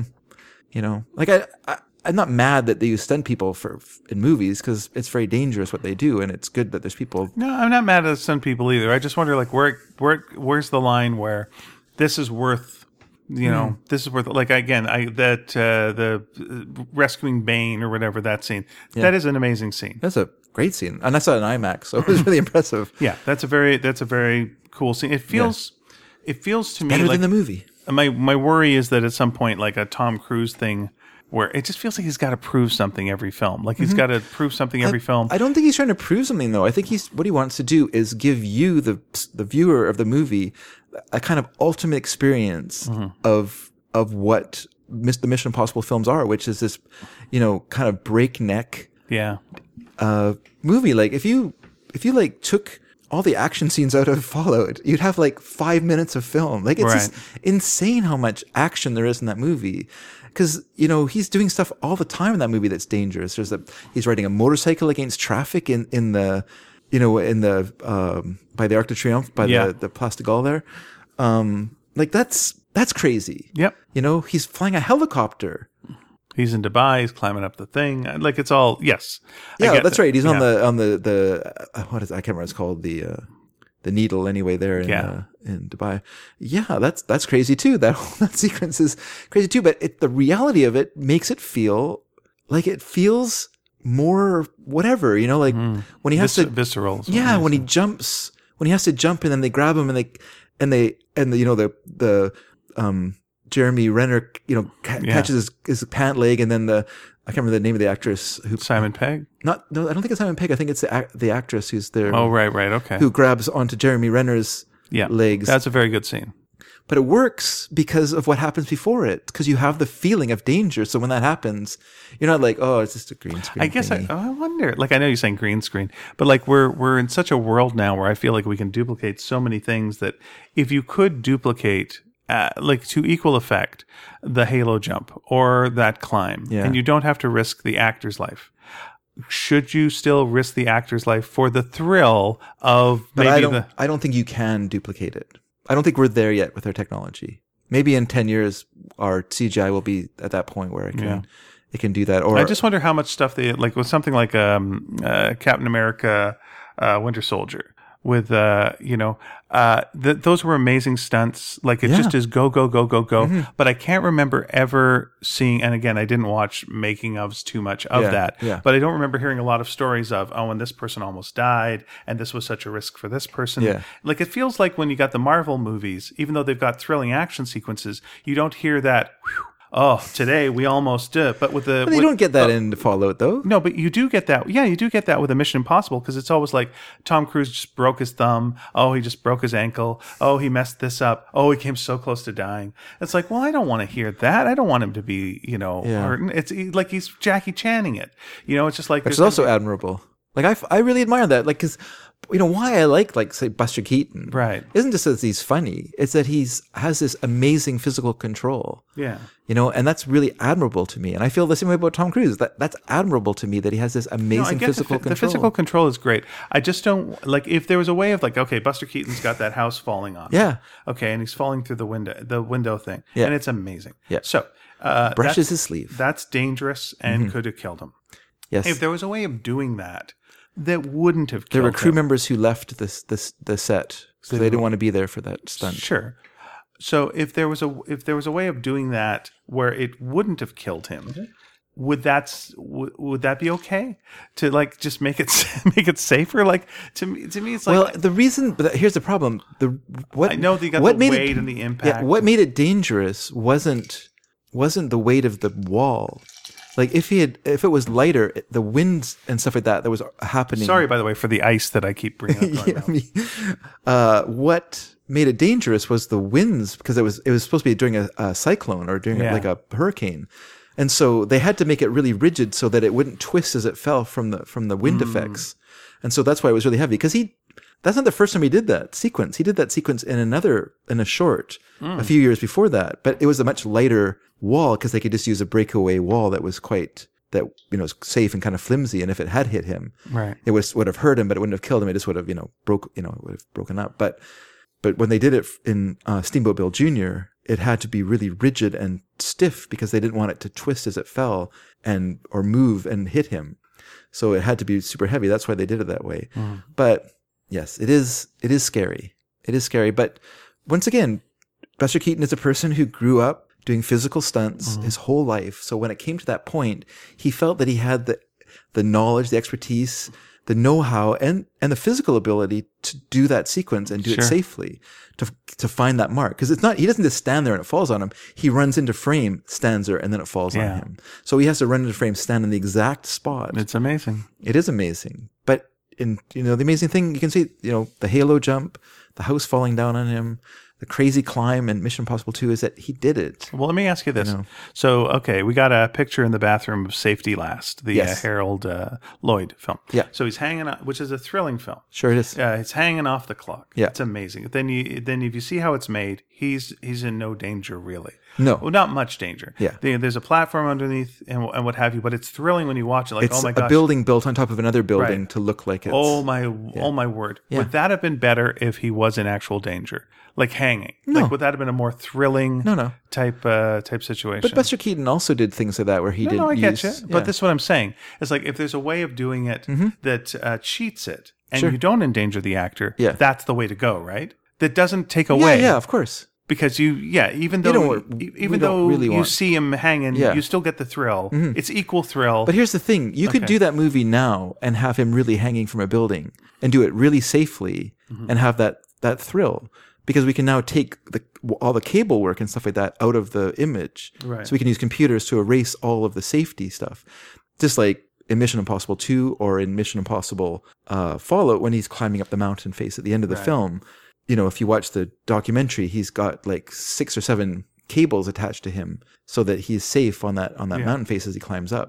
S1: you know, like I, I I'm not mad that they use stunt people for in movies because it's very dangerous what they do, and it's good that there's people.
S2: No, I'm not mad at stunt people either. I just wonder like where where where's the line where this is worth you
S1: Hmm.
S2: know this is worth like again i that uh the uh, rescuing bane or whatever that scene that is an amazing scene
S1: That's a great scene, and I saw it in IMAX, so it was really impressive.
S2: yeah that's a very that's a very cool scene it feels it feels to me
S1: Better
S2: like
S1: than the movie.
S2: my my worry is that at some point like a Tom Cruise thing where it just feels like he's got to prove something every film. Like he's got to prove something every film.
S1: Mm-hmm. I don't think he's trying to prove something though. I think he's what he wants to do is give you the the viewer of the movie a kind of ultimate experience of of what mis- the Mission Impossible films are, which is this, you know, kind of breakneck
S2: yeah.
S1: uh, movie. Like if you if you like took all the action scenes out of Fallout, you'd have like five minutes of film. Like it's just insane how much action there is in that movie. Because you know he's doing stuff all the time in that movie that's dangerous. There's a he's riding a motorcycle against traffic in in the you know in the um, by the Arc de Triomphe by
S2: Yeah.
S1: the the Place de Gaulle there. Um, like that's that's crazy.
S2: Yep.
S1: You know he's flying a helicopter.
S2: He's in Dubai. He's climbing up the thing. Like it's all yes. I
S1: Yeah,
S2: get
S1: that's
S2: that.
S1: right. He's on
S2: Yeah.
S1: the on the the uh, what is I can't remember what it's called the uh, the needle anyway there in
S2: Yeah.
S1: uh, in Dubai. Yeah, that's that's crazy too. That whole that sequence is crazy too. But it, the reality of it makes it feel like it feels more whatever you know. Like
S2: Mm-hmm.
S1: when he has
S2: Vis- Mm-hmm.
S1: to
S2: visceral. is what
S1: yeah,
S2: it is.
S1: when he jumps, when he has to jump, and then they grab him, and they, and they, and the, you know the the um Jeremy Renner, you know, ca-
S2: Yeah.
S1: catches his, his pant leg, and then the I can't remember the name of the actress who
S2: Simon Pegg.
S1: not no, I don't think it's Simon Pegg. I think it's the ac- the actress who's there
S2: Oh right, right, okay.
S1: who grabs onto Jeremy Renner's
S2: yeah,
S1: legs.
S2: That's a very good scene.
S1: but it works because of what happens before it, because you have the feeling of danger. So when that happens, you're not like, oh, it's just a green screen.
S2: I guess I, uh, oh,
S1: thingy."
S2: I wonder. Like I know you're saying green screen, but like we're we're in such a world now where I feel like we can duplicate so many things that if you could duplicate uh, like to equal effect the halo jump or that climb,
S1: Yeah.
S2: and you don't have to risk the actor's life. Should you still risk the actor's life for the thrill of
S1: but
S2: maybe
S1: I don't.
S2: the
S1: I don't think you can duplicate it. I don't think we're there yet with our technology. Maybe in ten years, our CGI will be at that point where it can it can do that. Or
S2: I just wonder how much stuff they like with something like um, uh, Captain America, uh, Winter Soldier. With uh, you know, uh, th- those were amazing stunts. Like it just is go go go go go.
S1: Mm-hmm.
S2: But I can't remember ever seeing. And again, I didn't watch making ofs too much of
S1: Yeah,
S2: that.
S1: yeah.
S2: But I don't remember hearing a lot of stories of oh, and this person almost died, and this was such a risk for this person.
S1: Yeah.
S2: Like it feels like when you got the Marvel movies, even though they've got thrilling action sequences, you don't hear that. "Whew, Oh, today we almost did. But with the
S1: they
S2: with-
S1: don't get that in Fallout though.
S2: no, but you do get that. Yeah, you do get that with a Mission Impossible because it's always like Tom Cruise just broke his thumb. Oh, he just broke his ankle. Oh, he messed this up. Oh, he came so close to dying. It's like, well, I don't want to hear that. I don't want him to be, you know,
S1: Yeah.
S2: hurting. It's he- like he's Jackie Channing it. You know, it's just like
S1: which is
S2: there's
S1: also
S2: gonna
S1: admirable. Like I, f- I really admire that. Like because you know why I like like say Buster Keaton,
S2: Right.
S1: Isn't just that he's funny; it's that he's has this amazing physical control.
S2: be- yeah.
S1: You know, and that's really admirable to me. And I feel the same way about Tom Cruise. That that's admirable to me that he has this
S2: No, I
S1: amazing
S2: get
S1: physical
S2: the, phy-
S1: control.
S2: the physical control is great. I just don't like if there was a way of like, okay, Buster Keaton's got that house falling on. him.
S1: Yeah.
S2: Okay, and he's falling through the window, the window thing,
S1: Yeah.
S2: and it's amazing.
S1: Yeah.
S2: So. Uh, that's-
S1: brushes his sleeve.
S2: That's dangerous and
S1: Mm-hmm.
S2: could have killed him.
S1: Yes,
S2: If there was a way of doing that, that wouldn't have
S1: there
S2: killed
S1: were crew
S2: him.
S1: members who left this this the set so they didn't want to be there for that stunt.
S2: Sure. So if there was a if there was a way of doing that where it wouldn't have killed him,
S1: Mm-hmm.
S2: would that s- w- would that be okay to like just make it s- make it safer? Like to me to me it's like
S1: Well, the reason but here's the problem. The what
S2: I know that you got
S1: what
S2: the
S1: made
S2: weight
S1: it,
S2: and the impact.
S1: Yeah, what made it dangerous wasn't wasn't the weight of the wall. Like if he had, if it was lighter, it- the winds and stuff like that that was happening.
S2: Sorry, by the way, for the ice that I keep bringing up.
S1: Yeah, I mean, uh, what made it dangerous was the winds because it was it was supposed to be during a, a cyclone or during
S2: Yeah.
S1: like a hurricane, and so they had to make it really rigid so that it wouldn't twist as it fell from the from the wind effects, and so that's why it was really heavy because he. That's not the first time he did that sequence. He did that sequence in another in a short a few years before that, but it was a much lighter wall because they could just use a breakaway wall that was quite that you know is safe and kind of flimsy. And if it had hit him,
S2: Right.
S1: it was would have hurt him, but it wouldn't have killed him. It just would have you know broke you know it would have broken up. But but when they did it in uh, Steamboat Bill Jr., it had to be really rigid and stiff because they didn't want it to twist as it fell and or move and hit him. So it had to be super heavy. That's why they did it that way.
S2: Mm-hmm.
S1: But yes, it is it is scary. It is scary. But once again, Buster Keaton is a person who grew up doing physical stunts
S2: Mm-hmm.
S1: his whole life. So when it came to that point, he felt that he had the the knowledge, the expertise, the know-how, and and the physical ability to do that sequence and do
S2: Sure.
S1: it safely to to find that mark. Because it's not he doesn't just stand there and it falls on him. He runs into frame, stands there, and then it falls
S2: Yeah.
S1: on him. So he has to run into frame, stand in the exact spot.
S2: It's amazing.
S1: It is amazing. But in you know the amazing thing you can see you know the halo jump, the house falling down on him, the crazy climb in Mission Impossible Two is that he did it.
S2: Well, let me ask you this. So, okay, we got a picture in the bathroom of Safety Last, the
S1: Yes.
S2: uh, Harold uh, Lloyd film.
S1: Yeah.
S2: So he's hanging on, which is a thrilling film.
S1: Sure it is.
S2: Uh, it's hanging off the clock.
S1: Yeah.
S2: it's amazing. Then you then if you see how it's made, he's he's in no danger really.
S1: No.
S2: well, not much danger.
S1: Yeah.
S2: There- there's a platform underneath and, and what have you. But it's thrilling when you watch it. Like,
S1: it's
S2: oh my
S1: a
S2: gosh,
S1: building built on top of another building
S2: Right.
S1: to look like it's
S2: oh my, oh my word. Would that have been better if he was in actual danger, like hanging? Like, would that have been a more thrilling?
S1: No, no.
S2: Type uh, type situation.
S1: But Buster Keaton also did things like that where he
S2: No,
S1: didn't
S2: Oh, no, I
S1: use. Mm-hmm.
S2: catch it. But this is what I'm saying. It's like if there's a way of doing it that uh, cheats it and you don't endanger the actor,
S1: Yeah.
S2: that's the way to go, right? That doesn't take
S1: yeah,
S2: away
S1: yeah, of course.
S2: because you, yeah, even
S1: You
S2: though
S1: don't-
S2: e-
S1: we
S2: even
S1: don't
S2: though
S1: really
S2: you
S1: want-
S2: see him hanging,
S1: Yeah. Mm-hmm.
S2: you still get the thrill. It's equal thrill.
S1: But here's the thing: you could do that movie now and have him really hanging from a building and do it really safely and have that that thrill because we can now take the all the cable work and stuff like that out of the image.
S2: Right.
S1: So we can use computers to erase all of the safety stuff, just like in Mission Impossible Two or in Mission Impossible uh, Fallout when he's climbing up the mountain face at the end of the film. You know, if you watch the documentary, he's got like six or seven cables attached to him so that he's safe on that on that mountain face as he climbs up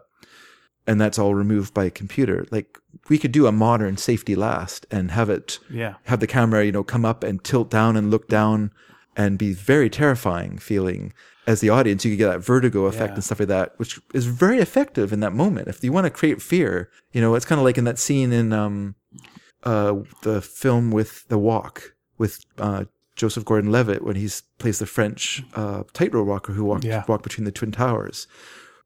S1: and that's all removed by a computer. Like we could do a modern safety last and have it
S2: Yeah.
S1: have the camera, you know, come up and tilt down and look down and be very terrifying feeling as the audience. You could get that vertigo effect
S2: Yeah.
S1: and stuff like that, which is very effective in that moment. If you want to create fear, you know, it's kind of like in that scene in um uh the film with The Walk with uh Joseph Gordon-Levitt when he's plays the French uh, tightrope walker who walked
S2: Yeah.
S1: walked between the twin towers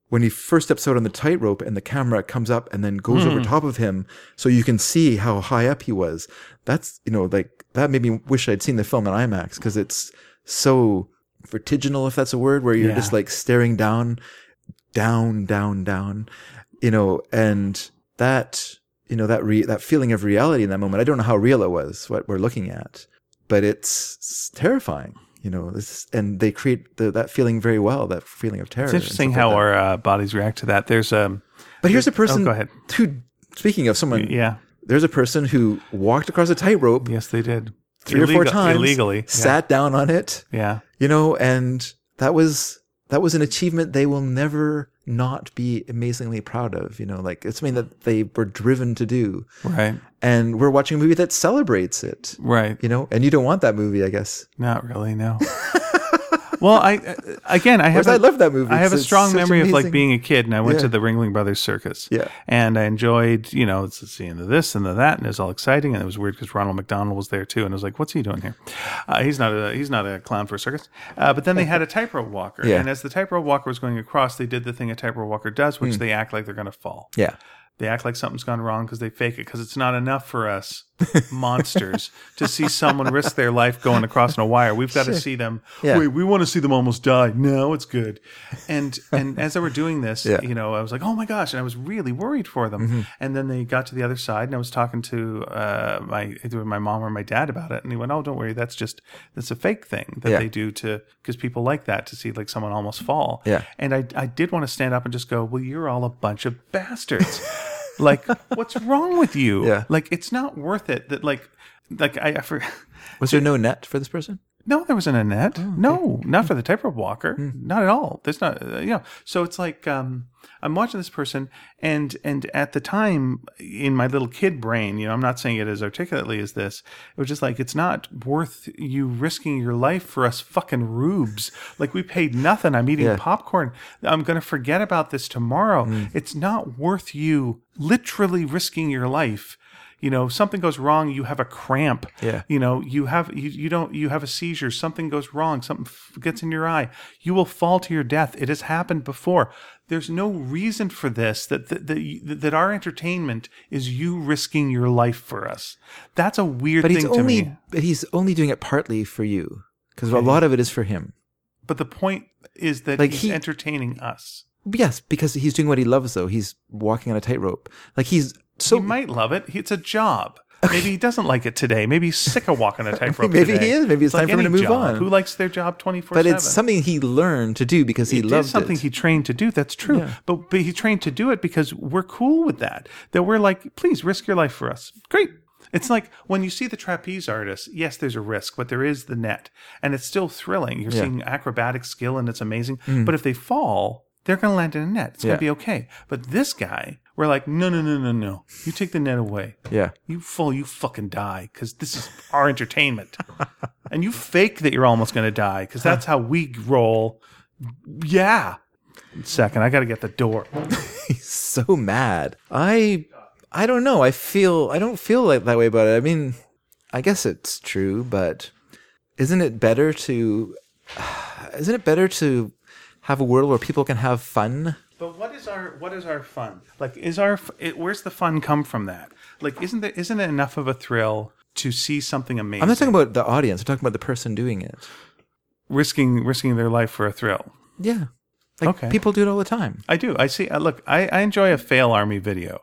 S1: when he first steps out on the tightrope and the camera comes up and then goes
S2: Hmm.
S1: over top of him so you can see how high up he was that's you know like that made me wish i'd seen the film in imax because it's so vertiginal if that's a word where you're
S2: Yeah.
S1: just like staring down down down down you know and that you know that re- that feeling of reality in that moment i don't know how real it was what we're looking at but it's s- terrifying you know this and they create the, that feeling very well that feeling of terror
S2: it's
S1: and
S2: interesting
S1: stuff like
S2: how
S1: that.
S2: our uh, bodies react to that. There's um,
S1: But here's a person
S2: go ahead.
S1: who, speaking of someone,
S2: yeah,
S1: there's a person who walked across a tightrope
S2: yes, they did
S1: three or four
S2: Illegal-
S1: times
S2: illegally. Yeah.
S1: sat down on it,
S2: yeah.
S1: you know, and that was that was an achievement they will never not be amazingly proud of. You know, like it's something that they were driven to do,
S2: right,
S1: and we're watching a movie that celebrates it.
S2: right.
S1: You know, and you don't want that movie, I guess.
S2: Not really, no. well, I uh, again, I have
S1: I love that movie.
S2: I have a
S1: It's- it's
S2: strong
S1: such
S2: memory of like
S1: amazing-
S2: being a kid, and I went
S1: Yeah.
S2: to the Ringling Brothers Circus.
S1: Yeah.
S2: and I enjoyed, you know, it's seeing the this and the that, and it was all exciting, and it was weird because Ronald McDonald was there too, and I was like, "What's he doing here? Uh, he's not a he's not a clown for a circus." Uh, but then they had a tightrope walker,
S1: Yeah.
S2: and as the tightrope walker was going across, they did the thing a tightrope walker does,
S1: Hmm.
S2: which they act like they're going to fall.
S1: Yeah,
S2: They act like something's gone wrong because they fake it because it's not enough for us monsters to see someone risk their life going across on a wire. We've got to see them.
S1: Yeah.
S2: Wait, we want to see them almost die. No, it's good. And and as they were doing this,
S1: Yeah. Mm-hmm.
S2: you know, I was like, oh my gosh, and I was really worried for them. And then they got to the other side, and I was talking to uh, my either my mom or my dad about it, and he went, oh, don't worry, that's just that's a fake thing that
S1: Yeah.
S2: they do to because people like that to see like someone almost fall.
S1: Yeah.
S2: And I, I did want to stand up and just go, well, you're all a bunch of bastards. like, what's wrong with you?
S1: Yeah.
S2: Like, it's not worth it that, like, like I, I for,
S1: was there no net for this person?
S2: No, there wasn't a net.
S1: Oh,
S2: No, not for the type of walker.
S1: Hmm.
S2: Not at all. There's not, uh, you know. So it's like um, I'm watching this person, and and at the time in my little kid brain, you know, I'm not saying it as articulately as this. It was just like it's not worth you risking your life for us fucking rubes. Like we paid nothing. I'm eating
S1: Yeah. Hmm.
S2: popcorn. I'm gonna forget about this tomorrow. It's not worth you literally risking your life. You know, something goes wrong. You have a cramp
S1: Yeah.
S2: you know you have you, you don't you have a seizure something goes wrong something f- gets in your eye you will fall to your death it has happened before there's no reason for this that that that, you- that our entertainment is you risking your life for us that's a weird
S1: But
S2: thing
S1: he's
S2: to
S1: only
S2: me
S1: but he's only doing it partly for you because a lot of it is for him.
S2: but the point is that
S1: Like
S2: he's
S1: he-
S2: entertaining us
S1: Yes, because he's doing what he loves though. He's walking on a tightrope. Like he's so
S2: he might love it He- it's a job Maybe he doesn't like it today. Maybe he's sick of walking a tightrope.
S1: Maybe he
S2: today.
S1: is. Maybe it's time for him
S2: any
S1: to move
S2: job.
S1: on.
S2: Who likes their job twenty four?
S1: but it's something he learned to do because he
S2: It is
S1: loves
S2: something
S1: it.
S2: he trained to do. That's true.
S1: Yeah.
S2: But but he trained to do it because we're cool with that. That we're like, please risk your life for us. Great. It's like when you see the trapeze artists, yes, there's a risk, but there is the net. And it's still thrilling. You're seeing acrobatic skill and it's amazing. But if they fall, they're going to land in a net. It's going
S1: Mm. Yeah.
S2: to be okay. But this guy, we're like, no, no, no, no, no. You take the net away.
S1: yeah.
S2: You fool, you fucking die because this is our entertainment. and you fake that you're almost going to die because that's how we roll. Yeah. Second, I got to get the door.
S1: so mad. I I don't know. I feel I don't feel like that way about it. I mean, I guess it's true, but isn't it better to isn't it better to have a world where people can have fun?
S2: But what is our what is our fun? Like, is our f- it, where's the fun come from? That like, isn't there isn't it enough of a thrill to see something amazing?
S1: I'm not talking about the audience. I'm talking about the person doing it.
S2: risking risking their life for a thrill.
S1: Yeah. Like
S2: Okay.
S1: people do it all the time.
S2: I do. I see. I, look, I, I enjoy a fail army video,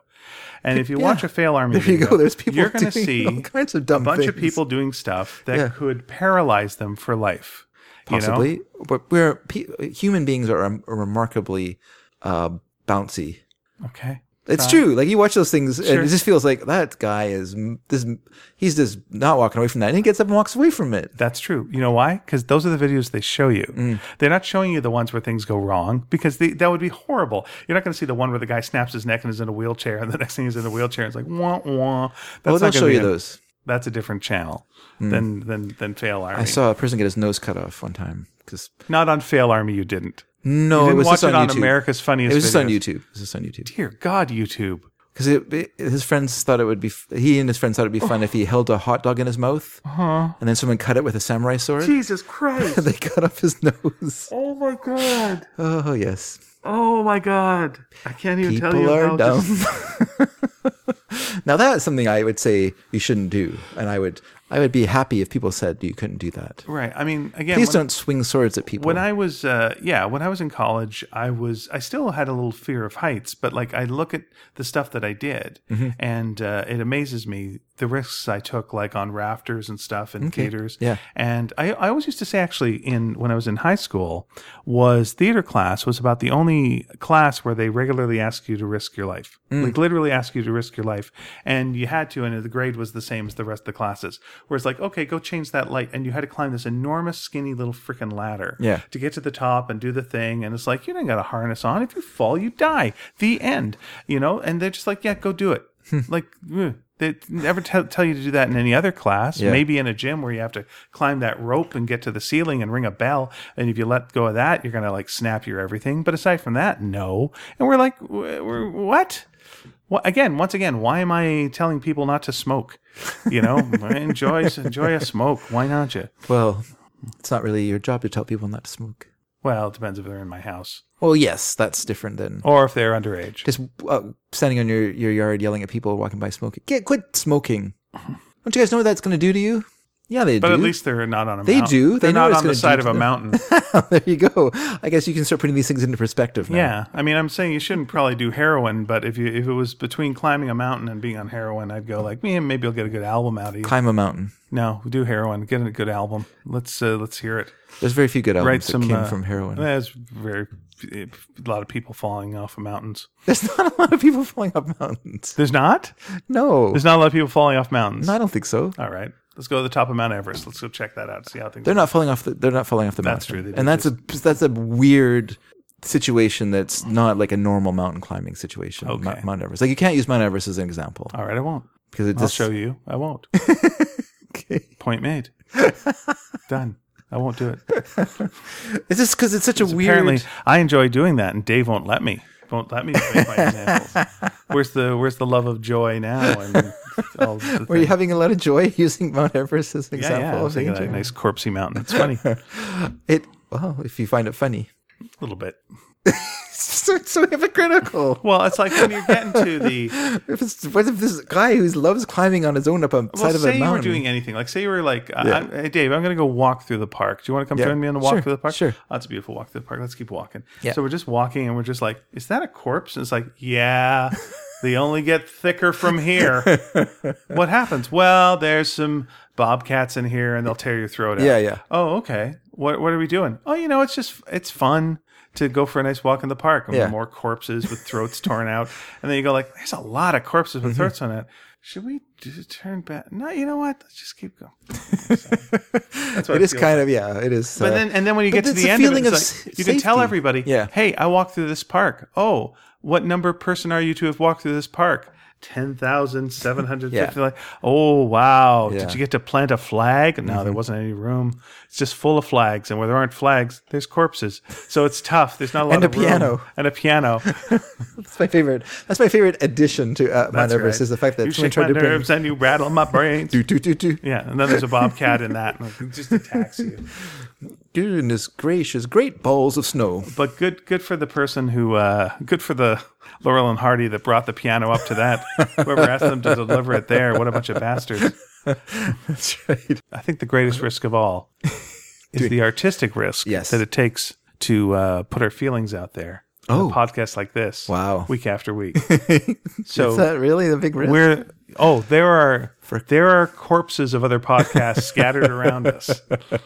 S2: and if you
S1: Yeah.
S2: watch a fail army,
S1: There you
S2: video,
S1: go. There's people
S2: You're going to
S1: doing
S2: see
S1: all kinds of dumb
S2: a bunch of
S1: things.
S2: people doing stuff that
S1: Yeah.
S2: could paralyze them for life. you know?
S1: Possibly, but we're pe- human beings are, um, remarkably uh, bouncy.
S2: Okay.
S1: It's true. Like you watch those things,
S2: Sure.
S1: and it just feels like that guy is m- this. He's just not walking away from that, and he gets up and walks away from it.
S2: That's true. You know why? Because those are the videos they show you.
S1: Mm.
S2: They're not showing you the ones where things go wrong because they, that would be horrible. You're not going to see the one where the guy snaps his neck and is in a wheelchair, and the next thing he's in a wheelchair. And it's like wah wah.
S1: Well, Oh,
S2: That's
S1: they'll
S2: not
S1: show
S2: going
S1: you
S2: to
S1: those. Mm.
S2: That's a different channel than than than fail army.
S1: I saw a person get his nose cut off one time because
S2: not on fail army. You didn't.
S1: no,
S2: didn't
S1: Oh, it was
S2: watch
S1: just on
S2: it on
S1: YouTube.
S2: America's Funniest
S1: It was just on
S2: Videos.
S1: YouTube. It was just on YouTube
S2: Dear God, YouTube.
S1: because it, it- his friends thought it would be. f- He and his friends thought it'd be fun if he held a hot dog in his mouth,
S2: Uh-huh.
S1: and then someone cut it with a samurai sword.
S2: Jesus Christ.
S1: they cut off his nose.
S2: oh my God.
S1: Oh yes,
S2: Oh my God. I can't even tell you.
S1: people are
S2: how
S1: dumb.
S2: just-
S1: now that's something I would say you shouldn't do, and I would I would be happy if people said you couldn't do that.
S2: right. I mean, again,
S1: Please
S2: when-
S1: don't swing swords at people.
S2: when I was uh, yeah, when I was in college, I was I still had a little fear of heights, but like I look at the stuff that I did,
S1: Mm-hmm.
S2: and uh, it amazes me the risks I took, like on rafters and stuff and theaters.
S1: Yeah.
S2: and I, I always used to say actually in when I was in high school was theater class was about the only class where they regularly ask you to risk your life, like literally ask you to risk your life, and you had to, and the grade was the same as the rest of the classes. Where it's like, okay, go change that light, and you had to climb this enormous skinny little freaking ladder
S1: Yeah.
S2: to get to the top and do the thing. And it's like, you don't got a harness on. If you fall, you die. The end. You know? And they're just like, yeah, go do it. like, ugh. they never tell tell you to do that in any other class. Maybe in a gym where you have to climb that rope and get to the ceiling and ring a bell. And if you let go of that, you're going to like snap your everything. But aside from that, no. And we're like, w- we're, what? Well, again, once again, why am I telling people not to smoke? You know, enjoy enjoy a smoke. Why not you?
S1: well, it's not really your job to tell people not to smoke.
S2: Well, it depends if they're in my house.
S1: Well, yes, that's different than
S2: or if they're underage.
S1: just uh, standing on your, your yard yelling at people walking by smoking. Get quit smoking! Don't you guys know what that's going to do to you? Yeah, they
S2: But
S1: do.
S2: at least they're not on a
S1: They
S2: mountain.
S1: do. They
S2: They're
S1: know
S2: not
S1: it's
S2: on the
S1: gonna do
S2: side of a
S1: to them.
S2: mountain.
S1: there you go. I guess you can start putting these things into perspective now.
S2: yeah. I mean, I'm saying you shouldn't probably do heroin, but if you if it was between climbing a mountain and being on heroin, I'd go like, man, maybe I'll get a good album out of you.
S1: Climb a mountain.
S2: No, do heroin. Get a good album. Let's uh, let's hear it.
S1: There's very few good albums
S2: Write
S1: that
S2: some.
S1: came
S2: uh,
S1: from heroin.
S2: There's very a lot of people falling off of mountains.
S1: There's not a lot of people falling off mountains.
S2: There's not.
S1: No,
S2: There's not a lot of people falling off mountains.
S1: I don't think so.
S2: All right. Let's go to the top of Mount Everest. Let's go check that out. See how things.
S1: They're not falling off. The, they're not falling off the
S2: That's
S1: mountain.
S2: true, they
S1: and that's
S2: did
S1: a that's a weird situation. That's not like a normal mountain climbing situation. Mount-
S2: Okay.
S1: Mount Everest. Like you can't use Mount Everest as an example
S2: All right, I won't.
S1: because it
S2: I'll
S1: just
S2: show you. I won't.
S1: Okay.
S2: Point made. Done. I won't do it.
S1: It's just because it's such a weird.
S2: Apparently, I enjoy doing that, and Dave won't let me. Won't let me make my examples. Where's the Where's the love of joy now? And all the
S1: Were you
S2: things?
S1: having a lot of joy using Mount Everest as an
S2: yeah,
S1: example
S2: yeah. I
S1: of
S2: was thinking of that
S1: danger?
S2: nice corpsey mountain. It's funny, a
S1: It well, if you find it funny,
S2: little bit.
S1: so, so hypocritical.
S2: Well, it's like when you're getting to the
S1: If it's, what if this guy who loves climbing on his own up a
S2: well,
S1: side of a
S2: say you were
S1: mountain?
S2: doing anything. Like say you were like, uh,
S1: Yeah.
S2: I'm, hey Dave, I'm going to go walk through the park. Do you want to come
S1: Yeah.
S2: join me on a walk
S1: Sure,
S2: through the park?
S1: sure.
S2: Oh, it's a beautiful walk through the park. Let's keep walking.
S1: Yeah.
S2: So we're just walking, and we're just like, is that a corpse? And it's like, yeah. They only get thicker from here. what happens? Well, there's some bobcats in here, and they'll tear your throat out.
S1: Yeah, yeah.
S2: Oh, okay. What What are we doing? Oh, you know, it's just it's fun to go for a nice walk in the park. And
S1: Yeah.
S2: More corpses with throats torn out, and then you go like, "There's a lot of corpses with throats on it. Should we just turn back? No, you know what? Let's just keep going." That's what
S1: it
S2: I
S1: is
S2: feel.
S1: kind of yeah, it is.
S2: But
S1: uh,
S2: then, and then when you
S1: but
S2: get to
S1: it's
S2: the
S1: a
S2: end, of it,
S1: feeling
S2: it's
S1: of
S2: like,
S1: s-
S2: you can tell
S1: safety.
S2: everybody,
S1: Yeah.
S2: hey, I walked through this park. Oh, what number person are you to have walked through this park? 10,750.
S1: Yeah.
S2: Like, oh, wow.
S1: Yeah. Mm-hmm.
S2: Did you get to plant a flag? No, there wasn't any room. It's just full of flags. And where there aren't flags, there's corpses. So it's tough. There's not a lot
S1: And a
S2: of room.
S1: piano.
S2: And a piano.
S1: that's my favorite. That's my favorite addition to uh, Mount
S2: That's
S1: Everest
S2: right.
S1: is the fact that
S2: you
S1: someone
S2: shake my
S1: tried to bring.
S2: nerves and you rattle my brains.
S1: Do, do, do, do.
S2: Yeah, and then there's a bobcat in that. and it just attacks you.
S1: Goodness gracious, great balls of snow.
S2: But good, good for the person who, uh, good for the Laurel and Hardy that brought the piano up to that. Whoever asked them to deliver it there, what a bunch of bastards!
S1: That's right.
S2: I think the greatest risk of all is the artistic risk
S1: Yes.
S2: that it takes to uh, put our feelings out there. on
S1: Oh.
S2: a podcast like this,
S1: Wow.
S2: week after week.
S1: Is
S2: so
S1: that really the big risk?
S2: we're oh, there are there are corpses of other podcasts scattered around us, and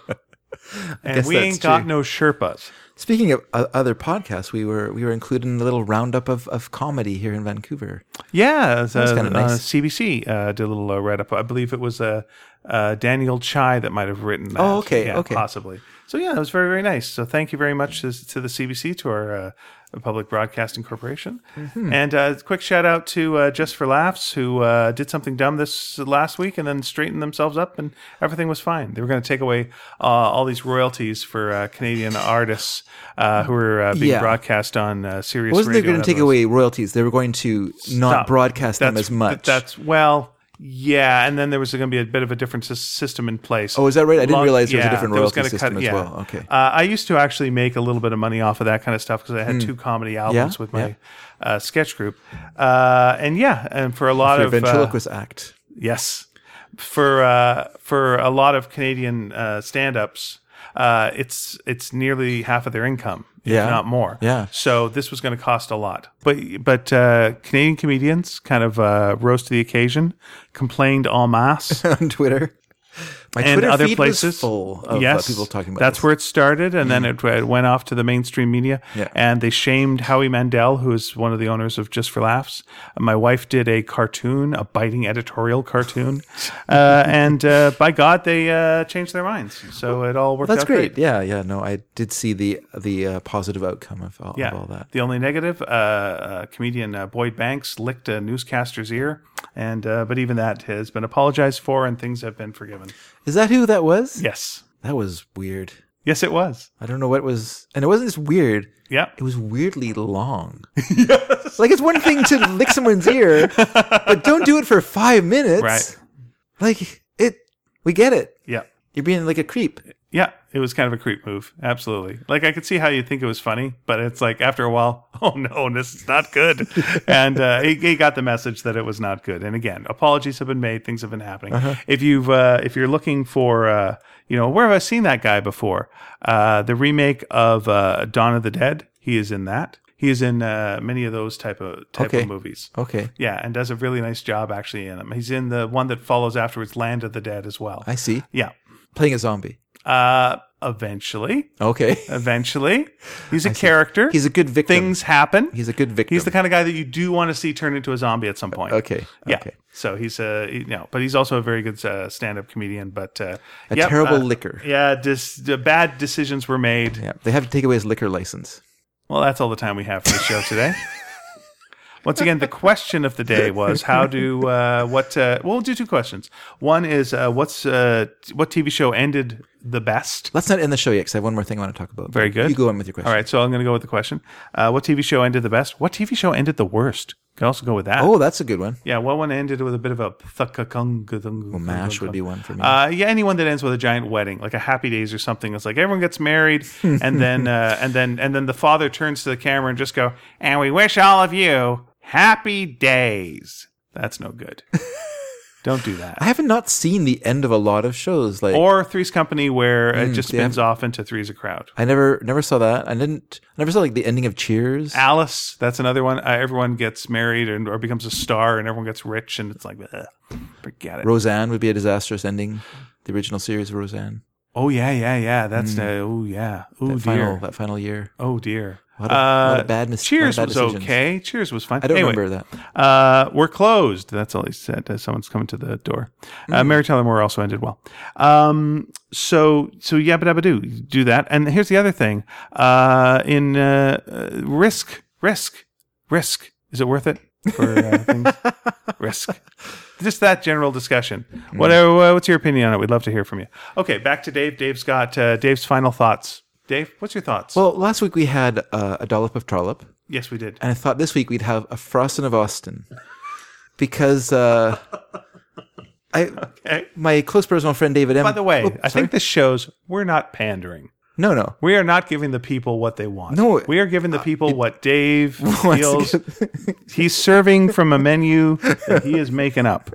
S1: guess
S2: we
S1: that's
S2: ain't got
S1: true.
S2: no Sherpas.
S1: Speaking of uh, other podcasts, we were we were included in a little roundup of, of comedy here in Vancouver.
S2: Yeah, it's, uh,
S1: kinda nice.
S2: uh, CBC uh, did a little uh, write up. I believe it was uh, uh, Daniel Chai that might have written that.
S1: Oh, okay,
S2: Yeah,
S1: okay.
S2: Possibly. So, yeah, that was very, very nice. So, thank you very much to, to the CBC, to our uh, Public Broadcasting Corporation.
S1: Mm-hmm.
S2: And uh, quick shout out to uh, Just for Laughs, who uh, did something dumb this last week and then straightened themselves up, and everything was fine. They were going to take away uh, all these royalties for uh, Canadian artists uh, who were uh, being
S1: Yeah.
S2: broadcast on uh, Sirius
S1: Wasn't they
S2: Radio
S1: going
S2: and
S1: to take
S2: other-
S1: away royalties? They were going to not
S2: Stop.
S1: broadcast them
S2: That's-
S1: as much.
S2: That's well, yeah. And then there was going to be a bit of a different sys- system in place.
S1: Oh, is that right? I didn't
S2: Long-
S1: realize there was a
S2: yeah,
S1: different
S2: that
S1: royalty
S2: gonna
S1: system as well. Okay.
S2: Uh, I used to actually make a little bit of money off of that kind of stuff because I had two comedy albums with my
S1: Hmm. yeah.
S2: uh, sketch group, uh, and yeah, and for a lot
S1: your
S2: of uh,
S1: ventriloquist act.
S2: Yes. For uh, for a lot of Canadian uh, stand-ups, uh, it's it's nearly half of their income, if
S1: Yeah.
S2: not more.
S1: Yeah.
S2: So this was going to cost a lot. But but uh, Canadian comedians kind of uh, rose to the occasion, complained en masse
S1: on Twitter. My
S2: and
S1: Twitter
S2: other
S1: feed was
S2: places.
S1: full of uh, people talking about
S2: that's
S1: this. Mm-hmm.
S2: where it started, and then it, it went off to the mainstream media.
S1: Yeah.
S2: And they shamed Howie Mandel, who is one of the owners of Just for Laughs. My wife did a cartoon, a biting editorial cartoon, uh, and uh, by God, they uh, changed their minds. So it all worked
S1: That's
S2: out
S1: great. Yeah, yeah. No, I did see the the uh, positive outcome of all, of all that.
S2: The only negative, uh, uh, comedian uh, Boyd Banks licked a newscaster's ear, and uh, but even that has been apologized for, and things have been forgiven.
S1: Is that who that was?
S2: Yes,
S1: That was weird.
S2: yes, it was.
S1: I don't know what was, and it wasn't just weird.
S2: Yeah,
S1: It was weirdly long. Like it's one thing to lick someone's ear, but don't do it for five minutes.
S2: Right.
S1: Like it. We get it.
S2: yeah.
S1: You're being like a creep.
S2: Yeah, it was kind of a creep move. Absolutely. Like I could see how you think it was funny, but it's like after a while, oh no, this is not good. and uh, he, he got the message that it was not good. And again, apologies have been made. Things have been happening. If you've uh, if you're looking for uh, you know where have I seen that guy before? Uh, the remake of uh, Dawn of the Dead. He is in that. He is in uh, many of those type of type
S1: Okay.
S2: of movies.
S1: Okay,
S2: Yeah, and does a really nice job actually in them. He's in the one that follows afterwards, Land of the Dead as well.
S1: I see.
S2: yeah.
S1: Playing a zombie.
S2: Uh, Eventually,
S1: Okay.
S2: eventually, he's a character.
S1: He's a good victim.
S2: Things happen.
S1: He's a good victim.
S2: He's the kind of guy that you do want to see turn into a zombie at some point.
S1: Okay,
S2: Yeah.
S1: okay.
S2: So he's a he, no, but he's also a very good uh, stand-up comedian. But uh,
S1: a terrible liquor.
S2: Yeah. Dis- the bad decisions were made.
S1: Yeah, they have to take away his liquor license.
S2: Well, that's all the time we have for the show today. Once again, the question of the day was how do uh, what? Uh, well, we'll do two questions. One is uh, what's uh, t- what TV show ended the best?
S1: Let's not end the show yet because I have one more thing I want to talk about.
S2: Very good.
S1: You go on with your question.
S2: All right, so I'm going to go with the question. Uh, what TV show ended the best? What TV show ended the worst? You can also go with that.
S1: Oh, that's a good one.
S2: Yeah, what one ended with a bit of a well,
S1: Mash would be one for me.
S2: Uh, yeah, anyone that ends with a giant wedding, like a Happy Days or something. It's like everyone gets married, and then uh, and then and then the father turns to the camera and just go, "And we wish all of you happy days." That's no good. Don't do that.
S1: I haven't not seen the end of a lot of shows. Like
S2: Or Three's Company, where it just
S1: yeah.
S2: spins off into Three's a Crowd.
S1: I never never saw that. I didn't. I never saw like the ending of Cheers.
S2: Ah. Alice, that's another one. Uh, everyone gets married and or becomes a star, and everyone gets rich, and it's like, ugh, forget it.
S1: Roseanne would be a disastrous ending. The original series of Roseanne.
S2: Oh yeah, yeah, yeah. That's uh, oh yeah.
S1: Hmm. That
S2: Oh dear.
S1: final that final year.
S2: Oh dear. Uh,
S1: What a- what a bad mis-
S2: Cheers
S1: what a bad
S2: was
S1: decisions.
S2: okay. Cheers was fine.
S1: I don't
S2: Anyway,
S1: remember that.
S2: Uh, we're closed. That's all he said. Uh, someone's coming to the door. Uh,
S1: Mm-hmm.
S2: Mary Tyler Moore also ended well. Um, so so yabba dabba do do that. And here's the other thing. Uh, in uh, uh, risk, risk, risk. Is it worth it for uh, things? risk. Just that general discussion.
S1: Mm-hmm.
S2: What, uh, what's your opinion on it? We'd love to hear from you. Okay, back to Dave. Dave's got uh, Dave's final thoughts. Dave, what's your thoughts?
S1: Well, last week we had uh, a dollop of trollop,
S2: yes, we did.
S1: and I thought this week we'd have a frosting of Austin, because uh, I
S2: Okay.
S1: my close personal friend David M.
S2: Uh, By the way,
S1: Oh,
S2: I
S1: sorry.
S2: think this shows we're not pandering.
S1: no, no,
S2: We are not giving the people what they want.
S1: No, Uh,
S2: we are giving the people what Dave
S1: Once
S2: feels
S1: again,
S2: he's serving from a menu that he is making up.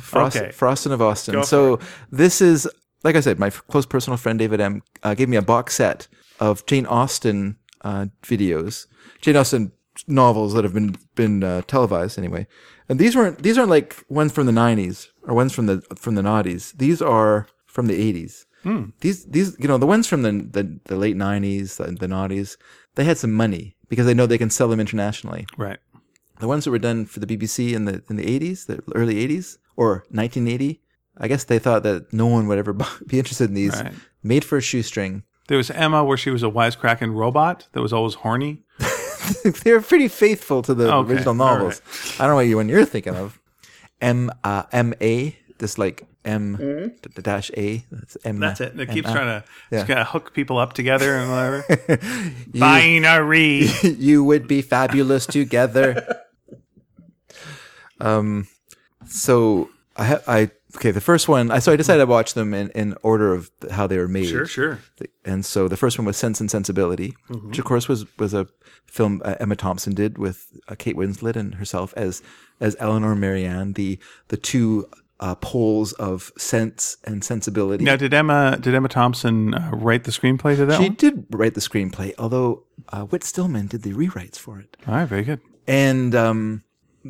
S1: Frost,
S2: Okay.
S1: Frostin' of Austin.
S2: Go
S1: so this is, like I said, my f- close personal friend David M. Uh, gave me a box set of Jane Austen uh, videos, Jane Austen novels that have been been uh, televised anyway. And these weren't these aren't like ones from the '90s or ones from the from the noughties. These are from the '80s.
S2: Hmm.
S1: These these you know the ones from the the, the late '90s, the, the noughties. They had some money because they know they can sell them internationally
S2: Right.
S1: the ones that were done for the BBC in the in the 80s, the early 80s or 1980, I guess they thought that no one would ever bu- be interested in these
S2: Right.
S1: made for a shoestring.
S2: There was Emma where she was a wisecracking robot that was always horny.
S1: they were pretty faithful to the
S2: Okay,
S1: original novels. I don't know what one you're thinking of. M uh, M A, just like M d- dash A. That's M.
S2: That's it. It keeps
S1: M- uh.
S2: trying to
S1: Yeah.
S2: just kind of hook people up together and whatever. Binary.
S1: you would be fabulous together. Um, so I, ha- I okay. The first one, I so I decided to watch them in, in order of how they were made.
S2: sure, sure.
S1: And so the first one was Sense and Sensibility,
S2: Mm-hmm.
S1: which of course was was a film uh, Emma Thompson did with uh, Kate Winslet and herself as as Eleanor and Marianne, the the two uh, poles of sense and sensibility.
S2: Now, did Emma did Emma Thompson uh, write the screenplay to that
S1: she
S2: one?
S1: did write the screenplay, although uh, Whit Stillman did the rewrites for it.
S2: All right, very good.
S1: And um,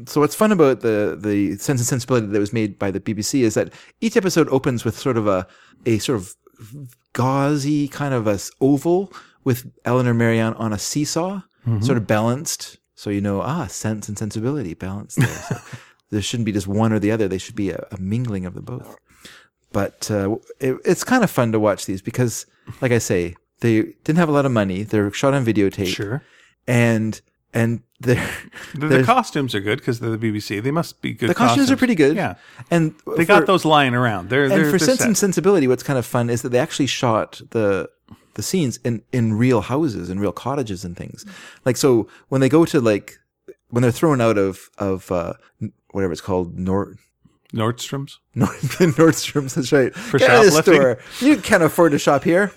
S1: so what's fun about the the Sense and Sensibility that was made by the BBC is that each episode opens with sort of a a sort of gauzy kind of a s- oval with Eleanor Marianne on a seesaw, sort of balanced. So you know, ah, Sense and Sensibility balanced. There. So there shouldn't be just one or the other. They should be a, a mingling of the both but uh, it, it's kind of fun to watch these because, like I say, they didn't have a lot of money. They're shot on videotape,
S2: Sure.
S1: and and they're,
S2: The, the
S1: they're-
S2: costumes are good because they're the BBC. They must be good.
S1: the costumes, are pretty good.
S2: Yeah.
S1: and
S2: They got those lying around. They're,
S1: And for
S2: they're, they're
S1: Sense
S2: set.
S1: and Sensibility, what's kind of fun is that they actually shot the the scenes in in real houses and real cottages and things. Like so, when they go to like when they're thrown out of of uh, whatever it's called, Nor-
S2: Nordstrom's.
S1: North, the Nordstrom's. That's right. Get out of this
S2: shoplifting.
S1: store. You can't afford to shop here.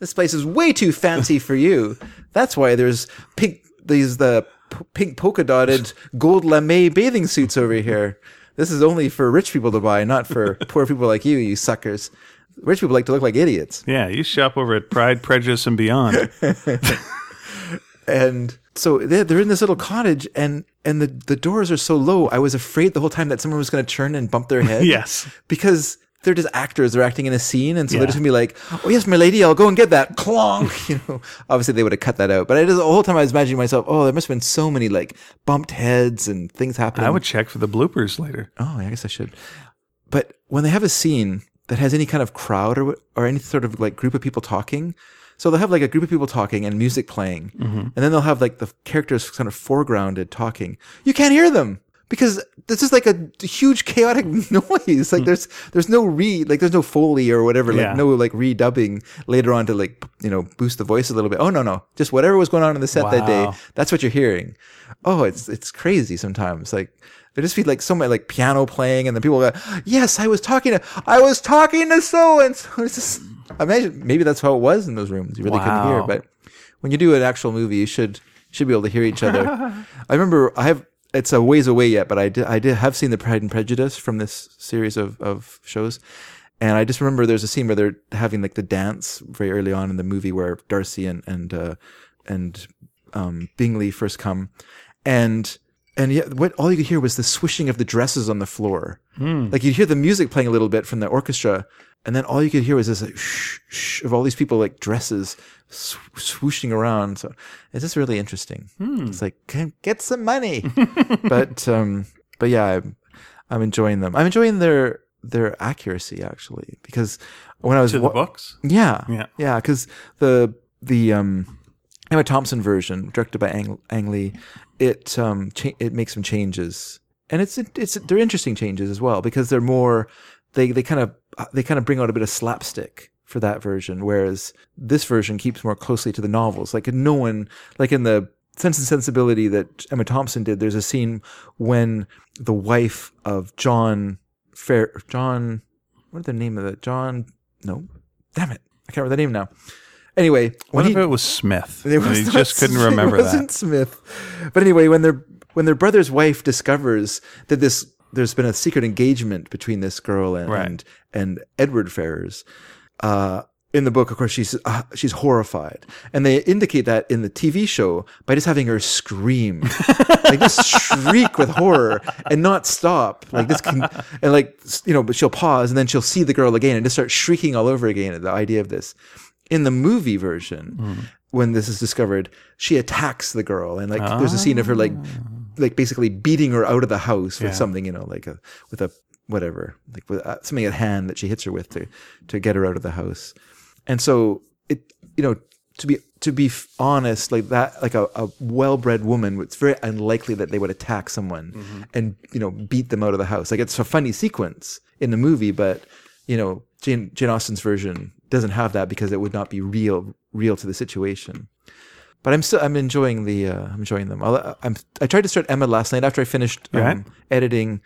S1: this place is way too fancy for you. That's why there's pink. These the p- pink polka dotted gold lame bathing suits over here. This is only for rich people to buy, not for poor people like you, you suckers. Rich people like to look like idiots.
S2: Yeah, you shop over at Pride, Prejudice, and Beyond.
S1: and so they're, they're in this little cottage and and the, the doors are so low i was afraid the whole time that someone was going to turn and bump their head
S2: Yes.
S1: because they're just actors. They're acting in a scene, and so
S2: Yeah.
S1: they're just gonna be like, "Oh yes, my lady, I'll go and get that clonk." You know, obviously they would have cut that out. But I just the whole time I was imagining myself, oh, there must have been so many like bumped heads and things happening.
S2: I would check for the bloopers later.
S1: Oh, I guess I should. But when they have a scene that has any kind of crowd or or any sort of like group of people talking, so they'll have like a group of people talking and music playing, and then they'll have like the characters kind of foregrounded talking. You can't hear them because this is like a huge chaotic noise. Like there's there's no re like there's no foley or whatever. Like
S2: Yeah.
S1: no like redubbing later on to like you know boost the voice a little bit. Oh no no, just whatever was going on in the set that day
S2: Wow.
S1: that's what you're hearing. Oh, it's it's crazy sometimes. Like there just be like so much like piano playing, and then people go, "Yes, I was talking to I was talking to so and so." It's just imagine maybe that's how it was in those rooms. You really couldn't hear,
S2: Wow.
S1: but when you do an actual movie, you should should be able to hear each other. I remember I have it's a ways away yet, but I did I did have seen the Pride and Prejudice from this series of of shows. And I just remember there's a scene where they're having like the dance very early on in the movie where Darcy and and uh, and um, Bingley first come, and and yet what all you could hear was the swishing of the dresses on the floor.
S2: Hmm.
S1: Like you'd hear the music playing a little bit from the orchestra, and then all you could hear was this like, shh, shh of all these people like dresses sw- swooshing around. So it's just really interesting.
S2: Hmm.
S1: It's like "Can- get some money, but um, but yeah, I'm, I'm enjoying them. I'm enjoying their their accuracy actually because when I was
S2: To the
S1: wa-
S2: books?
S1: yeah.
S2: Yeah.
S1: Yeah. Because the the um, Emma Thompson version, directed by Ang, Ang Lee, it um, cha- it makes some changes, and it's it's they're interesting changes as well because they're more they they kind of they kind of bring out a bit of slapstick for that version, whereas this version keeps more closely to the novels. Like no one like in the Sense and Sensibility that Emma Thompson did, there's a scene when the wife of John Fair John what is the name of it? John no. Damn it. I can't remember the name now. Anyway, when
S2: What
S1: he,
S2: if it was Smith?
S1: it was
S2: you
S1: not
S2: just couldn't
S1: Smith-
S2: remember
S1: it wasn't
S2: that.
S1: Smith. But anyway, when their when their brother's wife discovers that this there's been a secret engagement between this girl and
S2: Right.
S1: and, and Edward Ferrers, uh, in the book, of course, she's uh, she's horrified, and they indicate that in the TV show by just having her scream, like just shriek with horror and not stop, like this, can, and like s- you know, but she'll pause and then she'll see the girl again and just start shrieking all over again at the idea of this. In the movie version, when this is discovered, she attacks the girl, and like there's a scene of her like, like basically beating her out of the house with
S2: Yeah.
S1: something, you know, like a with a whatever, like with uh, something at hand that she hits her with to to get her out of the house. And so it, you know, to be to be f- honest, like that, like a, a well-bred woman, it's very unlikely that they would attack someone and you know beat them out of the house. Like it's a funny sequence in the movie, but you know Jane Jane Austen's version doesn't have that because it would not be real real to the situation. But I'm still I'm enjoying the uh, I'm enjoying them. I'll, I'm I tried to start Emma last night after I finished um,
S2: Right.
S1: editing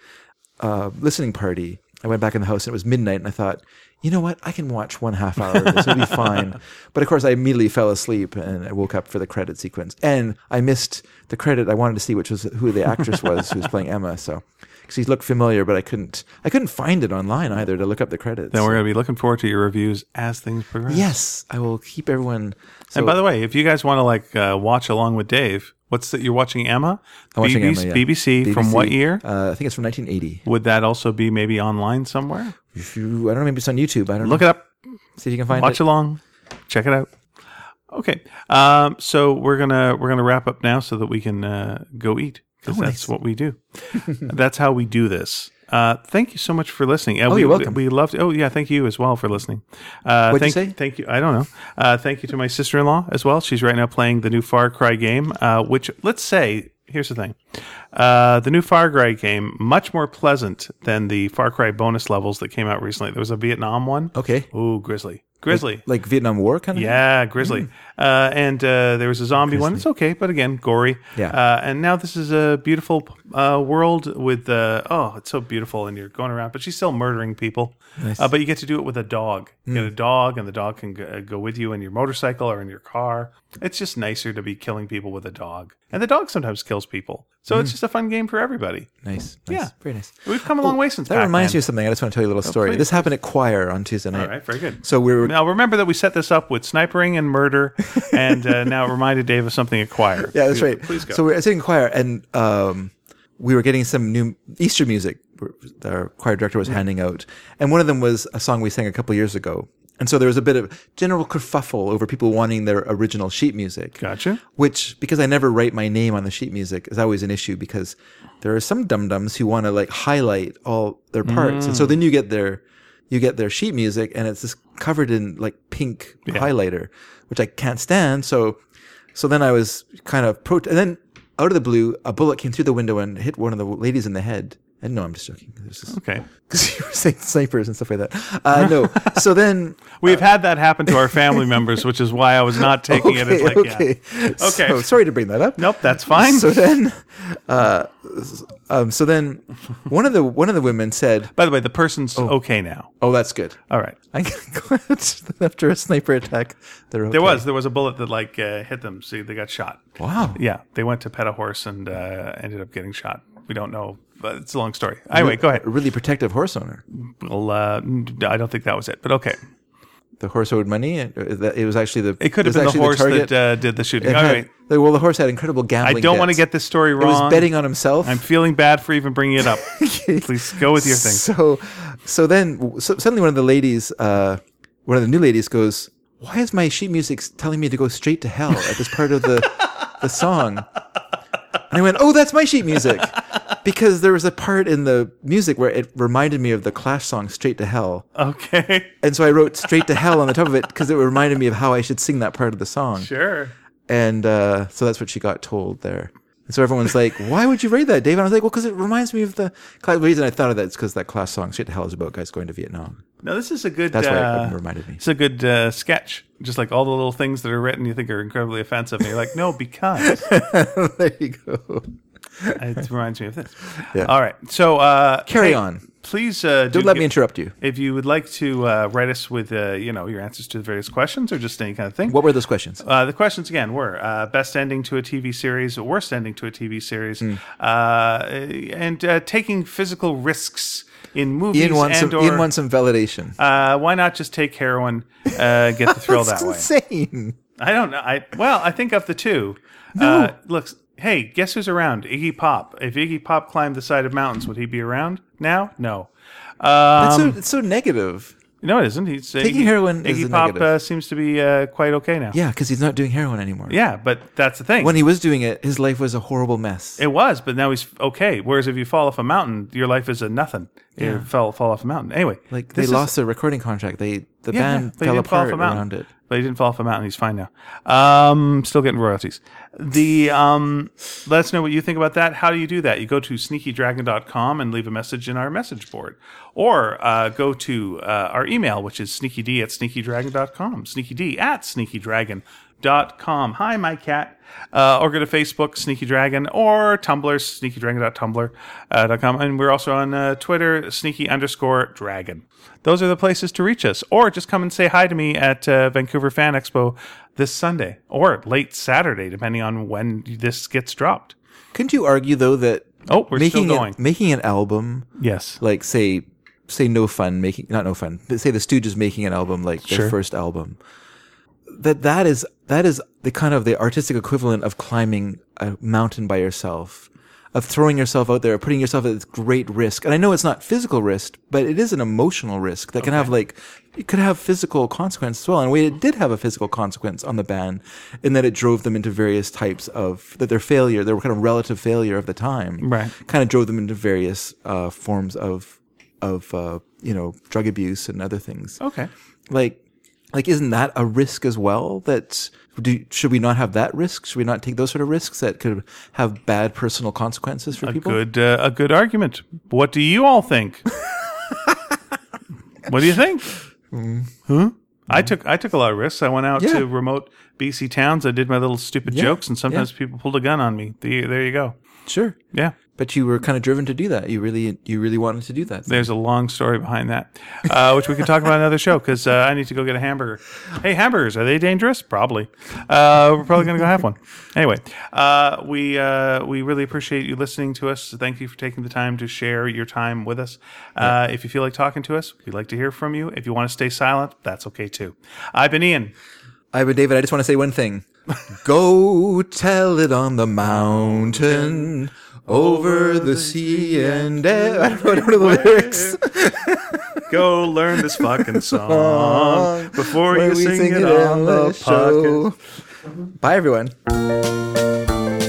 S1: uh, listening party. I went back in the house and it was midnight, and I thought, you know what, I can watch one half hour of this; it'll be fine. But of course, I immediately fell asleep and I woke up for the credit sequence, and I missed the credit I wanted to see, which was who the actress was who was playing Emma. So, because she looked familiar, but I couldn't, I couldn't find it online either to look up the credits.
S2: Then we're going to be looking forward to your reviews as things progress.
S1: yes, I will keep everyone. So,
S2: and by the way, if you guys want to like uh, watch along with Dave, what's that? You're watching Emma?
S1: I'm watching
S2: BBC,
S1: Emma, yeah.
S2: BBC, from what
S1: BBC,
S2: year?
S1: Uh, I think it's from 1980.
S2: Would that also be maybe online somewhere?
S1: If you, I don't know, maybe it's on YouTube. I don't
S2: Look
S1: know.
S2: it up.
S1: See if you can find
S2: watch
S1: it.
S2: along check it out okay um, so we're gonna we're gonna wrap up now so that we can uh, go eat because
S1: Oh,
S2: that's
S1: nice.
S2: what we do that's how we do this uh, thank you so much for listening. Uh, we,
S1: you're welcome.
S2: We loved. Oh yeah, thank you as well for listening. Uh,
S1: What'd you
S2: thank,
S1: say?
S2: Thank you. I don't know. Uh, thank you to my sister-in-law as well. She's right now playing the new Far Cry game, uh, which let's say here's the thing: uh, the new Far Cry game much more pleasant than the Far Cry bonus levels that came out recently. There was a Vietnam one.
S1: Okay,
S2: Ooh, grizzly, grizzly.
S1: like Vietnam War kind of. thing?
S2: Yeah, grizzly.
S1: Mm.
S2: Uh, and uh, there was a zombie one. It's okay, but again, gory.
S1: Yeah.
S2: Uh, and now this is a beautiful uh, world with uh, oh, it's so beautiful, and you're going around, but she's still murdering people. Uh, but you get to do it with a dog. You
S1: Mm.
S2: get a dog, and the dog can go, go with you in your motorcycle or in your car. It's just nicer to be killing people with a dog, and the dog sometimes kills people. So
S1: Mm.
S2: it's just a fun game for everybody.
S1: Nice, nice.
S2: Yeah.
S1: very nice.
S2: We've come a long way since
S1: That reminds me
S2: Pac-Man. Oh,
S1: of something. I just want to tell you a little story.
S2: please.
S1: this happened at choir on Tuesday night.
S2: All right, very good.
S1: So we were
S2: Now remember that we set this up with snipering and murder, and uh, now it reminded Dave of something at choir.
S1: yeah, that's right.
S2: Please go.
S1: So we we're sitting in choir, and um, we were getting some new Easter music were- our choir director
S2: Mm-hmm.
S1: was handing out, and one of them was a song we sang a couple years ago. And so there was a bit of general kerfuffle over people wanting their original sheet music.
S2: Gotcha.
S1: Which, because I never write my name on the sheet music, is always an issue because there are some dum dums who want to like highlight all their parts,
S2: Mm.
S1: and so then you get their you get their sheet music, and it's just covered in like pink highlighter, which I can't stand. So, so then I was kind of pro, and then out of the blue, a bullet came through the window and hit one of the ladies in the head. And no, I'm just joking. This is
S2: Okay.
S1: because you were saying snipers and stuff like that. Uh, no, so then
S2: We've had that happen to our family members, which is why I was not taking it as like, yeah. Okay.
S1: So, sorry to bring that up.
S2: Nope, that's fine.
S1: So then, uh, um, so then, one of the one of the women said,
S2: By the way, the person's okay now.
S1: "Oh, that's good."
S2: All right.
S1: I'm glad that after a sniper attack, they're okay.
S2: There was there was a bullet that like uh, hit them. See, they got shot.
S1: Wow.
S2: Yeah, they went to pet a horse and uh, ended up getting shot. We don't know, but it's a long story. Anyway, go ahead.
S1: A really protective horse owner.
S2: Well, uh, I don't think that was it, but okay.
S1: The horse owed money. and It was actually the.
S2: It could
S1: was
S2: have been the
S1: actually
S2: horse
S1: target.
S2: that uh, did the shooting.
S1: It
S2: All
S1: had-
S2: right.
S1: the- Well, the horse had incredible
S2: I
S1: gambling.
S2: don't want to
S1: debts.
S2: get this story
S1: It
S2: wrong.
S1: was betting on himself.
S2: I'm feeling bad for even bringing it up. Please go with your thing.
S1: So, so then so suddenly one of the ladies, uh, one of the new ladies goes, "Why is my sheet music telling me to go straight to hell at this part of the the song?" And I went, "Oh, that's my sheet music," because there was a part in the music where it reminded me of the Clash song "Straight to Hell,"
S2: Okay,
S1: and so I wrote "Straight to Hell" on the top of it because it reminded me of how I should sing that part of the song.
S2: sure.
S1: And uh, so that's what she got told there. And so everyone's like, why would you rate that, Dave? And I was like, well, because it reminds me of the class. The reason I thought of that is because that class song, Shit to Hell, is about guys going to Vietnam.
S2: No, this is a good.
S1: That's why it
S2: uh,
S1: reminded me.
S2: It's a good uh, sketch. Just like all the little things that are written, you think are incredibly offensive. And you're like, no, because
S1: there you go.
S2: it reminds me of this.
S1: Yeah.
S2: All right. So uh,
S1: Carry
S2: hey,
S1: on.
S2: Please uh, do
S1: Don't let me interrupt you.
S2: If you would like to uh, write us with uh, you know your answers to the various questions or just any kind of thing,
S1: What were those questions?
S2: Uh, the questions again were uh, best ending to a TV series, worst ending to a TV series,
S1: Hmm.
S2: uh, and uh, taking physical risks in movies
S1: Ian wants,
S2: and
S1: some,
S2: or
S1: Ian wants some validation.
S2: uh, why not just take heroin, uh, get the thrill
S1: That's
S2: that way?
S1: insane.
S2: I don't know. I well, I think of the two. Uh, looks, hey, guess who's around? Iggy Pop. If Iggy Pop climbed the side of mountains, would he be around now? No.
S1: That's
S2: Um,
S1: so, it's so negative.
S2: no, it isn't. He's uh,
S1: Taking
S2: Iggy-
S1: heroin
S2: Iggy
S1: is a
S2: Pop
S1: negative.
S2: uh, seems to be uh, quite okay now.
S1: Yeah, because he's not doing heroin anymore.
S2: Yeah, but that's the thing.
S1: When he was doing it, his life was a horrible mess.
S2: It was, but now he's okay. Whereas if you fall off a mountain, your life is a nothing. You fell fall off a mountain. Anyway,
S1: like they
S2: this is-
S1: lost their recording contract. They the
S2: Yeah,
S1: band
S2: but he
S1: fell
S2: didn't fall off
S1: apart
S2: a mountain.
S1: around it.
S2: But he didn't fall off a mountain. He's fine now. Um, still getting royalties. The um, let us know what you think about that. How do you do that? You go to sneakydragon.com and leave a message in our message board, or uh, go to uh, our email, which is sneakyd at sneakydragon.com. Sneakyd at sneakydragon.com. Hi, my cat. Uh, or go to Facebook, Sneaky Dragon, or Tumblr, sneakydragon.tumblr.com. Uh, dot com. and we're also on uh, Twitter, sneaky underscore dragon. Those are the places to reach us. Or just come and say hi to me at uh, Vancouver Fan Expo this Sunday or late Saturday, depending on when this gets dropped.
S1: Couldn't you argue though that
S2: Oh, we're
S1: making an-
S2: still going.
S1: making an album
S2: yes.
S1: like say say no fun making not no fun but say the Stooges making an album like their first album that that is that is the kind of the artistic equivalent of climbing a mountain by yourself of throwing yourself out there putting yourself at this great risk and I know it's not physical risk but it is an emotional risk that can have like it could have physical consequence as well and we it did have a physical consequence on the band in that it drove them into various types of that their failure their kind of relative failure of the time
S2: Right.
S1: kind of drove them into various uh, forms of of uh, you know drug abuse and other things.
S2: Okay.
S1: Like like isn't that a risk as well? That do, should we not have that risk? Should we not take those sort of risks that could have bad personal consequences for people?
S2: Good, uh, a good argument. What do you all think? what do you think? Huh? I took I took a lot of risks. I went out
S1: Hmm. Yeah.
S2: to remote BC towns. I did my little stupid jokes, and sometimes people pulled a gun on me. The, there you go.
S1: Sure.
S2: Yeah.
S1: But you were kind of driven to do that. You really you really wanted to do that.
S2: There's a long story behind that, uh, which we could talk about another show because uh, I need to go get a hamburger. Hey, hamburgers, are they dangerous? Probably. Uh, we're probably going to go have one. Anyway, uh, we uh, we really appreciate you listening to us. Thank you for taking the time to share your time with us. Uh, if you feel like talking to us, we'd like to hear from you. If you want to stay silent, that's okay too. I've been Ian.
S1: I but David, I just want to say one thing. Go tell it on the mountain. Over the sea and air. I don't know the lyrics.
S2: Go learn this fucking song before
S1: Where
S2: you
S1: we
S2: sing,
S1: sing
S2: it
S1: it
S2: on
S1: on
S2: the
S1: the show.
S2: podcast.
S1: Bye, everyone.